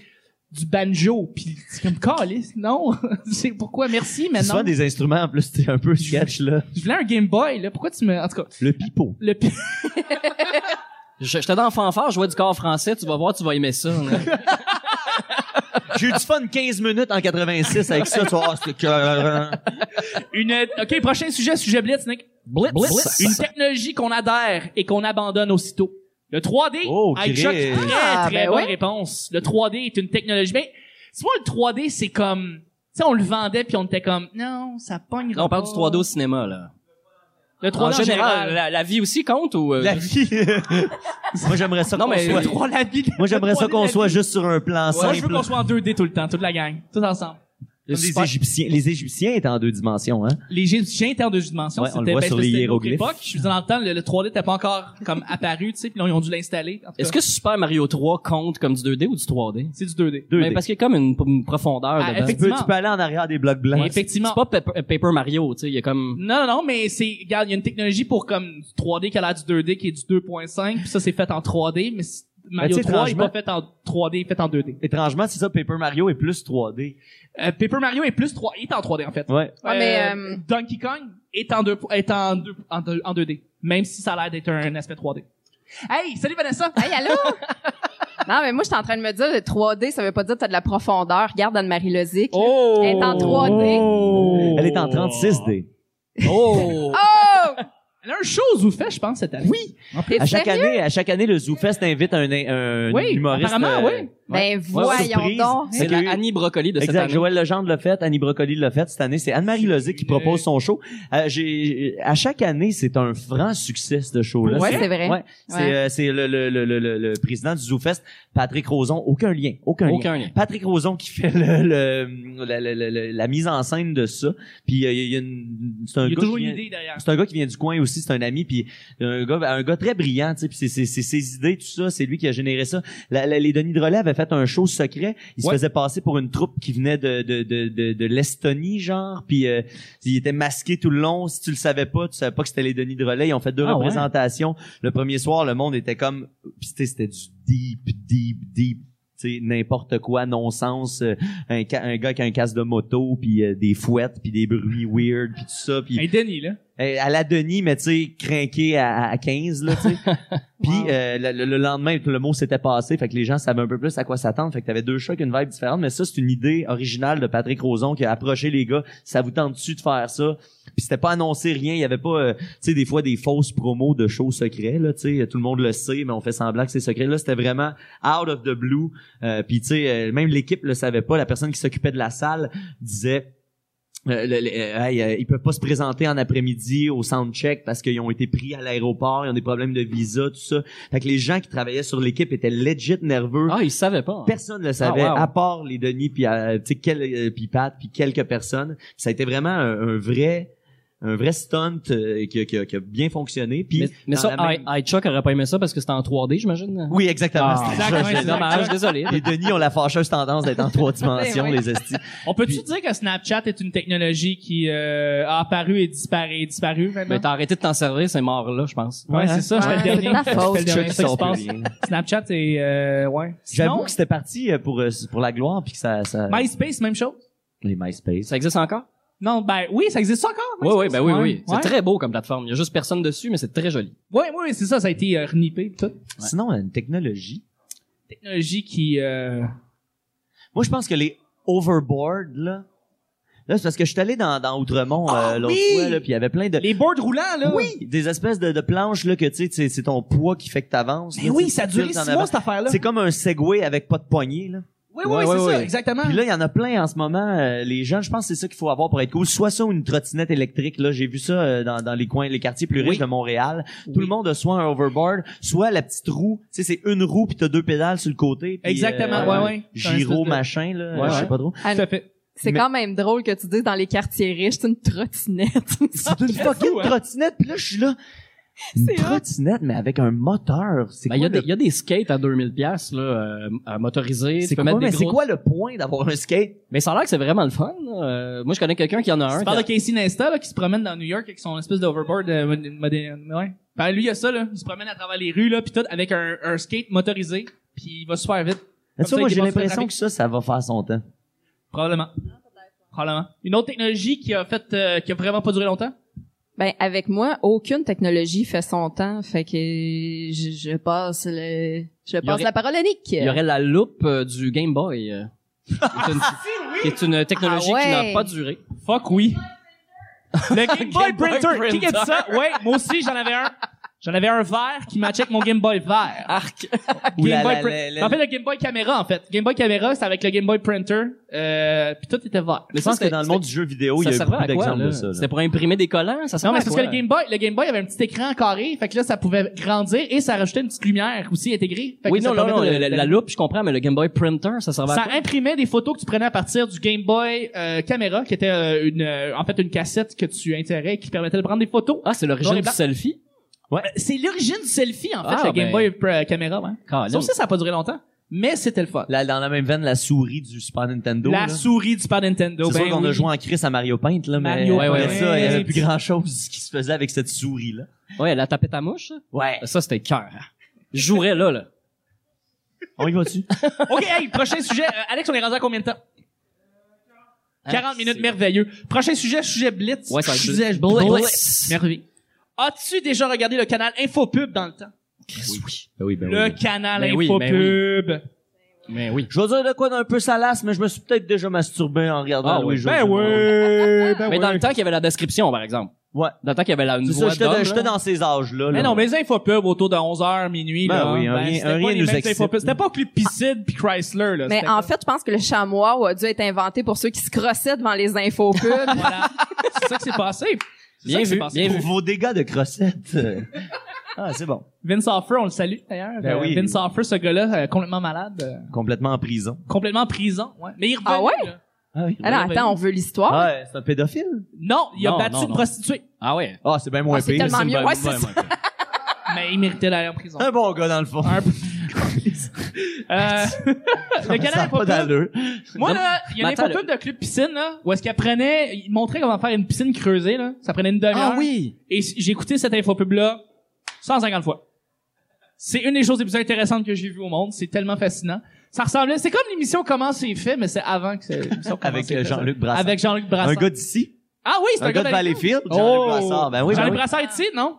Speaker 3: du banjo pis c'est comme, calice, non? c'est pourquoi, merci, mais
Speaker 4: C'est souvent
Speaker 3: non.
Speaker 4: des instruments, en plus, c'était un peu sketch, là.
Speaker 3: Je voulais un Game Boy, là, pourquoi tu me, en tout cas,
Speaker 4: Le pipeau.
Speaker 3: le pi-
Speaker 5: Je- J'étais dans fanfare, je jouais du corps français, tu vas voir, tu vas aimer ça.
Speaker 4: J'ai eu du fun 15 minutes en 86 avec ça, tu vois, Ah, c'était que-
Speaker 3: une, ok, prochain sujet, sujet Blitz, Nick.
Speaker 5: Blitz. Blitz.
Speaker 3: Une technologie qu'on adhère et qu'on abandonne aussitôt. Le 3D,
Speaker 4: Oh,
Speaker 3: avec
Speaker 4: Chris.
Speaker 3: Chuck, très, très
Speaker 6: Ah, ben
Speaker 3: bonne
Speaker 6: ouais.
Speaker 3: réponse. Le 3D est une technologie. Mais, tu vois, le 3D, c'est comme, tu sais, on le vendait puis on était comme, non, ça pogne.
Speaker 5: on parle du 3D au cinéma, là.
Speaker 3: Le 3D en, général.
Speaker 5: la, la vie aussi compte ou... euh,
Speaker 4: La vie. Moi, j'aimerais ça
Speaker 5: Non,
Speaker 4: qu'on
Speaker 5: mais-
Speaker 4: soit...
Speaker 5: le 3D,
Speaker 3: la vie.
Speaker 4: Moi, j'aimerais ça
Speaker 3: Le 3D,
Speaker 4: qu'on
Speaker 3: la
Speaker 4: soit
Speaker 3: vie.
Speaker 4: juste sur un
Speaker 3: Moi,
Speaker 4: plan
Speaker 3: je veux
Speaker 4: simple.
Speaker 3: qu'on soit en 2D tout le temps, toute la gang, tous ensemble.
Speaker 4: Les
Speaker 3: Super.
Speaker 4: Égyptiens, les Égyptiens étaient en deux dimensions, hein.
Speaker 3: Les Égyptiens étaient en deux dimensions.
Speaker 4: Ouais, on le
Speaker 3: c'était-
Speaker 4: voit sur
Speaker 3: parce que
Speaker 4: les
Speaker 3: c'était une autre
Speaker 4: hiéroglyphes.
Speaker 3: époque. Je suis dans le temps, le, le 3D n'était pas encore comme apparu, tu sais, puis là, ils ont dû l'installer. En tout
Speaker 5: Est-ce
Speaker 3: cas,
Speaker 5: que Super Mario 3 compte comme du 2D ou du 3D?
Speaker 3: c'est du 2D?
Speaker 4: 2D.
Speaker 5: Mais parce qu'il y a comme une, une profondeur
Speaker 3: Ah,
Speaker 4: tu,
Speaker 5: dedans.
Speaker 4: peux, tu
Speaker 3: effectivement.
Speaker 4: peux aller en arrière des blocs blancs.
Speaker 3: Effectivement.
Speaker 5: C'est pas Paper, Paper Mario, tu sais, il y a comme...
Speaker 3: Non, non, non, mais c'est, regarde, il y a une technologie pour comme du 3D qui a l'air du 2D qui est du 2.5, puis ça c'est fait en 3D, mais c'est- Mario
Speaker 4: Ben, tu sais,
Speaker 3: 3 il est
Speaker 4: étrangement-
Speaker 3: pas fait en 3D, il est fait en 2D.
Speaker 4: Étrangement, c'est ça, Paper Mario est plus 3D.
Speaker 3: Euh, Paper Mario est plus 3, il est en 3D en fait.
Speaker 4: Ouais.
Speaker 6: Ah, mais, euh,
Speaker 3: Donkey Kong est en 2, est en 2, en 2, en 2D, même si ça a l'air d'être un aspect 3D. Hey, salut Vanessa!
Speaker 6: Hey, allô? non, mais moi, je suis en train de me dire, le 3D, ça veut pas dire que t'as de la profondeur. Regarde Anne-Marie Lozic. là.
Speaker 3: Oh!
Speaker 6: Elle est en 3D.
Speaker 4: Oh! Elle est en 36D.
Speaker 5: Oh!
Speaker 6: Oh!
Speaker 3: Elle a un show vous fait, je pense, cette année. Oui!
Speaker 6: T'es
Speaker 4: À chaque
Speaker 6: sérieux?
Speaker 4: année, à chaque année, le ZooFest invite un, un
Speaker 3: Oui,
Speaker 4: humoriste.
Speaker 3: apparemment,
Speaker 4: euh,
Speaker 3: oui.
Speaker 6: Ben, voyons
Speaker 4: surprise.
Speaker 6: donc.
Speaker 5: C'est
Speaker 4: Fait qu'il y
Speaker 5: la
Speaker 4: a eu-
Speaker 5: Annie Brocoli de cette
Speaker 4: Exact.
Speaker 5: année.
Speaker 4: Joël Legendre l'a fait, Annie Brocoli l'a fait cette année. C'est Anne-Marie Lozic qui propose son show. Euh, j'ai, à chaque année, c'est un franc succès ce show-là.
Speaker 6: Ouais, c'est vrai.
Speaker 4: Ouais. C'est, euh, c'est le, le, le, le, le- le président du ZooFest, Patrick Roson. Aucun lien, aucun, lien.
Speaker 5: Aucun lien.
Speaker 4: Patrick Roson qui fait le, le- la, la- la- la- la mise en scène de ça. Puis euh, il y a une, c'est un
Speaker 3: Il y a
Speaker 4: gars
Speaker 3: toujours
Speaker 4: qui
Speaker 3: une
Speaker 4: vient-
Speaker 3: idée derrière.
Speaker 4: c'est un gars qui vient du coin aussi. C'est c'est un ami, puis un gars, un gars très brillant, tu sais, puis c'est- c'est c'est ses idées, tout ça, c'est lui qui a généré ça. La- la- les Denis Drolet avaient fait un show secret. Ils se
Speaker 3: Ouais.
Speaker 4: faisaient passer pour une troupe qui venait de, de, de, de, de l'Estonie, genre, puis euh, ils étaient masqués tout le long. Si tu le savais pas, tu savais pas que c'était les Denis Drolet. Ils ont fait deux
Speaker 3: Ah ouais.
Speaker 4: représentations. Le premier soir, le monde était comme... Puis tu sais, c'était du deep, deep, deep tu sais, n'importe quoi, non-sens, euh, un, ca- un gars qui a un casque de moto, puis euh, des fouettes, puis des bruits weird, puis tout ça, puis
Speaker 3: Hey, Denis, là.
Speaker 4: euh, à la Denis, mais tu sais, craqué à, à 15, là, tu sais. Puis euh, le, le- le lendemain, le mot s'était passé, fait que les gens savaient un peu plus à quoi s'attendre, fait que t'avais deux chocs, une vibe différente, mais ça, c'est une idée originale de Patrick Roson qui a approché les gars, ça vous tente dessus de faire ça? Puis c'était pas annoncé rien, il y avait pas, euh, tu sais, des fois des fausses promos de shows secrets, là, tu sais, tout le monde le sait, mais on fait semblant que c'est secret. Là, c'était vraiment out of the blue, euh, puis tu sais, euh, même l'équipe le savait pas, la personne qui s'occupait de la salle disait... Euh, le- le- euh, hey, euh, ils peuvent pas se présenter en après-midi au soundcheck parce qu'ils ont été pris à l'aéroport, ils ont des problèmes de visa, tout ça. Fait que les gens qui travaillaient sur l'équipe étaient legit nerveux.
Speaker 5: Ah, il savait pas. hein.
Speaker 4: Personne ne le savait,
Speaker 5: Ah, wow.
Speaker 4: à part les Denis, puis euh, tu sais, quel- euh, puis Pat, puis quelques personnes. Puis ça a été vraiment un, un vrai un vrai stunt euh, qui, a- qui a- qui a bien fonctionné. Puis
Speaker 5: Mais, mais
Speaker 4: dans
Speaker 5: ça,
Speaker 4: la
Speaker 5: ah,
Speaker 4: même-
Speaker 5: I, I Chuck aurait pas aimé ça parce que c'était en 3D, j'imagine.
Speaker 4: Oui, exactement.
Speaker 5: Ah,
Speaker 4: C'était-
Speaker 3: exactement,
Speaker 5: c'est dommage, désolé.
Speaker 4: Les Denis ont la fâcheuse tendance d'être en trois dimensions,
Speaker 6: Ben
Speaker 4: les estis.
Speaker 3: On peut-tu
Speaker 4: Puis-
Speaker 3: dire que Snapchat est une technologie qui euh, a apparu et disparu, disparu maintenant?
Speaker 5: Mais t'as arrêté de t'en servir, c'est mort là, je pense.
Speaker 3: ouais, c'est ça,
Speaker 6: Ouais,
Speaker 3: j'étais le
Speaker 6: c'est
Speaker 3: dernier.
Speaker 6: ta
Speaker 3: J'étais le
Speaker 6: faute.
Speaker 3: dernier,
Speaker 4: Chuck,
Speaker 3: ça qui
Speaker 4: ils
Speaker 3: se
Speaker 4: sont
Speaker 3: passe.
Speaker 4: plus rien.
Speaker 3: Snapchat et euh, ouais.
Speaker 4: J'avoue
Speaker 3: Sinon,
Speaker 4: que c'était parti euh, pour euh, pour la gloire puis que ça, ça...
Speaker 3: MySpace, même chose.
Speaker 4: les MySpace.
Speaker 5: Ça existe encore?
Speaker 3: Non, ben oui, ça existe encore.
Speaker 5: Oui, oui,
Speaker 3: MySpace?
Speaker 5: ben oui,
Speaker 3: Ouais.
Speaker 5: oui. C'est
Speaker 3: Ouais.
Speaker 5: très beau comme plateforme. Il y a juste personne dessus, mais c'est très joli.
Speaker 3: Oui, oui, c'est ça, ça a été euh, renippé et tout.
Speaker 4: Sinon, euh, une technologie.
Speaker 3: Technologie qui... Euh...
Speaker 4: Moi, je pense que les overboard, là. Là, c'est parce que je suis allé dans, dans Outremont
Speaker 3: Ah,
Speaker 4: euh, l'autre
Speaker 3: oui!
Speaker 4: fois, là, puis il y avait plein de.
Speaker 3: Les boards roulants, là.
Speaker 4: Oui! Des espèces de, de planches, là, que tu sais, c'est- c'est ton poids qui fait que t'avances.
Speaker 3: Mais
Speaker 4: là,
Speaker 3: Ben oui,
Speaker 4: tu sais,
Speaker 3: ça a
Speaker 4: tu
Speaker 3: duré
Speaker 4: tiles
Speaker 3: six
Speaker 4: en
Speaker 3: mois,
Speaker 4: avant.
Speaker 3: cette affaire-là.
Speaker 4: C'est comme un Segway avec pas de poignée, là.
Speaker 3: Oui, oui,
Speaker 5: Ouais,
Speaker 3: c'est
Speaker 5: ouais,
Speaker 3: ça,
Speaker 5: ouais.
Speaker 3: exactement.
Speaker 4: Puis là, il y en a plein en ce moment. euh, les gens, je pense que c'est ça qu'il faut avoir pour être cool. Soit ça ou une trottinette électrique. Là, j'ai vu ça euh, dans, dans les coins, les quartiers plus riches
Speaker 3: Oui.
Speaker 4: de Montréal. Tout le monde a soit un overboard, soit la petite roue. Tu sais, c'est une roue puis t'as deux pédales sur le côté. puis,
Speaker 3: Exactement,
Speaker 4: euh,
Speaker 3: ouais, ouais. C'est un espèce
Speaker 4: Giro
Speaker 3: de-
Speaker 4: machin là,
Speaker 3: Ouais,
Speaker 4: je sais
Speaker 3: ouais.
Speaker 4: pas trop.
Speaker 3: Tout à fait.
Speaker 6: C'est
Speaker 4: Mais-
Speaker 6: quand même drôle que tu dises dans les quartiers riches, c'est une trottinette.
Speaker 4: C'est une fucking
Speaker 3: fou, hein?
Speaker 4: trottinette, puis là, je suis là. Une
Speaker 6: C'est vrai.
Speaker 4: trottinette, mais avec un moteur. C'est
Speaker 5: Ben, il y,
Speaker 4: quoi,
Speaker 5: a des-
Speaker 4: le...
Speaker 5: il y a des skates à 2000 pièces là, euh, à motoriser.
Speaker 4: c'est
Speaker 5: Tu peux
Speaker 4: quoi,
Speaker 5: mettre
Speaker 4: mais
Speaker 5: des
Speaker 4: c'est
Speaker 5: gros...
Speaker 4: quoi le point d'avoir un skate?
Speaker 5: Mais ça a l'air que c'est vraiment le fun. là. Euh, moi, je connais quelqu'un qui en a un.
Speaker 3: Tu
Speaker 5: qui a-
Speaker 3: parles de Casey Neistat, là, qui se promène dans New York avec son espèce d'overboard euh, mod- moderne. Ouais. Ben, lui, il y a ça, là. Il se promène à travers les rues, là, puis tout, avec un, un skate motorisé, puis il va super vite.
Speaker 4: Tu
Speaker 3: ça,
Speaker 4: vois, moi,
Speaker 3: il
Speaker 4: j'ai
Speaker 3: dépasse le
Speaker 4: l'impression
Speaker 3: trafic.
Speaker 4: que ça, ça va faire son temps.
Speaker 3: Probablement. Probablement. Une autre technologie qui a fait, euh, qui a vraiment pas duré longtemps?
Speaker 6: Ben avec moi, aucune technologie fait son temps, fait que je, je passe le je passe
Speaker 5: aurait-
Speaker 6: la parole à Nick.
Speaker 5: Il y aurait la loupe euh, du Game Boy. euh, qui, est une, qui est une technologie
Speaker 6: Ah ouais.
Speaker 5: qui n'a pas duré.
Speaker 3: Fuck oui. Le Game Boy
Speaker 5: Game Boy
Speaker 3: Printer. Qui a dit
Speaker 5: Printer.
Speaker 3: ça? Ouais, moi aussi, j'en avais un. J'en avais un vert qui matchait avec mon Game Boy vert.
Speaker 5: Arc.
Speaker 3: Game
Speaker 4: Ouh là
Speaker 3: Boy
Speaker 4: là
Speaker 3: Print-
Speaker 4: là là.
Speaker 3: Mais En fait, le Game Boy Caméra, en fait. Game Boy Caméra, c'est avec le Game Boy Printer. Euh, puis tout était vert.
Speaker 5: Mais
Speaker 4: Je pense que dans le monde du jeu vidéo, il
Speaker 5: ça
Speaker 4: y a eu
Speaker 5: servait
Speaker 4: beaucoup
Speaker 5: à quoi,
Speaker 4: d'exemples
Speaker 5: là?
Speaker 4: de ça. là.
Speaker 5: C'était pour imprimer des collants? Ça servait
Speaker 3: Non, mais
Speaker 5: à
Speaker 3: c'est parce que
Speaker 5: quoi?
Speaker 3: le Game Boy, le Game Boy avait un petit écran carré, fait que là, ça pouvait grandir et ça rajoutait une petite lumière aussi intégrée. Fait que
Speaker 5: Oui,
Speaker 3: ça
Speaker 5: non, non, non,
Speaker 3: permettait de-
Speaker 5: la, la loupe, je comprends, mais le Game Boy Printer, ça servait à
Speaker 3: Ça
Speaker 5: quoi?
Speaker 3: imprimait des photos que tu prenais à partir du Game Boy euh, Caméra, qui était euh, une, euh, en fait une cassette que tu intérais qui permettait de prendre des photos.
Speaker 5: Ah, c'est
Speaker 3: Noir et
Speaker 5: l'origine du
Speaker 3: blanc.
Speaker 5: selfie?
Speaker 3: C'est l'origine du selfie, en fait,
Speaker 5: Ah,
Speaker 3: le Game
Speaker 5: ben.
Speaker 3: Boy euh, Caméra. Ouais.
Speaker 5: Calme.
Speaker 3: Sauf ça, ça a pas duré longtemps, mais c'était le fun.
Speaker 4: Là, dans la même veine, la souris du Super Nintendo.
Speaker 3: La
Speaker 4: là.
Speaker 3: souris du Super Nintendo.
Speaker 4: C'est sûr
Speaker 3: ben
Speaker 4: qu'on a
Speaker 3: oui.
Speaker 4: joué en crise à Mario Paint, là, mais
Speaker 3: Mario
Speaker 4: après
Speaker 5: Paint.
Speaker 4: ça, il y avait plus grand chose qui se faisait avec cette souris-là.
Speaker 5: Ouais, la tapette à mouche. ça.
Speaker 4: Ouais.
Speaker 5: Ça, c'était
Speaker 4: hein.
Speaker 5: cœur. Je jouerais là, là.
Speaker 4: On y va dessus.
Speaker 3: OK, hey, prochain sujet. Euh, Alex, on est rendu à combien de temps? 40 minutes,
Speaker 5: Hein? c'est-
Speaker 3: merveilleux. Prochain sujet, sujet Blitz.
Speaker 5: Ouais, ça va être
Speaker 3: sujet
Speaker 5: Blitz.
Speaker 3: Blitz.
Speaker 5: Blitz.
Speaker 3: Merveilleux. As-tu déjà regardé le canal Infopub dans le temps?
Speaker 4: oui, ben
Speaker 3: Le canal
Speaker 5: Ben oui,
Speaker 3: Infopub.
Speaker 5: ben Mais oui.
Speaker 4: Je vais dire de quoi d'un peu salace, mais je me suis peut-être déjà masturbé en regardant
Speaker 5: Ah,
Speaker 4: Louis
Speaker 5: oui.
Speaker 4: José
Speaker 3: Ben
Speaker 4: Moreau.
Speaker 3: oui, ben
Speaker 5: Mais
Speaker 3: oui.
Speaker 5: dans le temps qu'il y avait la description, par exemple.
Speaker 4: Ouais.
Speaker 5: Dans le temps qu'il y avait la, une
Speaker 4: C'est ça,
Speaker 5: voix
Speaker 4: j'étais
Speaker 5: d'homme,
Speaker 4: de- j'étais
Speaker 5: là.
Speaker 4: dans ces âges-là.
Speaker 3: Mais
Speaker 4: là.
Speaker 3: Ben non, mais les infopubs autour de 11h, minuit,
Speaker 4: Ben
Speaker 3: là.
Speaker 4: oui, un rien-
Speaker 3: c'était
Speaker 4: un
Speaker 3: pas
Speaker 4: rien
Speaker 3: les
Speaker 4: nous
Speaker 3: mêmes
Speaker 4: excite.
Speaker 3: infopubs. C'était pas Clipicide puis Chrysler, là.
Speaker 6: Mais
Speaker 3: C'était
Speaker 6: en
Speaker 3: pas-
Speaker 6: fait, je pense que le chamois a dû être inventé pour ceux qui se crossaient devant les Ah infos pubs.
Speaker 3: Voilà. C'est ça qui s'est passé. C'est
Speaker 5: Bien
Speaker 3: ça qui s'est
Speaker 5: vu,
Speaker 3: passé.
Speaker 5: bien
Speaker 4: Pour
Speaker 5: vu.
Speaker 4: vos dégâts de crossette. euh. ah, c'est bon.
Speaker 3: Vince Offer, on le salue d'ailleurs.
Speaker 4: Ben
Speaker 3: Euh,
Speaker 4: oui.
Speaker 3: Vince Offer, ce gars-là, euh, complètement malade, euh,
Speaker 4: Complètement en prison.
Speaker 3: complètement en prison. Ouais. Mais il revenait.
Speaker 6: Ah ouais?
Speaker 3: là.
Speaker 4: Ah oui.
Speaker 6: Ah non, attends, on veut l'histoire.
Speaker 4: Ah, ouais, c'est un pédophile?
Speaker 3: Non, il a
Speaker 5: Non,
Speaker 3: battu
Speaker 5: non,
Speaker 3: une
Speaker 5: non.
Speaker 3: prostituée.
Speaker 5: Ah ouais.
Speaker 4: Ah, c'est bien moins
Speaker 6: Ah, c'est
Speaker 4: pire.
Speaker 6: tellement mieux. Ouais,
Speaker 5: bonne-
Speaker 6: c'est ça.
Speaker 5: bonne- bonne-
Speaker 3: Mais il méritait d'aller en prison.
Speaker 4: Un bon gars, dans le fond.
Speaker 3: Un- Euh, le
Speaker 4: Ça
Speaker 3: canal
Speaker 4: a pas d'allure.
Speaker 3: Moi, là, il y a
Speaker 5: Mais
Speaker 3: des
Speaker 5: attends,
Speaker 3: photos de club piscine, là, où est-ce qu'elle prenait, il montrait comment faire une piscine creusée, là. Ça prenait une demi-heure.
Speaker 5: Ah oui.
Speaker 3: Et s- j'ai écouté cette infopub-là 150 fois. C'est une des choses les plus intéressantes que j'ai vues au monde. C'est tellement fascinant. Ça ressemblait, c'est comme l'émission Comment c'est fait, mais c'est avant que c'est l'émission Comment
Speaker 4: Avec,
Speaker 3: c'est
Speaker 4: euh,
Speaker 3: fait, ça.
Speaker 4: Jean-Luc Brassard.
Speaker 3: Avec Jean-Luc
Speaker 4: Un
Speaker 3: Brassard.
Speaker 4: gars d'ici.
Speaker 3: ah oui, c'est
Speaker 4: Un gars de Valleyfield. Jean-Luc Brassard. Ben oui, ben
Speaker 3: Jean-Luc
Speaker 4: oui.
Speaker 3: Brassard est ici, non?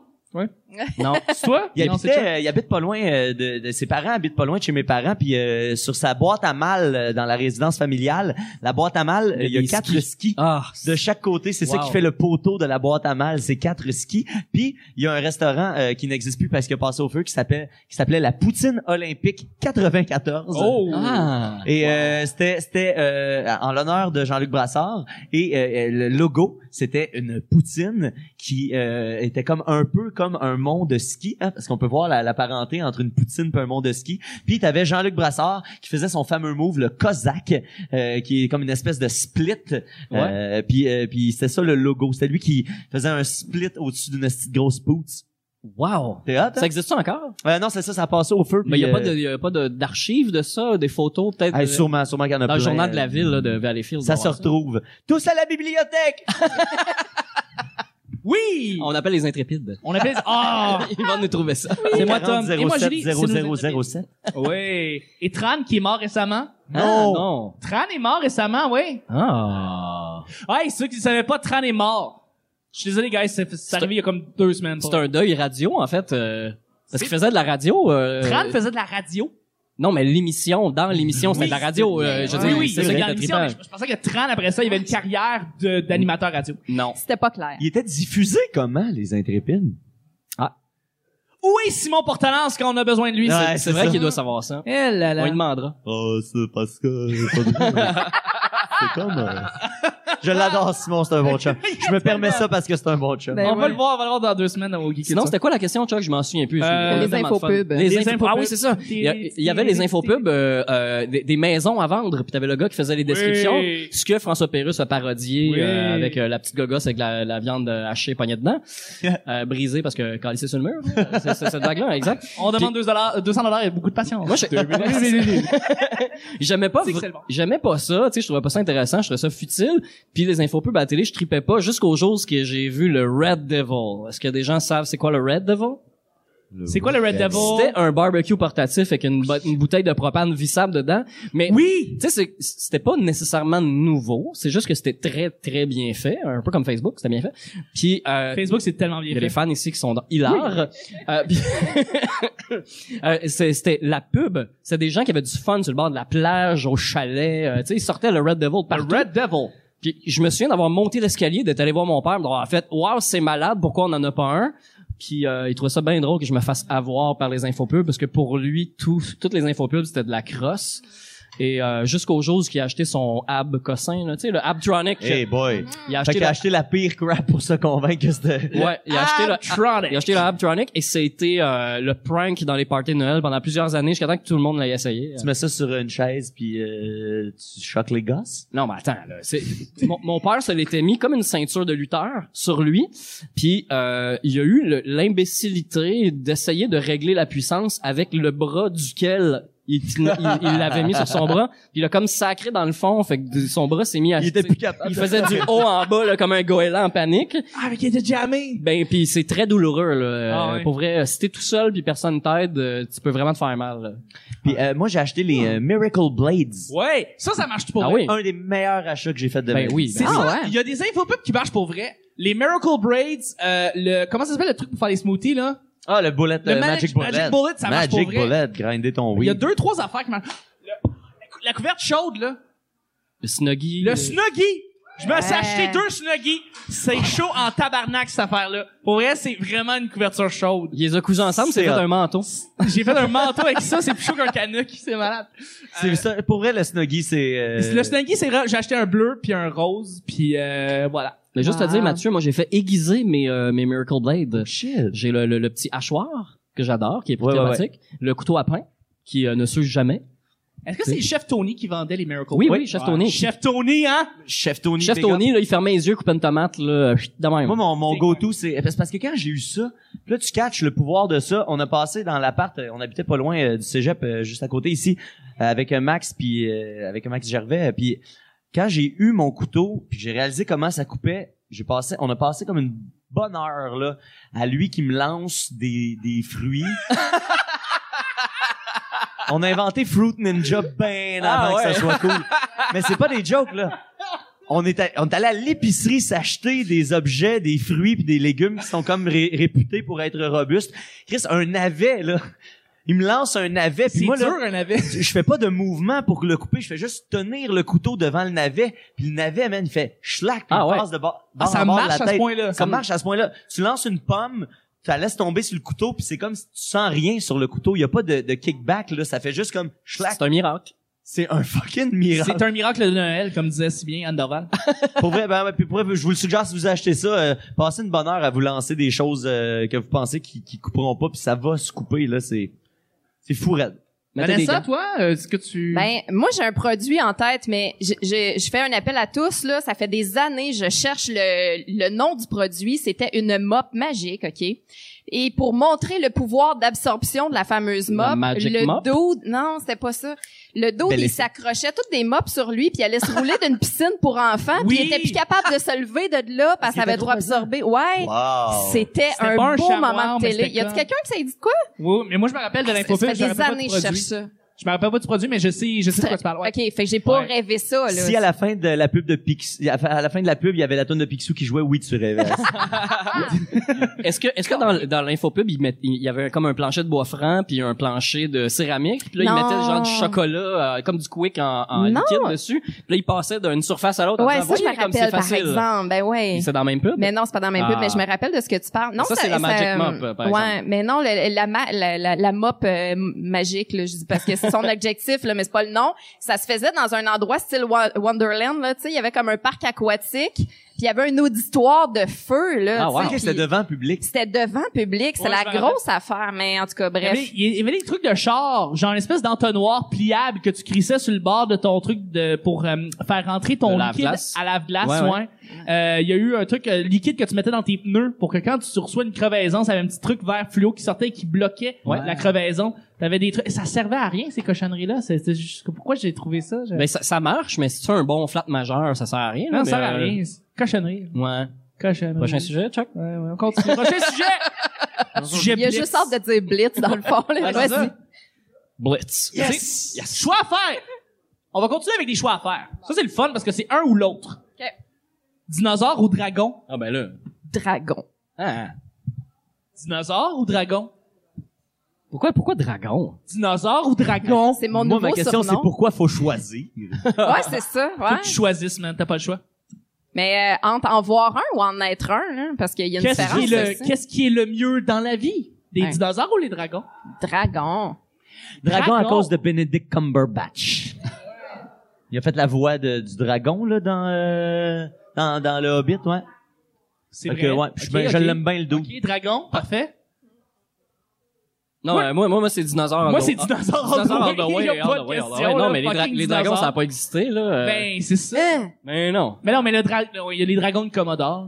Speaker 5: Non.
Speaker 3: C'est toi?
Speaker 4: Il,
Speaker 3: Non, c'est
Speaker 4: habitait,
Speaker 3: Chuck.
Speaker 4: euh, il habite pas loin euh, de, de ses parents, habitent pas loin de chez mes parents, puis euh, sur sa boîte à mal euh, dans la résidence familiale, la boîte à mal, euh,
Speaker 5: Il y a
Speaker 4: il y a
Speaker 5: des
Speaker 4: quatre
Speaker 5: skis.
Speaker 4: skis.
Speaker 5: Ah.
Speaker 4: De chaque côté, c'est ça
Speaker 5: Wow.
Speaker 4: qui fait le poteau de la boîte à mal, c'est quatre skis. Puis il y a un restaurant euh, qui n'existe plus parce qu'il a passé au feu qui s'appelle qui s'appelait la Poutine Olympique 94.
Speaker 3: Oh!
Speaker 5: Ah.
Speaker 4: Et euh, c'était c'était euh, en l'honneur de Jean-Luc Brassard et euh, euh, le logo c'était une poutine qui euh, était comme un peu comme un mont de ski hein, parce qu'on peut voir la, la parenté entre une poutine et un mont de ski. Puis t'avais Jean-Luc Brassard qui faisait son fameux move le Cosaque euh, qui est comme une espèce de split. Euh, puis euh, puis c'était ça le logo, c'était lui qui faisait un split au-dessus d'une petite grosse poutre.
Speaker 5: Wow.
Speaker 4: T'es hot, hein?
Speaker 5: Ça existe encore?
Speaker 4: Euh, non, c'est ça, ça a passé au feu.
Speaker 5: Mais il
Speaker 4: puis,
Speaker 5: n'y a, pas
Speaker 4: euh,
Speaker 5: de- y a pas de- d'archives de ça, des photos peut-être
Speaker 4: hey,
Speaker 5: de-
Speaker 4: sûrement, sûrement qu'il y en a
Speaker 5: dans le
Speaker 4: plein,
Speaker 5: journal
Speaker 4: euh,
Speaker 5: de la ville là, de Valleyfield.
Speaker 4: Ça
Speaker 5: doit
Speaker 4: se
Speaker 5: avoir
Speaker 4: retrouve. Tous à la bibliothèque!
Speaker 3: Oui!
Speaker 5: On appelle les intrépides.
Speaker 3: On appelle, ah!
Speaker 5: Ils vont nous trouver ça.
Speaker 3: C'est moi, Tom. Et moi, Julie. c'est nous-
Speaker 4: 0007.
Speaker 3: Oui. Et Tran, qui est mort récemment.
Speaker 4: Non.
Speaker 5: Ah, non.
Speaker 3: Tran est mort récemment, oui.
Speaker 5: Ah.
Speaker 3: Ah, et ceux qui ne savaient pas, Tran est mort. Je suis désolé, guys, c'est c'est arrivé il y a comme deux semaines.
Speaker 5: C'est un deuil radio en fait. euh, parce qu'il faisait de la radio. euh,
Speaker 3: Tran faisait de la radio.
Speaker 5: Non, mais l'émission, dans l'émission, c'était de la radio. euh, je veux
Speaker 3: oui,
Speaker 5: dire,
Speaker 3: oui,
Speaker 5: c'est
Speaker 3: il
Speaker 5: ça qui
Speaker 3: faisait
Speaker 5: était
Speaker 3: dans l'émission,
Speaker 5: trippant.
Speaker 3: mais je, je pensais que Tran, après ça, il avait une carrière de- d'animateur radio.
Speaker 5: Non.
Speaker 6: C'était pas clair.
Speaker 4: Il était diffusé comment, les intrépides?
Speaker 3: Où est Simon Portalance quand on a besoin de lui?
Speaker 4: Ouais,
Speaker 5: C'est
Speaker 4: c'est
Speaker 5: vrai
Speaker 4: ça.
Speaker 5: qu'il doit savoir ça.
Speaker 3: Eh là
Speaker 5: On
Speaker 3: là.
Speaker 5: lui demandera.
Speaker 4: Oh, c'est parce que... c'est comme... euh, Je l'adore, Simon, c'est un bon chat. Je me permets ça parce que c'est un bon chat.
Speaker 6: Ben
Speaker 3: on va
Speaker 6: ouais.
Speaker 3: le voir, on va le voir dans deux semaines au Geek.
Speaker 5: Sinon, c'était quoi la question, Chuck? Je m'en souviens plus.
Speaker 3: Euh,
Speaker 5: C'est
Speaker 3: les
Speaker 5: vraiment le fun.
Speaker 6: infopubs.
Speaker 5: Les
Speaker 3: Les
Speaker 5: infopubs.
Speaker 3: infopubs.
Speaker 5: Ah oui, c'est ça. Il y, a- il y avait les infopubs, euh, euh, des, des maisons à vendre, puis t'avais le gars qui faisait les descriptions.
Speaker 3: Oui.
Speaker 5: Ce que François Pérusse a parodié
Speaker 3: Oui.
Speaker 5: euh, avec euh, la petite gogosse avec la, la viande euh, hachée pognée dedans, euh, brisée parce que quand elle sur le mur, euh, c'est c'est cette vague-là, exact.
Speaker 3: On demande 2 dollars, 200 dollars et beaucoup de patience.
Speaker 5: Moi, je- J'aimais pas,
Speaker 3: C'est
Speaker 5: vra-
Speaker 3: excellent.
Speaker 5: j'aimais pas ça, tu sais, je trouvais pas ça intéressant, je trouvais ça futile. Puis les infopubs à la télé, je tripais pas jusqu'au jour où j'ai vu le Red Devil. Est-ce que des gens savent c'est quoi le Red Devil?
Speaker 3: c'est quoi le Red Devil?
Speaker 5: C'était un barbecue portatif avec une, bo- une bouteille de propane vissable dedans. Mais
Speaker 3: Oui!
Speaker 5: tu sais, c'est- c'était pas nécessairement nouveau. C'est juste que c'était très, très bien fait. Un peu comme Facebook, c'était bien fait. Puis, euh,
Speaker 3: Facebook, c'est tellement bien
Speaker 5: il y a des
Speaker 3: fait.
Speaker 5: fans ici qui sont dans hilar. Euh, puis- Euh, c'est- c'était la pub. C'était des gens qui avaient du fun sur le bord de la plage, au chalet. Euh, tu sais, ils sortaient le Red Devil partout.
Speaker 3: Le Red Devil.
Speaker 5: Puis je me souviens d'avoir monté l'escalier, d'être allé voir mon père, d'avoir fait « Wow, c'est malade, pourquoi on en a pas un? » Puis euh, il trouvait ça bien drôle que je me fasse avoir par les infopubs, parce que pour lui, tout, toutes les infopubs, c'était de la crosse. Et euh, jusqu'au jour où il a acheté son ab cossin, là, tu sais, le Abtronic.
Speaker 4: Hey boy.
Speaker 5: il a
Speaker 4: Eh, Fait
Speaker 5: acheté
Speaker 4: qu'il a
Speaker 5: la...
Speaker 4: acheté la pire crap pour se convaincre que c'était...
Speaker 5: Ouais, il a acheté le...
Speaker 3: Abtronic.
Speaker 5: Il a acheté le Abtronic et c'était euh, le prank dans les parties de Noël pendant plusieurs années jusqu'à temps que tout le monde l'ait essayé.
Speaker 4: Tu mets ça sur une chaise puis euh, tu choques les gosses.
Speaker 5: Non, mais attends, là. c'est- mon, mon père se l'était mis comme une ceinture de lutteur sur lui. Puis euh, il y a eu le- l'imbécilité d'essayer de régler la puissance avec le bras duquel il il- il l'avait mis sur son bras. Puis il a comme sacré dans le fond, fait que son bras s'est mis à...
Speaker 4: Il était plus capable.
Speaker 5: il faisait du haut en bas là, comme un goéland en panique.
Speaker 3: Ah, mais qui était jamais.
Speaker 5: Ben puis c'est très douloureux là. Euh,
Speaker 3: Ah ouais.
Speaker 5: Pour vrai, euh, si t'es tout seul puis personne t'aide, euh, tu peux vraiment te faire mal. là.
Speaker 4: Puis euh, moi, j'ai acheté les euh, Miracle Blades.
Speaker 3: Ouais. Ça, ça marche pour
Speaker 5: Ah
Speaker 3: vrai.
Speaker 5: oui.
Speaker 4: Un des meilleurs achats que j'ai fait de ma
Speaker 5: Ben
Speaker 4: vie.
Speaker 5: oui.
Speaker 3: C'est
Speaker 5: ben-
Speaker 3: ça.
Speaker 6: ouais.
Speaker 3: Il y a des infopubs qui marchent pour vrai. Les Miracle Braids, euh, le, comment ça s'appelle le truc pour faire les smoothies, là?
Speaker 4: Ah, le bullet,
Speaker 3: Le
Speaker 4: euh,
Speaker 3: Magic-
Speaker 4: Magic,
Speaker 3: Magic Bullet, ça marche
Speaker 4: Magic
Speaker 3: pour vrai.
Speaker 4: Bullet, grinder ton
Speaker 3: Il y
Speaker 4: weed.
Speaker 3: a deux, trois affaires qui marchent. Le- la cou- la couverte chaude, là.
Speaker 5: Le snuggy.
Speaker 3: Le
Speaker 5: euh,
Speaker 3: Snuggie. Je me suis
Speaker 6: Ouais.
Speaker 3: acheté deux Snuggies. C'est chaud en tabarnak, cette affaire-là. Pour vrai, c'est vraiment une couverture chaude.
Speaker 5: Il les a cousés ensemble, c'est
Speaker 4: C'est
Speaker 5: fait
Speaker 4: hot.
Speaker 5: un manteau.
Speaker 3: J'ai fait un manteau avec ça, c'est plus chaud qu'un canuc, c'est malade.
Speaker 4: C'est ça, pour vrai, le Snuggy, c'est... euh,
Speaker 3: Le Snuggie, c'est ra- j'ai acheté un bleu puis un rose puis euh, voilà.
Speaker 5: Mais juste te dire,
Speaker 6: Wow. Oh,
Speaker 5: Mathieu, moi j'ai fait aiguiser mes, euh, mes Miracle Blade.
Speaker 4: Shit.
Speaker 5: J'ai le, le, le petit hachoir que j'adore, qui est
Speaker 4: Ouais, ouais,
Speaker 5: problématique. Le couteau à pain, qui euh, ne s'use jamais.
Speaker 3: Est-ce que c'est le chef Tony qui vendait les Miracle
Speaker 5: Oui,
Speaker 3: Whip?
Speaker 5: oui, Chef
Speaker 3: Ouais.
Speaker 5: Tony.
Speaker 3: Chef Tony, hein?
Speaker 4: Chef Tony.
Speaker 5: Chef
Speaker 4: Bacon.
Speaker 5: Tony, là, il fermait les yeux, coupait une tomate, là, chut, de même.
Speaker 4: Moi, mon, mon go-to, c'est c'est parce que quand j'ai eu ça, puis là, tu catches le pouvoir de ça. On a passé dans l'appart, euh, on habitait pas loin euh, du cégep, euh, juste à côté ici, euh, avec un Max, puis euh, avec un Max Gervais. euh, Puis quand j'ai eu mon couteau, puis j'ai réalisé comment ça coupait, j'ai passé, on a passé comme une bonne heure là à lui qui me lance des, des fruits. on a inventé Fruit Ninja ben
Speaker 5: Ah,
Speaker 4: avant
Speaker 5: ouais.
Speaker 4: que ça soit cool. Mais c'est pas des jokes là on est, à- on est allé à l'épicerie s'acheter des objets, des fruits puis des légumes qui sont comme ré- réputés pour être robustes. Chris, un navet, là. Il me lance un navet,
Speaker 3: C'est
Speaker 4: puis moi,
Speaker 3: dur,
Speaker 4: là,
Speaker 3: un navet.
Speaker 4: je fais pas de mouvement pour le couper, je fais juste tenir le couteau devant le navet, puis le navet, man, il fait schlac, puis
Speaker 5: Ah
Speaker 4: il
Speaker 5: ouais.
Speaker 4: passe de bord,
Speaker 3: Ah,
Speaker 4: bord
Speaker 3: ça
Speaker 4: en bord de
Speaker 3: marche
Speaker 4: la
Speaker 3: à ce
Speaker 4: tête.
Speaker 3: point-là.
Speaker 4: Ça marche à ce point-là. Tu lances une pomme, tu la laisses tomber sur le couteau, puis c'est comme si tu sens rien sur le couteau. Il y a pas de, de kickback, là. Ça fait juste comme schlac.
Speaker 5: C'est un miracle.
Speaker 4: C'est un fucking miracle.
Speaker 3: C'est un miracle de Noël, comme disait si bien Anne Dorval.
Speaker 4: pour vrai, ben, ouais, puis pour vrai, je vous le suggère si vous achetez ça, euh, passez une bonne heure à vous lancer des choses euh, que vous pensez qui, qui couperont pas, puis ça va se couper là, c'est c'est fou raide.
Speaker 5: Mettez des
Speaker 3: Vanessa,
Speaker 5: gants.
Speaker 3: toi, euh, est-ce que tu...
Speaker 6: Ben, moi, j'ai un produit en tête, mais je, je, je fais un appel à tous, là. Ça fait des années, je cherche le, le nom du produit. C'était une mop magique, OK? Et pour montrer le pouvoir d'absorption de la fameuse mop,
Speaker 5: La magic
Speaker 6: le
Speaker 5: mop?
Speaker 6: dos, non, c'était pas ça. Le dos,
Speaker 4: Belle
Speaker 6: il
Speaker 4: essai.
Speaker 6: s'accrochait toutes des mops sur lui, puis il allait se rouler d'une piscine pour enfants,
Speaker 3: Oui!
Speaker 6: puis il était plus capable de se lever de là parce
Speaker 4: qu'il
Speaker 6: qu'il avait
Speaker 4: était
Speaker 6: droit
Speaker 4: trop
Speaker 6: absorbé. Ouais.
Speaker 4: Wow.
Speaker 6: C'était
Speaker 3: C'était
Speaker 6: un
Speaker 3: pas un
Speaker 6: beau
Speaker 3: chamois,
Speaker 6: moment de
Speaker 3: mais
Speaker 6: télé.
Speaker 3: c'était
Speaker 6: Y a-t-il
Speaker 3: comme- ben,
Speaker 6: quelqu'un qui s'est dit de quoi?
Speaker 3: Oui, mais moi, je me rappelle de
Speaker 6: Ça
Speaker 3: l'infopile,
Speaker 6: fait
Speaker 3: je me
Speaker 6: des
Speaker 3: rappelle pas
Speaker 6: années
Speaker 3: du
Speaker 6: que je cherche
Speaker 3: produit.
Speaker 6: ça.
Speaker 3: Je me rappelle pas du produit, mais je sais, je sais de quoi tu parles. ouais.
Speaker 6: OK, fait que j'ai pas
Speaker 3: Ouais.
Speaker 6: rêvé ça, là.
Speaker 4: Si à la fin de la pub de Pix, à à la fin de la pub, il y avait la tonne de Picsou qui jouait Oui tu rêves.
Speaker 5: Est-ce que, est-ce que dans, dans l'infopub, il, met- il y avait comme un plancher de bois franc puis un plancher de céramique, puis là, il
Speaker 6: Non.
Speaker 5: mettait le genre du chocolat, euh, comme du quick en, en
Speaker 6: Non.
Speaker 5: liquide dessus, puis là, il passait d'une surface à l'autre. en
Speaker 6: Ouais,
Speaker 5: disant,
Speaker 6: ça, je me
Speaker 5: Voyez comme c'est
Speaker 6: rappelle, par
Speaker 5: facile.
Speaker 6: exemple. Ben ouais.
Speaker 5: Et C'est dans la même pub.
Speaker 6: Mais non, c'est pas dans la même pub,
Speaker 5: Ah.
Speaker 6: mais je me rappelle de ce que tu parles. Non,
Speaker 5: Ça, c'est la Magic Mop, euh, par
Speaker 6: Ouais,
Speaker 5: exemple.
Speaker 6: mais non, le- la, ma- la, la, la mop euh, magique, là, je dis, parce que c'est son objectif, là, mais c'est pas le nom. Ça se faisait dans un endroit style Wa- Wonderland, là, tu sais, il y avait comme un parc aquatique, puis il y avait un auditoire de feu,
Speaker 5: Ah,
Speaker 6: là. tu sais,
Speaker 5: wow.
Speaker 4: Ok,
Speaker 6: puis
Speaker 4: C'était devant public.
Speaker 6: C'était devant public, c'est
Speaker 3: Ouais, je
Speaker 6: la
Speaker 3: me rappelle.
Speaker 6: grosse affaire, mais en tout cas,
Speaker 3: Il y, avait,
Speaker 6: bref.
Speaker 3: il y avait des trucs de char, genre une espèce d'entonnoir pliable que tu crissais sur le bord de ton truc de pour euh, faire rentrer ton
Speaker 5: Le
Speaker 3: liquide
Speaker 5: lave-glace.
Speaker 3: à lave-glace.
Speaker 5: Ouais, ouais.
Speaker 3: ouais. Euh, il y a eu un truc euh, liquide que tu mettais dans tes pneus pour que quand tu reçois une crevaison, ça avait un petit truc vert fluo qui sortait et qui bloquait
Speaker 5: Ouais.
Speaker 3: la crevaison. T'avais des trucs, ça servait à rien ces cochonneries là. C'était juste pourquoi j'ai trouvé ça. je-
Speaker 5: Ben, ça, ça marche, mais si tu as un bon flat majeur, ça sert à rien.
Speaker 3: Euh. non,
Speaker 5: là,
Speaker 3: ça sert
Speaker 5: mais,
Speaker 3: à
Speaker 5: euh,
Speaker 3: rien. Mm. c'est- Cochonnerie,
Speaker 5: Ouais.
Speaker 3: cochonnerie.
Speaker 5: Prochain sujet, Chuck?
Speaker 3: Ouais, ouais, on continue. Prochain sujet. sujet
Speaker 6: Il y a
Speaker 3: blitz.
Speaker 6: juste hâte de dire blitz dans le fond,
Speaker 3: Ouais,
Speaker 6: là.
Speaker 3: c'est
Speaker 6: Vas-y.
Speaker 3: ça.
Speaker 5: Blitz.
Speaker 3: Yes. Choix à faire. On va continuer avec des choix à faire. Ça, c'est le fun parce que c'est un ou l'autre.
Speaker 6: OK.
Speaker 3: Dinosaure ou dragon?
Speaker 5: Ah, ben là.
Speaker 6: Dragon.
Speaker 5: Ah.
Speaker 3: Dinosaure ou dragon?
Speaker 5: Pourquoi, pourquoi dragon?
Speaker 3: Dinosaure ou dragon?
Speaker 6: C'est mon
Speaker 4: Moi,
Speaker 6: nouveau
Speaker 4: ma question, c'est
Speaker 6: surnom.
Speaker 4: pourquoi faut choisir.
Speaker 6: Ouais, c'est ça,
Speaker 3: Faut
Speaker 6: ouais.
Speaker 3: que tu choisisses, man. T'as pas le choix.
Speaker 6: Mais euh, entre en voir un ou en être un, hein, parce qu'il y a une
Speaker 3: Qu'est-ce
Speaker 6: différence.
Speaker 3: qui, est le,
Speaker 6: aussi.
Speaker 3: qu'est-ce qui est le mieux dans la vie? Des
Speaker 6: Ouais.
Speaker 3: dinosaures ou les dragons?
Speaker 6: Dragon.
Speaker 4: Dragon à
Speaker 3: Dragon.
Speaker 4: cause de Benedict Cumberbatch. Il a fait la voix de- du dragon là dans euh, dans, dans le Hobbit, ouais.
Speaker 3: C'est
Speaker 4: Fait que, ouais, je suis bien-
Speaker 3: Ok,
Speaker 4: je
Speaker 3: ok.
Speaker 4: l'aime bien Euh. le dos.
Speaker 3: Ok, dragon, parfait.
Speaker 5: Non,
Speaker 3: Moi-
Speaker 5: euh, moi, moi, moi, c'est dinosaure.
Speaker 3: Moi,
Speaker 5: all the-
Speaker 3: c'est dinosaure
Speaker 5: Ah,
Speaker 3: all the
Speaker 5: dinosaure all the
Speaker 3: way,
Speaker 5: way,
Speaker 3: y a
Speaker 5: all
Speaker 3: pas
Speaker 5: the
Speaker 3: de
Speaker 5: way, all the way.
Speaker 3: question,
Speaker 5: Non,
Speaker 3: là,
Speaker 5: mais les, dra-
Speaker 3: fucking
Speaker 5: les dragons,
Speaker 3: dinosaure.
Speaker 5: ça n'a pas existé, là. euh,
Speaker 3: Ben, c'est ça.
Speaker 5: Mais non.
Speaker 3: Mais non, mais le dragon, il y a les dragons de Commodore.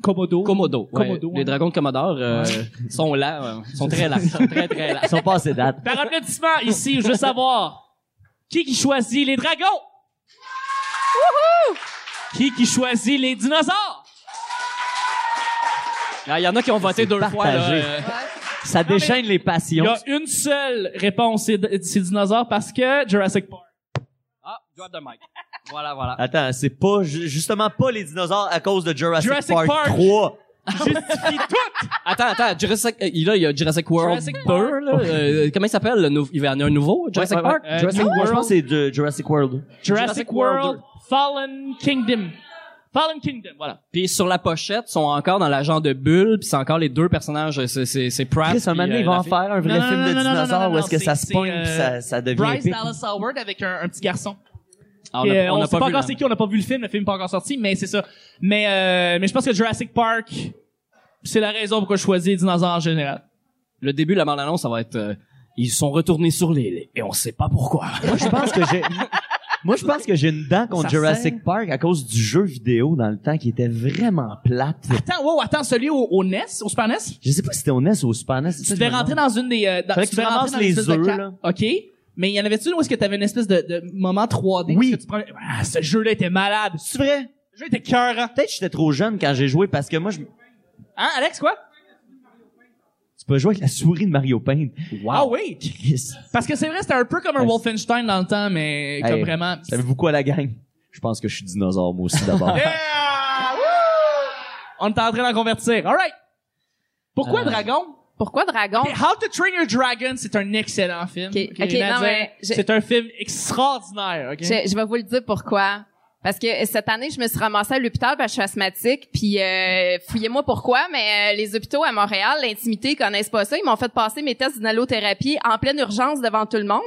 Speaker 3: Komodo.
Speaker 5: Komodo. ouais.
Speaker 3: Komodo,
Speaker 5: Les
Speaker 3: hein.
Speaker 5: dragons de Commodore euh, sont là. euh, sont très là. sont très, très là.
Speaker 4: Ils sont passés date.
Speaker 3: Par applaudissement, ici, je veux savoir qui qui choisit les dragons? Qui qui choisit les dinosaures?
Speaker 5: Il Ah, y en a qui ont voté
Speaker 4: C'est
Speaker 5: deux fois. Là,
Speaker 4: partagé.
Speaker 5: euh,
Speaker 4: Ça déchaîne les
Speaker 3: Il
Speaker 4: passions.
Speaker 3: y a une seule réponse, c'est c'est dinosaures parce que Jurassic Park.
Speaker 5: Ah, drop the mic. Voilà, voilà.
Speaker 4: Attends, c'est pas ju- justement pas les dinosaures à cause de Jurassic,
Speaker 3: Jurassic
Speaker 4: Park,
Speaker 3: Park.
Speaker 4: 3.
Speaker 3: Justifie tout!
Speaker 5: Attends, attends. Jurassic, euh, il- là, il y a Jurassic World
Speaker 3: Jurassic
Speaker 5: 2,
Speaker 3: Park.
Speaker 5: là. euh, comment il s'appelle? le nou- Il y en a un nouveau? Jurassic
Speaker 4: Ouais, ouais,
Speaker 5: Park?
Speaker 4: ouais. Jurassic
Speaker 3: Euh,
Speaker 4: World. Je pense que c'est de Jurassic World.
Speaker 3: Jurassic World, Fallen Kingdom. Fallen Kingdom, voilà.
Speaker 5: Puis sur la pochette, ils sont encore dans l'agent de bulle, puis c'est encore les deux personnages. C'est, c'est, c'est Pratt.
Speaker 4: Chris, un moment
Speaker 5: puis,
Speaker 4: donné,
Speaker 5: euh,
Speaker 4: ils vont
Speaker 5: la
Speaker 4: en
Speaker 5: fille.
Speaker 4: faire un vrai
Speaker 3: Non, non,
Speaker 4: film
Speaker 3: non,
Speaker 4: de
Speaker 3: non, non, non,
Speaker 4: dinosaures
Speaker 3: non,
Speaker 4: où est-ce que
Speaker 3: c'est-
Speaker 4: ça se
Speaker 3: c'est,
Speaker 4: pogne
Speaker 3: euh,
Speaker 4: puis ça, ça devient
Speaker 3: Bryce
Speaker 4: épique.
Speaker 3: Dallas Howard avec un, un petit garçon.
Speaker 5: Ah,
Speaker 3: Et, euh,
Speaker 5: on
Speaker 3: on
Speaker 5: n'a
Speaker 3: sait
Speaker 5: pas,
Speaker 3: pas,
Speaker 5: vu,
Speaker 3: encore
Speaker 5: là.
Speaker 3: c'est qui, on n'a pas vu le film, le film n'est pas encore sorti, mais c'est ça. Mais, euh, mais je pense que Jurassic Park, c'est la raison pourquoi je choisis les dinosaures en général.
Speaker 5: Le début de la bande-annonce, ça va être... euh, Ils sont retournés sur l'île et on sait pas pourquoi.
Speaker 4: Moi, je pense que j'ai. Moi, je pense que j'ai une dent contre
Speaker 3: Ça
Speaker 4: Jurassic
Speaker 3: sert.
Speaker 4: Park à cause du jeu vidéo dans le temps qui était vraiment plate.
Speaker 3: Attends, wow, attends, celui au, au NES, au Super NES?
Speaker 4: Je sais pas si c'était au NES ou au Super E NES.
Speaker 3: Tu devais rentrer dans une des... Euh, dans,
Speaker 4: Fallait que tu
Speaker 3: devais rentrer
Speaker 4: ramasses
Speaker 3: dans une
Speaker 4: les
Speaker 3: espèce de
Speaker 4: œufs,
Speaker 3: carte.
Speaker 4: là.
Speaker 3: OK. Mais il y en avait-tu une où est-ce que t'avais une espèce de, de moment 3D?
Speaker 4: Oui.
Speaker 3: où est-ce Que tu prenais- Ah, ce jeu-là était malade.
Speaker 4: C'est vrai?
Speaker 3: Ce jeu était cœur.
Speaker 4: Peut-être que j'étais trop jeune quand j'ai joué parce que moi, je... tu
Speaker 3: Hein, Alex, quoi?
Speaker 4: peux jouer avec la souris de Mario Paint.
Speaker 3: Ah oui!
Speaker 4: Chris.
Speaker 3: Parce que c'est vrai, c'était un peu comme un
Speaker 4: Ouais.
Speaker 3: Wolfenstein dans le temps, mais comme
Speaker 4: Hey,
Speaker 3: vraiment...
Speaker 4: Savez-vous quoi, la gang? Je pense que je suis dinosaure, moi aussi, d'abord.
Speaker 3: Yeah! Woo! On est en train d'en convertir. All right. Pourquoi Dragon?
Speaker 6: Pourquoi Dragon?
Speaker 3: Ok, Euh, How to Train Your Dragon, c'est un excellent film.
Speaker 6: Ok,
Speaker 3: Ok,
Speaker 6: ok,
Speaker 3: rien à
Speaker 6: non,
Speaker 3: dire.
Speaker 6: mais j'ai-
Speaker 3: C'est un film extraordinaire. ok?
Speaker 6: Je, je vais vous le dire pourquoi. Parce que cette année, je me suis ramassée à l'hôpital parce que je suis asthmatique. Puis euh, fouillez-moi pourquoi, mais euh, les hôpitaux à Montréal, l'intimité, ils connaissent pas ça. Ils m'ont fait passer mes tests d'inhalothérapie en pleine urgence devant tout le monde.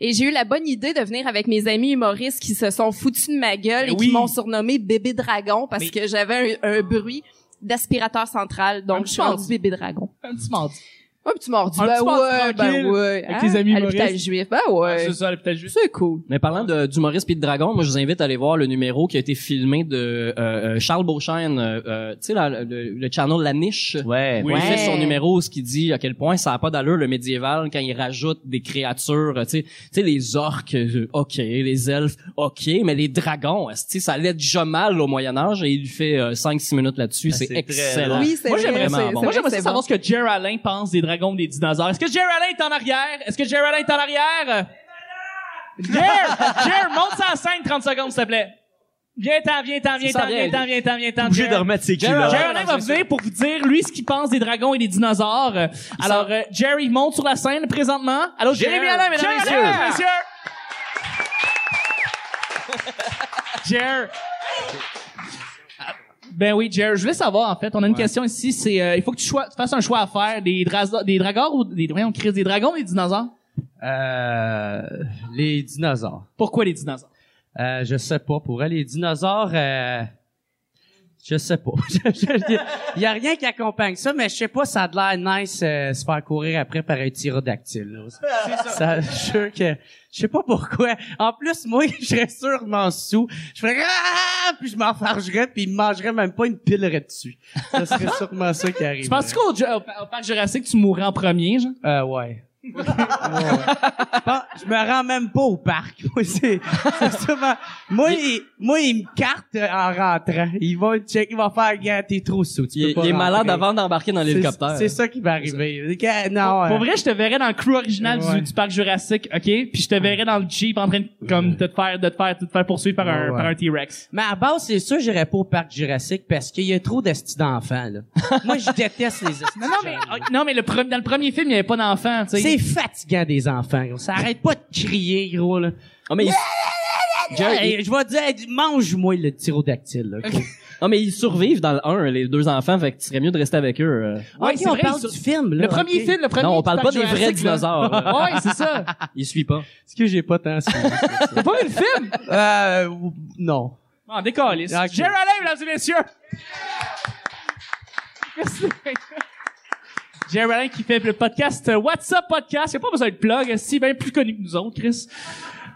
Speaker 6: Et j'ai eu la bonne idée de venir avec mes amis humoristes qui se sont foutus de ma gueule
Speaker 3: Mais
Speaker 6: et
Speaker 3: Ben oui.
Speaker 6: qui m'ont surnommé Bébé Dragon parce
Speaker 3: Mais-
Speaker 6: que j'avais un, un bruit d'aspirateur central.
Speaker 3: Un
Speaker 6: Donc, je suis
Speaker 3: petit
Speaker 6: rendue Bébé Dragon.
Speaker 3: Un petit mardi.
Speaker 6: Un petit mordu.
Speaker 3: Un
Speaker 6: Ben
Speaker 3: petit mordu
Speaker 6: ouais, ben
Speaker 3: tranquille
Speaker 6: ouais.
Speaker 3: avec tes amis
Speaker 6: À l'hôpital
Speaker 3: humoristes. Ah,
Speaker 6: juif. Ben ouais.
Speaker 3: C'est ça, l'hôpital juste.
Speaker 6: C'est cool.
Speaker 5: Mais parlant de- d'humoriste puis de dragon, moi je vous invite à aller voir le numéro qui a été filmé de euh, euh, Charles Beauchesne, euh, euh, tu sais la- le, le channel La Niche.
Speaker 4: Ouais.
Speaker 5: Où il
Speaker 6: Ouais.
Speaker 5: fait son numéro, ce qui dit à quel point ça a pas d'allure le médiéval quand il rajoute des créatures, euh, tu sais, tu sais les orques, euh, ok, les elfes, ok, mais les dragons, tu sais, ça allait déjà mal au Moyen Âge et il fait 5-6 minutes là-dessus,
Speaker 2: Ben,
Speaker 4: Ah,
Speaker 5: c'est
Speaker 4: c'est
Speaker 5: excellent.
Speaker 4: très
Speaker 6: Oui, c'est
Speaker 3: Moi,
Speaker 6: vrai,
Speaker 3: j'aimerais
Speaker 6: c'est-
Speaker 5: ça.
Speaker 6: c'est
Speaker 5: Moi,
Speaker 3: Moi,
Speaker 6: vrai,
Speaker 3: j'aimerais
Speaker 6: c'est
Speaker 3: ça
Speaker 6: bon.
Speaker 3: savoir ce que Jerry Alain pense des dragons des dinosaures. Est-ce que Jerry Alain est en arrière? Est-ce que Jerry Alain est en arrière? Jer! Jer, monte ça en scène 30 secondes, s'il te plaît. Viens-t'en, viens-t'en, viens-t'en,
Speaker 5: ça, Ray.
Speaker 3: viens-t'en, viens-t'en, viens-t'en.
Speaker 4: Obligé
Speaker 3: Jer.
Speaker 4: de remettre ses
Speaker 3: Jerry
Speaker 4: culottes.
Speaker 3: Alain va venir pour vous dire, lui, ce qu'il pense des dragons et des dinosaures. Euh, Alors, euh, Jerry monte sur la scène présentement. Allô,
Speaker 4: Jérémy
Speaker 3: Jer.
Speaker 4: Alain, mesdames et
Speaker 3: Jerry Alain,
Speaker 4: messieurs.
Speaker 3: messieurs. Jer. Ben oui, Jer, je voulais savoir, en fait, on a une question ici, c'est, euh, il faut que tu, choi- tu fasses un choix à faire, des, dra- des dragons ou des, voyons, Chris, des dragons ou des dinosaures?
Speaker 2: Euh, les dinosaures.
Speaker 3: Pourquoi les dinosaures?
Speaker 2: Euh, je sais pas. Pour elle, les dinosaures, euh, je sais pas. Il y a rien qui accompagne ça, mais je sais pas, ça a de l'air nice euh, se faire courir après par un tyrodactyle. là. Ça, je suis sûr que je sais pas pourquoi. En plus, moi, je serais sûrement sous. Je ferais ah! puis je m'enfargerais puis il me mangerait même pas une pilerait dessus. Ça serait sûrement ça qui arrive.
Speaker 3: Tu penses-tu qu'au Ju- au pa- au parc Jurassique, tu mourrais en premier, genre?
Speaker 2: Euh, ouais. Ouais, ouais. Bon, je me rends même pas au parc. Moi, c'est, c'est souvent- moi, il, moi, il me carte en rentrant. Il va check, il va faire, gars, t'es trop sous. Tu
Speaker 5: Il,
Speaker 2: peux
Speaker 5: est-
Speaker 2: pas
Speaker 5: il est
Speaker 2: rentrer.
Speaker 5: malade avant d'embarquer dans
Speaker 2: C'est-
Speaker 5: l'hélicoptère.
Speaker 2: C'est ça qui va arriver. Gars, Non,
Speaker 3: Pour
Speaker 2: euh,
Speaker 3: vrai, je te verrais dans le crew original
Speaker 2: Ouais.
Speaker 3: du, du parc Jurassique, ok? Puis je te verrais dans le Jeep en train de, comme, de te faire, de te faire, de te faire poursuivre par un,
Speaker 2: Ouais.
Speaker 3: par un T-Rex.
Speaker 2: Mais à base, c'est sûr, j'irais pas au parc Jurassique parce qu'il y a trop d'estis d'enfants, là. moi, je déteste les estis.
Speaker 3: Non, mais, ah, non, mais le pre- dans le premier film, il n'y avait pas d'enfant, tu sais.
Speaker 2: C'est fatigant des enfants, gros. Ça arrête pas de crier, gros, là.
Speaker 5: Ah, mais il-
Speaker 2: Hey, je vais dire, hey, mange-moi le tyrodactyle, là. gros.
Speaker 5: Non, ah, mais ils survivent dans le 1, les deux enfants, fait que tu serais mieux de rester avec eux. euh.
Speaker 2: Ok,
Speaker 3: Ouais, c'est
Speaker 2: on
Speaker 3: vrai,
Speaker 2: parle
Speaker 3: ils-
Speaker 2: du film, là.
Speaker 3: Le premier
Speaker 2: ok.
Speaker 3: film, le premier
Speaker 5: Non, on
Speaker 3: du
Speaker 5: parle
Speaker 3: parc
Speaker 5: pas des vrais
Speaker 3: Jurassique, là.
Speaker 5: dinosaures. là.
Speaker 3: ouais, c'est ça.
Speaker 5: Il suit pas.
Speaker 2: Est-ce que j'ai pas tant suivi ça, ça?
Speaker 3: T'as pas vu le film?
Speaker 2: Euh, ou- non. Ah,
Speaker 3: Bon, décaliste.
Speaker 2: Ok.
Speaker 3: Jerry Alain, mesdames et messieurs! Merci. Jerry Alain qui fait le podcast euh, What's Up Podcast. Il a pas besoin de plug, si bien plus connu que nous autres, Chris.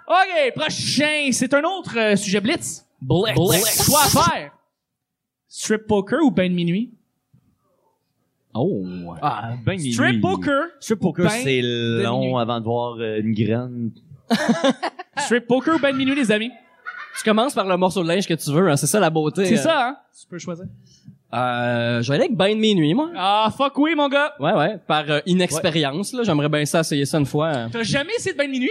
Speaker 3: OK, prochain, c'est un autre euh, sujet Blitz. Blitz. Choix à faire. Strip poker ou bain de minuit?
Speaker 5: Oh.
Speaker 4: Ah, ben minuit.
Speaker 3: Strip poker.
Speaker 4: Strip poker,
Speaker 3: Ben
Speaker 4: c'est
Speaker 3: de minuit.
Speaker 4: long avant de voir euh, une graine.
Speaker 3: Strip poker ou bain de minuit, les amis?
Speaker 5: Tu commences par le morceau de linge que tu veux, hein, c'est ça la beauté.
Speaker 3: C'est
Speaker 5: euh.
Speaker 3: ça, hein? Tu peux choisir.
Speaker 5: Euh, je vais aller avec Bain de minuit, moi.
Speaker 3: Ah, fuck oui, mon gars.
Speaker 5: Ouais, ouais, par euh, inexpérience, là. J'aimerais bien ça essayer ça une fois. hein.
Speaker 3: T'as jamais essayé de bain de minuit?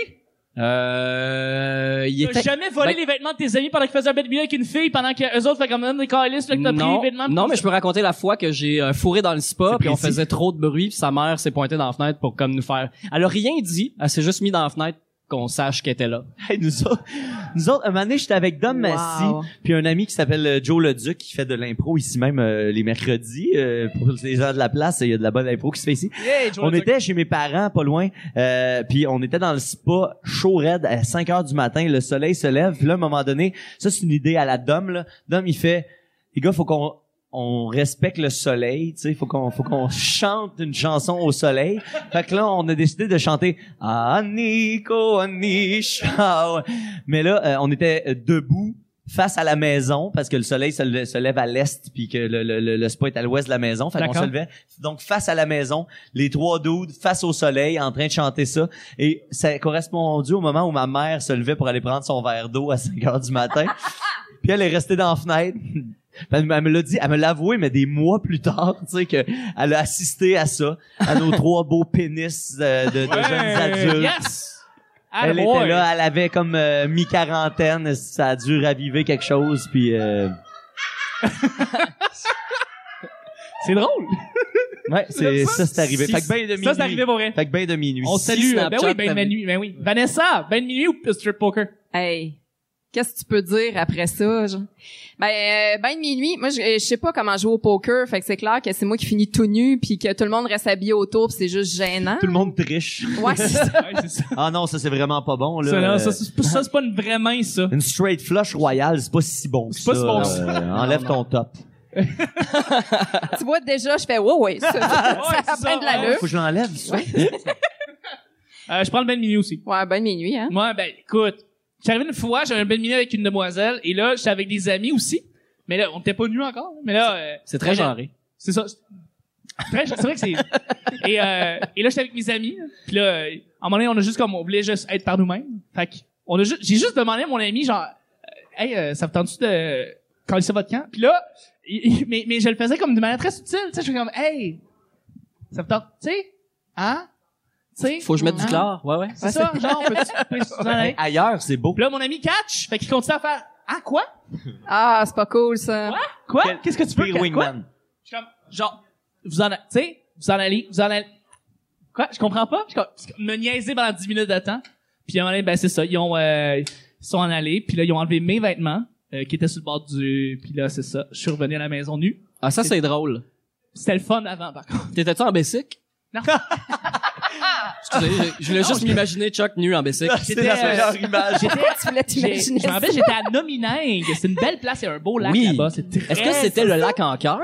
Speaker 5: Euh, il
Speaker 3: T'as
Speaker 5: était...
Speaker 3: jamais volé
Speaker 5: Ben-
Speaker 3: les vêtements de tes amis pendant qu'ils faisaient un bête avec une fille, pendant que eux autres faisaient comme des calices, là, que t'as pris
Speaker 5: Non,
Speaker 3: les vêtements.
Speaker 5: non, mais je peux raconter la fois que j'ai euh, fourré dans le spa, puis on faisait trop de bruit, puis sa mère s'est pointée dans la fenêtre pour comme nous faire... Elle a rien dit, elle s'est juste mise dans la fenêtre qu'on sache qu'elle était là.
Speaker 4: Hey, nous autres, nous autres, un moment donné, j'étais avec Dom Massy, puis un ami qui s'appelle euh, Joe Leduc, qui fait de l'impro ici même euh, les mercredis. euh, pour les gens de la place, il y a de la bonne impro qui se fait ici. on était chez mes parents, pas loin, euh, puis on était dans le spa chaud raide à 5 heures du matin, le soleil se lève, puis là, à un moment donné, ça, c'est une idée à la Dom, là. Dom, il fait, les gars, faut qu'on... on respecte le soleil, tu sais, faut qu'on faut qu'on chante une chanson au soleil. Fait que là, on a décidé de chanter Aniko Anishao. Mais là, euh, on était euh, debout face à la maison parce que le soleil se, le- se lève à l'est puis que le, le, le, le spa est à l'ouest de la maison. Fait qu'on
Speaker 3: D'accord.
Speaker 4: se levait donc face à la maison, les trois dudes face au soleil en train de chanter ça. Et ça correspondait au moment où ma mère se levait pour aller prendre son verre d'eau à 5 heures du matin. Puis elle est restée dans la fenêtre. Elle me elle me l'a dit, elle me l'a avoué, mais des mois plus tard, tu sais, que elle a assisté à ça, à nos trois beaux pénis euh, de, de jeunes adultes.
Speaker 3: Yes!
Speaker 4: Elle
Speaker 3: Attaboy.
Speaker 4: était là, elle avait comme euh, mi-quarantaine, ça a dû raviver quelque chose, puis euh,
Speaker 3: C'est drôle.
Speaker 4: ouais, c'est ça, c'est arrivé.
Speaker 3: Si-
Speaker 4: Fait que ben de minuit.
Speaker 3: Ça, c'est arrivé pour rien.
Speaker 4: Fait que ben de minuit.
Speaker 3: On
Speaker 4: Si
Speaker 3: salue. euh,
Speaker 4: Snapchat
Speaker 3: Ben oui, ben de
Speaker 4: t'avait-
Speaker 3: minuit, ben oui. Vanessa, ben de minuit ou strip poker?
Speaker 6: Hey, qu'est-ce que tu peux dire après ça? genre? Ben, euh, ben de minuit, moi, je, euh, je sais pas comment jouer au poker, fait que c'est clair que c'est moi qui finis tout nu, puis que tout le monde reste habillé autour, puis c'est juste gênant.
Speaker 4: Tout le monde triche.
Speaker 6: Ouais, c'est ça.
Speaker 3: Ouais, c'est ça.
Speaker 4: Ah non, ça c'est vraiment pas bon là.
Speaker 3: Ça, là,
Speaker 4: Euh,
Speaker 3: ça, c'est pas- ça, c'est pas une vraie main, ça.
Speaker 4: une straight flush royale, c'est pas si bon. que
Speaker 3: C'est pas
Speaker 4: ça.
Speaker 3: si bon que
Speaker 4: Euh, enlève ton top.
Speaker 6: tu vois, déjà, je fais « ouais, ouais, ça, ça a
Speaker 3: c'est ça,
Speaker 6: bien de l'allure
Speaker 4: Faut que je l'enlève. ça.
Speaker 3: Euh, je prends le ben de minuit aussi. ».
Speaker 6: Ouais, ben de minuit, hein.
Speaker 3: Moi, ben, écoute, j'arrivais une fois, j'avais un ben de minuit avec une demoiselle, et là, j'étais avec des amis aussi. Mais là, on était pas nus encore, mais là, euh,
Speaker 5: C'est très
Speaker 3: Ouais.
Speaker 5: genré.
Speaker 3: C'est ça. Très, c'est vrai que c'est. Et, euh, et là, j'étais avec mes amis. là. Puis là, euh, à un moment donné, on a juste comme, on voulait juste être par nous-mêmes. Fait que, on a juste, j'ai juste demandé à mon ami, genre, euh, hey, euh, ça vous tente-tu de coller ça votre camp? Puis là, il- il- mais, mais je le faisais comme de manière très subtile. Tu sais, je fais comme, hey, ça vous tente, tu sais, hein? Tu sais?
Speaker 5: Faut que je mette du
Speaker 3: hein?
Speaker 5: clair. Ouais, ouais.
Speaker 3: C'est ça, genre, on peut-tu hein? peux-tu t'en aller?
Speaker 4: Mais ailleurs, c'est beau.
Speaker 3: Puis là, mon ami catch. Fait qu'il continue à faire, ah, quoi?
Speaker 6: Ah, c'est pas cool, ça.
Speaker 3: Quoi?
Speaker 4: Quel-
Speaker 3: Qu'est-ce que tu peux?
Speaker 4: Pire
Speaker 3: quoi?
Speaker 4: wingman.
Speaker 3: Je suis comme, genre, vous en, a- tu sais, vous en allez, vous en allez. Quoi? Je comprends pas. Je, com- je com- me niaiser pendant 10 minutes de temps. Puis à un moment donné, ben c'est ça. Ils ont, euh, ils sont en allés. Puis là, ils ont enlevé mes vêtements euh, qui étaient sur le bord du. Puis là, c'est ça. Je suis revenu à la maison nue.
Speaker 5: Ah, ça, c'est drôle.
Speaker 3: C'était le fun avant, par contre.
Speaker 5: T'étais-tu en basic?
Speaker 3: Non.
Speaker 5: Excusez, je- je voulais juste m'imaginer Chuck nu en basic.
Speaker 4: C'est
Speaker 3: J'étais,
Speaker 4: la
Speaker 3: euh,
Speaker 4: meilleure image.
Speaker 6: Pourquoi tu voulais
Speaker 3: J'ai-
Speaker 6: t'imaginer
Speaker 3: Je me
Speaker 6: ça?
Speaker 3: rappelle, j'étais à Nomineng. C'est une belle place. Il y a un beau lac
Speaker 5: Oui.
Speaker 3: là-bas. C'est très.
Speaker 5: Est-ce que c'était le lac en cœur?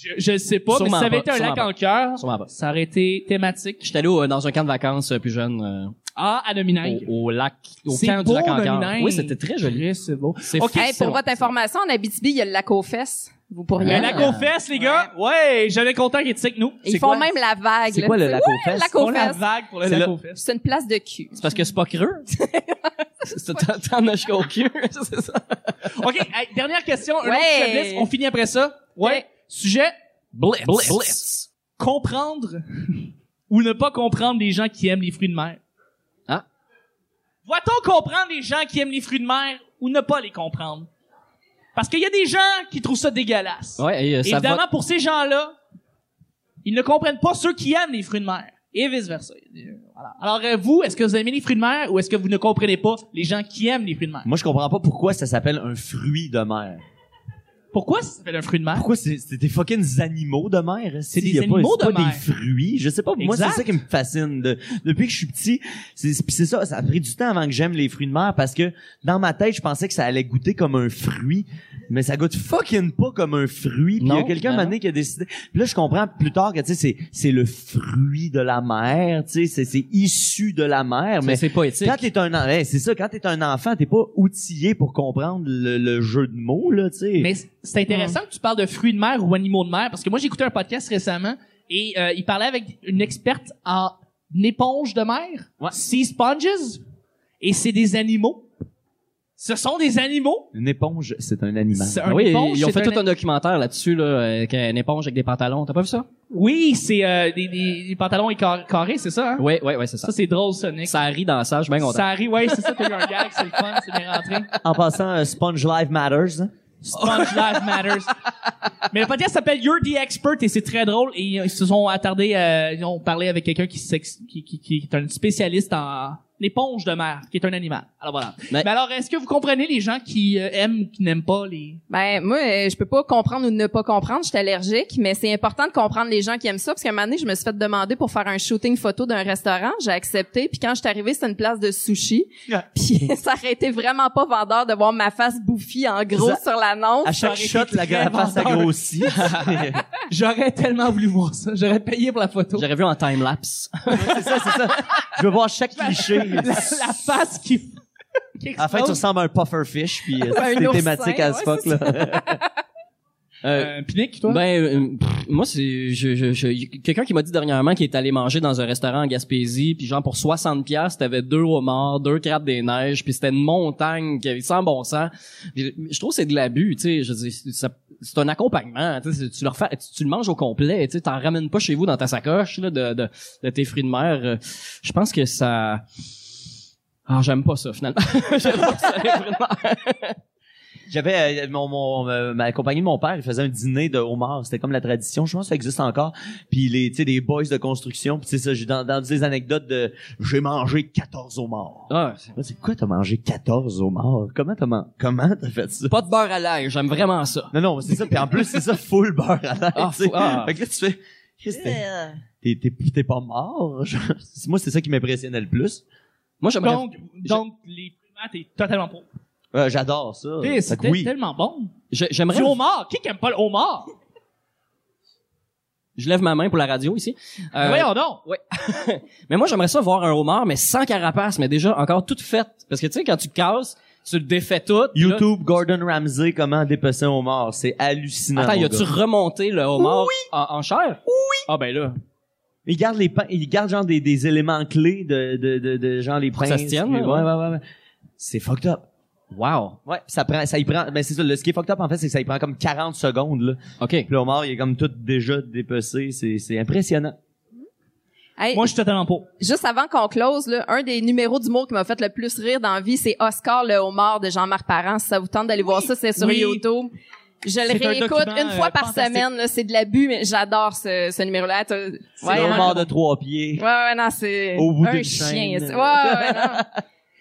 Speaker 3: Je, je sais pas, mais
Speaker 5: Sûrement
Speaker 3: si ça avait
Speaker 5: pas,
Speaker 3: été un
Speaker 5: sûrement
Speaker 3: lac
Speaker 5: pas.
Speaker 3: en cœur,
Speaker 5: Sûrement pas.
Speaker 3: ça aurait été thématique.
Speaker 5: J'étais allé au- dans un camp de vacances euh, plus jeune, euh,
Speaker 3: Ah, à Nomineng.
Speaker 5: au, au lac, au
Speaker 3: C'est
Speaker 5: camp du
Speaker 3: beau,
Speaker 5: lac en cœur.
Speaker 3: Nomineng.
Speaker 5: Oui, c'était très joli.
Speaker 3: Yes, c'est beau.
Speaker 5: C'est
Speaker 3: Ok,
Speaker 5: fou,
Speaker 6: Hey,
Speaker 5: c'est
Speaker 6: pour
Speaker 5: bon.
Speaker 6: votre information, en Abitibi, il y a le lac aux fesses. Vous pourriez
Speaker 3: Mais
Speaker 6: aller.
Speaker 3: la confesse, les gars. Ouais, j'avais content qu'ils étaient avec nous.
Speaker 6: Ils font même la vague.
Speaker 4: C'est
Speaker 6: là,
Speaker 4: quoi le
Speaker 6: tu sais.
Speaker 4: lac aux
Speaker 6: Ouais,
Speaker 4: fesses?
Speaker 6: lac
Speaker 3: On
Speaker 6: aux
Speaker 3: la
Speaker 6: fesses.
Speaker 3: vague pour le
Speaker 4: C'est
Speaker 3: lac
Speaker 4: le-
Speaker 3: aux fesses.
Speaker 6: C'est une place de cul.
Speaker 5: C'est parce que c'est pas creux. C'est- t'en- T'en as jusqu'au cul, c'est ça.
Speaker 3: OK, hey, dernière question. Un
Speaker 6: Ouais.
Speaker 3: autre sujet blitz. On finit après ça. Ouais.
Speaker 6: Ouais.
Speaker 3: Sujet,
Speaker 5: Blitz. Blitz.
Speaker 3: comprendre ou ne pas comprendre les gens qui aiment les fruits de mer.
Speaker 5: Ah.
Speaker 3: Doit-on comprendre les gens qui aiment les fruits de mer ou ne pas les comprendre? Parce qu'il y a des gens qui trouvent ça dégueulasse.
Speaker 5: Ouais, et, euh, ça
Speaker 3: Évidemment,
Speaker 5: va.
Speaker 3: pour ces gens-là, ils ne comprennent pas ceux qui aiment les fruits de mer et vice-versa. Euh, voilà. Alors, euh, vous, est-ce que vous aimez les fruits de mer ou est-ce que vous ne comprenez pas les gens qui aiment les fruits de mer?
Speaker 4: Moi, je comprends pas pourquoi ça s'appelle un fruit de mer.
Speaker 3: Pourquoi ça s'appelle un fruit de mer?
Speaker 4: Pourquoi c'est c'est des fucking animaux de mer?
Speaker 3: C'est
Speaker 4: si,
Speaker 3: des
Speaker 4: y a pas-
Speaker 3: animaux
Speaker 4: Ah. c'est pas,
Speaker 3: de mer.
Speaker 4: des fruits. Je sais pas. Moi, c'est
Speaker 3: Exact.
Speaker 4: ça qui me fascine. De- depuis que je suis petit, c'est pis c'est ça. Ça a pris du temps avant que j'aime les fruits de mer parce que dans ma tête, je pensais que ça allait goûter comme un fruit, mais ça goûte fucking pas comme un fruit. Puis il y a
Speaker 5: Non,
Speaker 4: quelqu'un un
Speaker 5: ben
Speaker 4: moment donné, qui a décidé. Puis là, je comprends plus tard que tu sais, c'est c'est le fruit de la mer. Tu sais, c'est- c'est issu de la mer, mais
Speaker 5: Mais c'est poétique.
Speaker 4: quand t'es un en- hey, c'est ça quand t'es un enfant t'es pas outillé pour comprendre le, le jeu de mots là tu sais
Speaker 3: Mais c- c'est intéressant que tu parles de fruits de mer ou animaux de mer parce que moi, j'ai écouté un podcast récemment et euh, il parlait avec une experte en éponge de mer,
Speaker 4: Ouais.
Speaker 3: sea sponges, et c'est des animaux. Ce sont des animaux.
Speaker 4: une éponge c'est un animal
Speaker 3: C'est
Speaker 5: Ah
Speaker 3: un
Speaker 5: oui,
Speaker 3: éponge,
Speaker 5: ils ont
Speaker 3: c'est
Speaker 5: fait
Speaker 3: un
Speaker 5: tout un documentaire là-dessus, là, euh, avec une éponge avec des pantalons. T'as pas vu ça?
Speaker 3: Oui, c'est euh, des, des- des pantalons écar- carrés, c'est ça, hein?
Speaker 5: Oui, oui, oui, c'est ça.
Speaker 3: Ça, c'est drôle, ça, Nick.
Speaker 5: Ça rit dans ça, je suis bien content.
Speaker 3: Ça arrive, ouais, c'est ça, t'as eu un gag, c'est le fun, c'est bien rentré.
Speaker 4: en passant euh, Sponge Life Matters hein.
Speaker 3: Sponge Life Matters. Mais le podcast s'appelle You're the Expert et c'est très drôle. euh, Et ils se sont attardés, euh, ils ont parlé avec quelqu'un qui, s'ex- qui, qui, qui est un spécialiste en, éponge de mer, qui est un animal. Alors voilà.
Speaker 4: Mais-
Speaker 3: Mais, alors, est-ce que vous comprenez les gens qui euh, aiment ou qui n'aiment pas les...
Speaker 6: Ben moi, euh, je peux pas comprendre ou ne pas comprendre. Je suis allergique, mais c'est important de comprendre les gens qui aiment ça parce qu'à un moment donné, je me suis fait demander pour faire un shooting photo d'un restaurant. J'ai accepté. Puis quand je suis arrivée, c'était une place de sushi.
Speaker 3: Ouais.
Speaker 6: Puis ça aurait été vraiment pas vendeur de voir ma face bouffie en gros
Speaker 4: Ça-
Speaker 6: sur l'annonce.
Speaker 4: À chaque
Speaker 3: aurait été
Speaker 4: shot, la
Speaker 3: très
Speaker 4: grande face a
Speaker 3: vendeur.
Speaker 4: grossi.
Speaker 3: J'aurais tellement voulu voir ça. J'aurais payé pour la photo.
Speaker 5: J'aurais vu en time-lapse.
Speaker 4: c'est ça, c'est ça. Je veux voir chaque cliché.
Speaker 3: La, la face qui... qui
Speaker 4: À la fin, tu
Speaker 3: explose.
Speaker 4: ressembles à un puffer fish, puis euh,
Speaker 6: Un
Speaker 4: c'est
Speaker 6: oursin,
Speaker 4: thématique à ce
Speaker 6: ouais,
Speaker 4: fuck,
Speaker 6: c'est
Speaker 4: là.
Speaker 3: Euh, puis Nick, toi?
Speaker 5: Ben, euh, pff, moi, c'est je, je, je- quelqu'un qui m'a dit dernièrement qu'il est allé manger dans un restaurant en Gaspésie, puis genre pour 60 pièces, t'avais deux homards, deux crabes des neiges, puis c'était une montagne qui avait sans bon sens. Puis je je trouve que c'est de l'abus, tu sais. Je dis, ça- c'est un accompagnement, tu sais, c'est- tu le refais, tu, tu le manges au complet, tu sais, t'en ramènes pas chez vous dans ta sacoche là, de, de, de tes fruits de mer. Euh, Je pense que ça. Ah, j'aime pas ça finalement. j'aime pas ça les fruits de mer.
Speaker 4: J'avais euh, mon, mon euh, ma compagnie de mon père, il faisait un dîner de homard, c'était comme la tradition, je pense que ça existe encore. Puis les tu sais des boys de construction, puis c'est ça, j'ai dans, dans des anecdotes de j'ai mangé 14 homards.
Speaker 5: Ah, c'est-
Speaker 4: Moi, C'est quoi t'as mangé 14 homards Comment t'as man- comment t'as fait ça
Speaker 5: pas de beurre à l'ail, j'aime vraiment ça.
Speaker 4: Non non, c'est ça, puis en plus c'est ça full beurre à l'ail.
Speaker 5: Ah,
Speaker 4: tu sais.
Speaker 5: fou- ah.
Speaker 4: Fait que là tu fais Christ, t'es- t'es t'es- t'es pas mort. genre. Moi c'est ça qui m'impressionnait le plus. ben,
Speaker 5: Moi, j'aimerais
Speaker 3: donc, donc, les primates, t'es totalement pour.
Speaker 4: Euh, j'adore ça.
Speaker 5: Eh,
Speaker 3: Hey,
Speaker 4: Fait que
Speaker 3: C'était
Speaker 4: oui.
Speaker 3: tellement bon.
Speaker 5: j'ai- j'aimerais
Speaker 3: Du homard. Qui qui aime pas le homard?
Speaker 5: Je lève ma main pour la radio ici. Euh,
Speaker 3: Ben Voyons donc.
Speaker 5: mais moi, j'aimerais ça voir un homard, mais sans carapace, mais déjà encore toute faite. Parce que tu sais, quand tu casses, tu le défais tout. puis là-
Speaker 4: YouTube Gordon Ramsay comment dépecer un homard, c'est hallucinant.
Speaker 5: Attends,
Speaker 4: mon
Speaker 5: y
Speaker 4: gars.
Speaker 5: a-tu remonté le homard en, en chair? Oui! Ah ben là,
Speaker 4: Ils gardent les pains, ils gardent genre des, des éléments clés de, de, de, de genre les
Speaker 5: Pour que
Speaker 4: princes.
Speaker 5: ça se tienne,
Speaker 4: puis-
Speaker 5: là,
Speaker 4: ouais,
Speaker 5: ouais.
Speaker 4: ouais, ouais, ouais. C'est fucked up.
Speaker 5: wow.
Speaker 4: Ouais, ça prend, ça y prend, ben c'est ça, le, ce qui est fucked up en fait, c'est que ça y prend comme 40 secondes, là.
Speaker 5: OK.
Speaker 4: Puis le homard, il est comme tout déjà dépecé, c'est, c'est impressionnant.
Speaker 6: Hey,
Speaker 3: Ah, Moi, je suis totalement pour.
Speaker 6: Juste avant qu'on close, là, un des numéros d'humour qui m'a fait le plus rire dans la vie, c'est Oscar le homard de Jean-Marc Parent. Si ça vous tente d'aller voir ça, c'est sur
Speaker 3: Oui.
Speaker 6: YouTube. Je
Speaker 3: C'est
Speaker 6: le
Speaker 3: un
Speaker 6: réécoute
Speaker 3: document,
Speaker 6: une fois
Speaker 3: euh,
Speaker 6: par
Speaker 3: fantastique.
Speaker 6: semaine. là. C'est de l'abus, mais j'adore ce, ce numéro-là. T'as- Ouais,
Speaker 4: le
Speaker 6: hein.
Speaker 4: homard de trois pieds.
Speaker 6: ouais, ouais, non, c'est
Speaker 4: Au bout
Speaker 6: un
Speaker 4: d'une
Speaker 6: chien.
Speaker 4: chaîne.
Speaker 6: c'est- Ouais, ouais, non.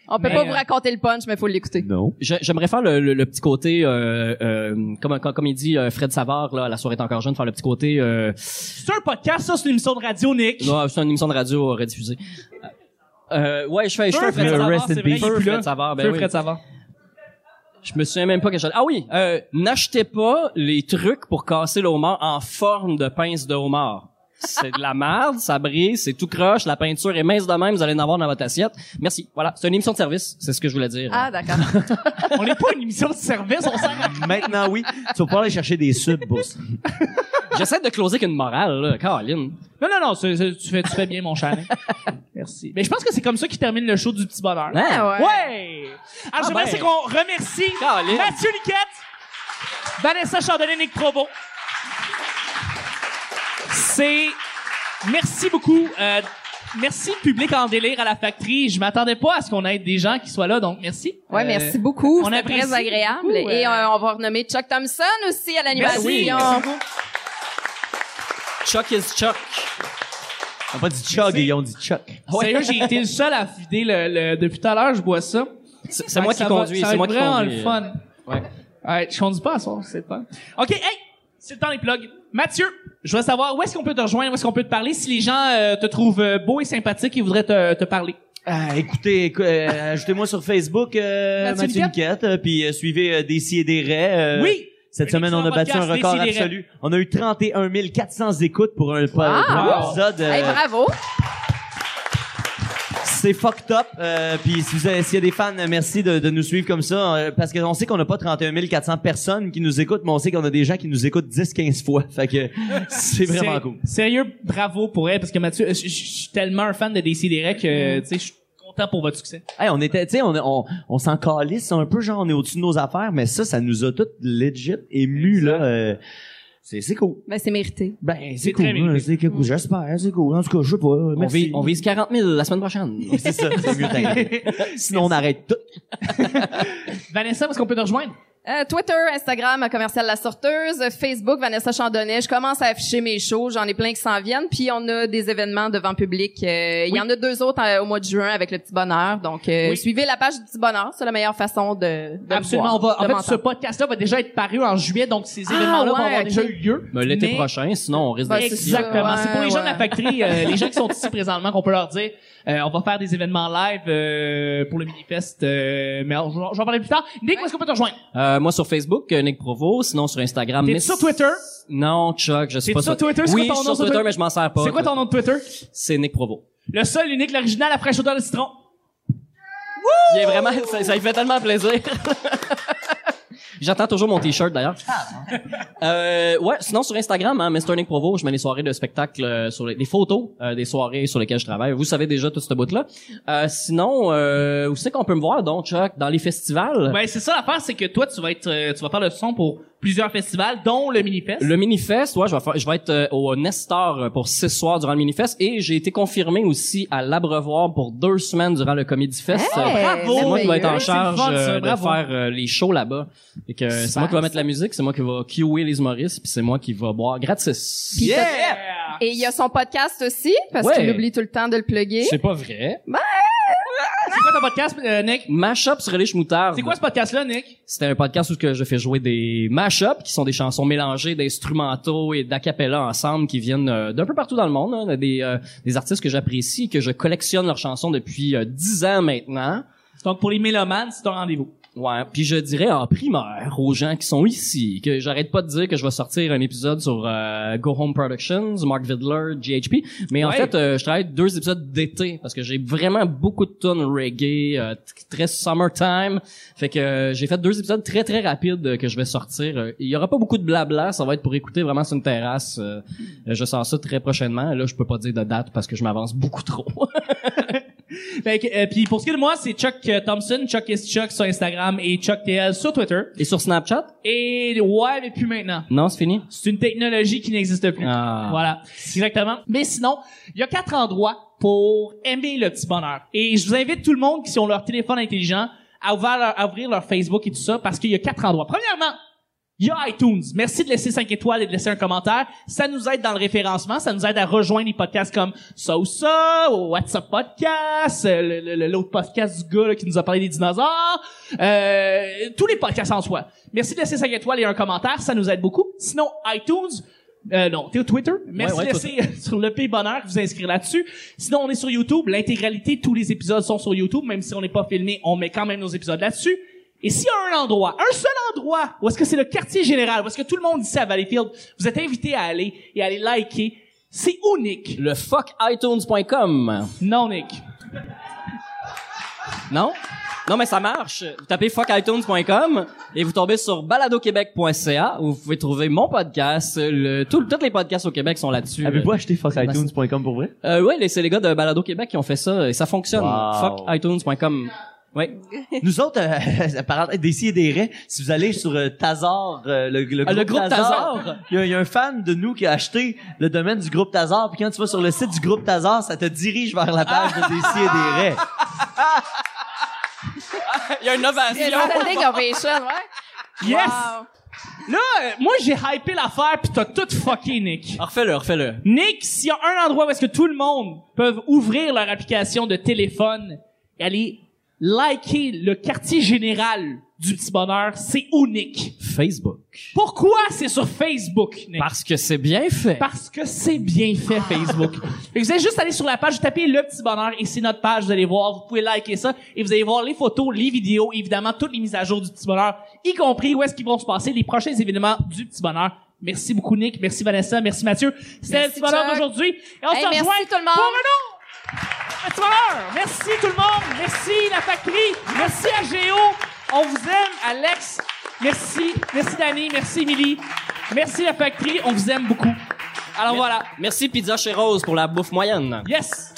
Speaker 6: On peut
Speaker 3: Mais,
Speaker 6: pas
Speaker 3: euh,
Speaker 6: vous raconter le punch, mais faut l'écouter.
Speaker 4: Non.
Speaker 5: J'ai- J'aimerais faire le, le- le petit côté, euh, euh, comme, comme, comme il dit euh, Fred Savard, là, à la soirée est encore jeune, faire le petit côté... Euh,
Speaker 3: C'est un podcast, ça, c'est une émission de radio, Nick.
Speaker 5: non, c'est une émission de radio euh, rediffusée. Euh, ouais, je fais, je fais
Speaker 3: Feu Fred Savard,
Speaker 5: un Fred Savard,
Speaker 3: c'est
Speaker 5: c'est
Speaker 3: vrai,
Speaker 5: vrai,
Speaker 3: il est plus là.
Speaker 5: Fred Savard, ben
Speaker 3: Feu,
Speaker 5: oui.
Speaker 3: Fred Savard.
Speaker 5: Je me souviens même pas que j'allais. Ah oui, euh, n'achetez pas les trucs pour casser le homard en forme de pince de homard. C'est de la merde, ça brise, c'est tout croche, la peinture est mince de même, vous allez en avoir dans votre assiette. Merci. Voilà, c'est une émission de service, c'est ce que je voulais dire.
Speaker 6: Ah, d'accord.
Speaker 3: On n'est pas une émission de service, on sert à
Speaker 4: Maintenant, oui. Tu vas pouvoir aller chercher des subs, boss.
Speaker 5: J'essaie de closer qu'une morale, là, Caroline.
Speaker 3: Non, non, non, c'est- c'est- tu, fais, tu fais bien, mon cher. Nick. Merci. Mais je pense que c'est comme ça qu'il termine le show du petit bonheur.
Speaker 5: Hein?
Speaker 6: Ah ouais.
Speaker 3: Ouais! Alors, je
Speaker 5: ben.
Speaker 3: voudrais qu'on remercie
Speaker 5: Caroline.
Speaker 3: Mathieu Niquette, Vanessa Chardonnay, Nick Provo. C'est... Merci beaucoup. euh, merci, public en délire à la factory. Je m'attendais pas à ce qu'on ait des gens qui soient là, donc merci.
Speaker 6: Ouais,
Speaker 3: Euh,
Speaker 6: merci beaucoup.
Speaker 3: on
Speaker 6: C'était
Speaker 3: apprécie
Speaker 6: très agréable.
Speaker 3: beaucoup,
Speaker 6: Et
Speaker 3: euh, Ben
Speaker 6: euh, on va renommer Chuck Thompson aussi à l'animation.
Speaker 3: Merci. Merci beaucoup.
Speaker 5: Chuck is Chuck.
Speaker 4: On pas dit chug, ils ont dit chuck.
Speaker 3: Sérieux, j'ai été le seul à vider le, le- depuis tout à l'heure, je bois ça.
Speaker 5: C'est c'est moi qui conduis, c'est moi qui
Speaker 3: vraiment
Speaker 5: conduis.
Speaker 3: le fun. euh. Ouais. je conduis pas à soir, c'est le fun. OK, hey, c'est le temps des plugs. Mathieu, je veux savoir où est-ce qu'on peut te rejoindre, où est-ce qu'on peut te parler si les gens euh, te trouvent euh, beau et sympathique et voudraient te, te parler.
Speaker 4: Ah, écoutez, écou- euh, ajoutez-moi sur Facebook, euh,
Speaker 3: Mathieu
Speaker 4: Mathieu Niquette, euh, puis euh, suivez euh, des et des raies. euh,
Speaker 3: oui!
Speaker 4: Cette
Speaker 3: Un
Speaker 4: semaine, on a
Speaker 3: excellent
Speaker 4: battu un
Speaker 3: podcast,
Speaker 4: record
Speaker 3: Décidérez.
Speaker 4: absolu. On a eu 31 400 écoutes pour un, pour un
Speaker 3: Wow.
Speaker 4: épisode. euh,
Speaker 6: Hey, bravo.
Speaker 4: c'est fucked up. Euh, Puis si vous avez- s'il y a des fans, euh, merci de, de nous suivre comme ça. euh, parce qu'on sait qu'on n'a pas 31 400 personnes qui nous écoutent, mais on sait qu'on a des gens qui nous écoutent 10-15 fois. Fait que c'est vraiment
Speaker 3: Sé-
Speaker 4: cool.
Speaker 3: Sérieux, bravo pour elle, parce que Mathieu, euh, je je- je suis tellement un fan de Décideret que, tu sais, je suis content pour votre succès.
Speaker 4: Hey, on était, tu sais, on, on, on s'en calisse un peu, genre on est au-dessus de nos affaires, mais ça, ça nous a toutes legit émus, là. euh, c'est c'est cool.
Speaker 6: Ben, c'est mérité.
Speaker 4: Ben,
Speaker 3: C'est
Speaker 4: c'est cool.
Speaker 3: très mérité.
Speaker 4: hein, C'est cool. J'espère, c'est cool. En tout cas, je sais pas. euh,
Speaker 5: On,
Speaker 4: Merci.
Speaker 5: vise, on vise 40 000 la semaine prochaine.
Speaker 4: C'est ça, c'est mieux. t'arrêter. Sinon, on arrête tout.
Speaker 3: Vanessa, où est-ce qu'on peut te rejoindre?
Speaker 6: Euh, Twitter, Instagram, commercial la sorteuse, Facebook, Vanessa Chandonnet. Je commence à afficher mes shows. J'en ai plein qui s'en viennent. Puis on a des événements devant public. Euh, Il y en a deux autres euh, au mois de juin avec le Petit Bonheur. Donc euh,
Speaker 3: Oui.
Speaker 6: suivez la page du Petit Bonheur. C'est la meilleure façon de, de me
Speaker 3: Absolument. On va,
Speaker 6: voir,
Speaker 3: en
Speaker 6: de
Speaker 3: fait, ce
Speaker 6: m'entendre.
Speaker 3: podcast-là va déjà être paru en juillet, donc ces
Speaker 6: Ah,
Speaker 3: événements-là vont
Speaker 6: ouais,
Speaker 3: avoir
Speaker 6: ok.
Speaker 3: déjà eu lieu.
Speaker 5: Mais l'été
Speaker 3: Mais-
Speaker 5: prochain, sinon on risque
Speaker 6: Ben,
Speaker 5: d'être-
Speaker 6: c'est ça.
Speaker 3: Exactement.
Speaker 6: Ouais,
Speaker 3: c'est pour les gens de la
Speaker 6: ouais.
Speaker 3: factory, euh, les gens qui sont ici présentement, qu'on peut leur dire, euh, on va faire des événements live euh, pour le mini-fest, euh, mais on- je vais en parler plus tard. Nick, où est-ce qu'on peut te rejoindre?
Speaker 5: Euh, moi sur Facebook, euh, Nick Provo, sinon sur Instagram.
Speaker 3: T'es
Speaker 5: Miss-
Speaker 3: sur Twitter?
Speaker 5: Non, Chuck, je suis
Speaker 3: T'es
Speaker 5: pas
Speaker 3: sur Twitter? C'est
Speaker 5: Oui,
Speaker 3: quoi ton
Speaker 5: je suis
Speaker 3: nom
Speaker 5: sur Twitter, mais je m'en sers pas.
Speaker 3: C'est quoi ton nom de Twitter?
Speaker 5: C'est Nick Provo.
Speaker 3: Le seul, l'unique, l'original, la fraîche odeur de citron.
Speaker 5: Il est vraiment, ça, ça lui fait tellement plaisir. J'attends toujours mon t-shirt d'ailleurs. Euh, ouais, sinon sur Instagram, hein, Mr Nick Provo, je mets les soirées de spectacle euh, sur les, des photos euh, des soirées sur lesquelles je travaille. Vous savez déjà tout ce bout là. Euh, sinon, euh, où c'est qu'on peut me voir donc Chuck dans les festivals?
Speaker 3: Ben, c'est ça l'affaire, c'est que toi, tu vas être, euh, tu vas faire le son pour plusieurs festivals, dont le mini-fest.
Speaker 5: Le Minifest, ouais, je vais, faire- je vais être euh, au Nestor euh, pour six soirs durant le Minifest et j'ai été confirmé aussi à l'Abrevoir pour deux semaines durant le Comedy Fest.
Speaker 6: Hey,
Speaker 5: Euh, c'est moi qui vais être en
Speaker 6: merveilleux.
Speaker 5: charge
Speaker 3: C'est le fun, ça,
Speaker 5: euh, de
Speaker 3: bravo.
Speaker 5: faire euh, les shows là-bas. Fait que, euh, C'est
Speaker 6: Super,
Speaker 5: moi qui vais mettre la musique, c'est moi qui vais cuer les humoristes, puis c'est moi qui vais boire gratis.
Speaker 6: Puis
Speaker 5: Yeah!
Speaker 6: t'as- Et il y a son podcast aussi, parce
Speaker 5: Ouais.
Speaker 6: qu'il oublie tout le temps de le plugger.
Speaker 5: C'est pas vrai.
Speaker 3: C'est quoi ton podcast, euh, Nick?
Speaker 5: Mashup sur les moutarde.
Speaker 3: C'est quoi ce podcast-là, Nick?
Speaker 5: C'était un podcast où ce que je fais jouer des mashups qui sont des chansons mélangées d'instrumentaux et d'acapella ensemble qui viennent euh, d'un peu partout dans le monde, hein, des, euh, des artistes que j'apprécie, que je collectionne leurs chansons depuis euh, dix ans maintenant.
Speaker 3: Donc, pour les mélomanes, c'est ton rendez-vous.
Speaker 5: Ouais, puis je dirais en primeur aux gens qui sont ici que j'arrête pas de dire que je vais sortir un épisode sur euh, Go Home Productions, Mark Vidler, GHP, mais en
Speaker 3: Ouais.
Speaker 5: fait euh, je travaille deux épisodes d'été parce que j'ai vraiment beaucoup de tonnes reggae euh, t- très summertime. Fait que euh, j'ai fait deux épisodes très très rapides euh, que je vais sortir. Euh, Il y aura pas beaucoup de blabla, ça va être pour écouter vraiment sur une terrasse. Euh, euh, je sors ça très prochainement. Là, je peux pas dire de date parce que je m'avance beaucoup trop.
Speaker 3: Fait que, euh, puis pour ce qui est de moi, c'est Chuck euh, Thompson, Chuck is Chuck sur Instagram et Chuck TL sur Twitter.
Speaker 5: et sur Snapchat
Speaker 3: Et ouais, mais plus maintenant.
Speaker 5: Non, c'est fini.
Speaker 3: C'est une technologie qui n'existe plus.
Speaker 5: Ah.
Speaker 3: Voilà, exactement. Mais sinon, il y a quatre endroits pour aimer le petit bonheur. Et je vous invite tout le monde qui ont leur téléphone intelligent à ouvrir leur, à ouvrir leur Facebook et tout ça parce qu'il y a quatre endroits. Premièrement, il y a iTunes. Merci de laisser 5 étoiles et de laisser un commentaire. Ça nous aide dans le référencement. Ça nous aide à rejoindre les podcasts comme Ça ou Ça, ou What's Up Podcast, euh, le- le- le- l'autre podcast du gars là, qui nous a parlé des dinosaures, euh, tous les podcasts en soi. Merci de laisser 5 étoiles et un commentaire. Ça nous aide beaucoup. Sinon, iTunes, euh, non, t'es au Twitter. Merci
Speaker 5: Ouais, ouais,
Speaker 3: de laisser euh, sur le Pays Bonheur vous inscrire là-dessus. Sinon, on est sur YouTube. L'intégralité, tous les épisodes sont sur YouTube. Même si on n'est pas filmé, on met quand même nos épisodes là-dessus. Et s'il y a un endroit, un seul endroit, où est-ce que c'est le quartier général, où est-ce que tout le monde ici à Valleyfield, vous êtes invité à aller et à aller liker, c'est où, Nick?
Speaker 5: Le fuckitunes.com.
Speaker 3: Non, Nick.
Speaker 5: Non? Non, mais ça marche. Vous tapez fuckitunes.com et vous tombez sur baladoquebec.ca où vous pouvez trouver mon podcast. Le, tout, tous les podcasts au Québec sont là-dessus.
Speaker 4: Avez-vous acheté fuckitunes.com pour vrai?
Speaker 5: Euh, ouais, les- c'est les gars de Balado Québec qui ont fait ça et ça fonctionne.
Speaker 4: Wow.
Speaker 5: Fuckitunes.com. Ouais.
Speaker 4: Nous autres, euh, par- d'ici et des raies, si vous allez sur euh, Tazar, euh, le, le groupe,
Speaker 5: Ah, le groupe
Speaker 4: Tazar,
Speaker 5: Tazar.
Speaker 4: il y a- il y, a un fan de nous qui a acheté le domaine du groupe Tazar, puis quand tu vas sur le site du groupe Tazar, ça te dirige vers la page de d'ici et des raies.
Speaker 5: Il y a une innovation.
Speaker 6: Standing ovation, ouais.
Speaker 3: Yes!
Speaker 6: Wow.
Speaker 3: Là, euh, moi, j'ai hypé l'affaire pis t'as tout fucké, Nick.
Speaker 5: Ah, Refais-le, refais-le.
Speaker 3: Nick, s'il y a un endroit où est-ce que tout le monde peut ouvrir leur application de téléphone et aller liker le quartier général du petit bonheur, c'est où, Nick?
Speaker 5: Facebook.
Speaker 3: Pourquoi c'est sur Facebook, Nick?
Speaker 5: Parce que c'est bien fait.
Speaker 3: Parce que c'est bien fait, Facebook. Fait que vous allez juste aller sur la page, vous tapez le petit bonheur et c'est notre page, vous allez voir, vous pouvez liker ça et vous allez voir les photos, les vidéos, évidemment, toutes les mises à jour du petit bonheur, y compris où est-ce qu'ils vont se passer les prochains événements du petit bonheur. Merci beaucoup, Nick. Merci, Vanessa. Merci, Mathieu. C'était le
Speaker 6: Merci,
Speaker 3: petit bonheur
Speaker 6: Chuck.
Speaker 3: d'aujourd'hui. Et on
Speaker 6: Hey,
Speaker 3: se rejoint
Speaker 6: merci, tout le monde.
Speaker 3: pour un autre Petit bonheur. Merci, tout le monde. Merci, la factory. Merci à Géo. On vous aime, Alex. Merci. Merci, Danny. Merci, Émilie. Merci, la factory. On vous aime beaucoup. Alors voilà.
Speaker 5: Merci Pizza chez Rose pour la bouffe moyenne.
Speaker 3: Yes!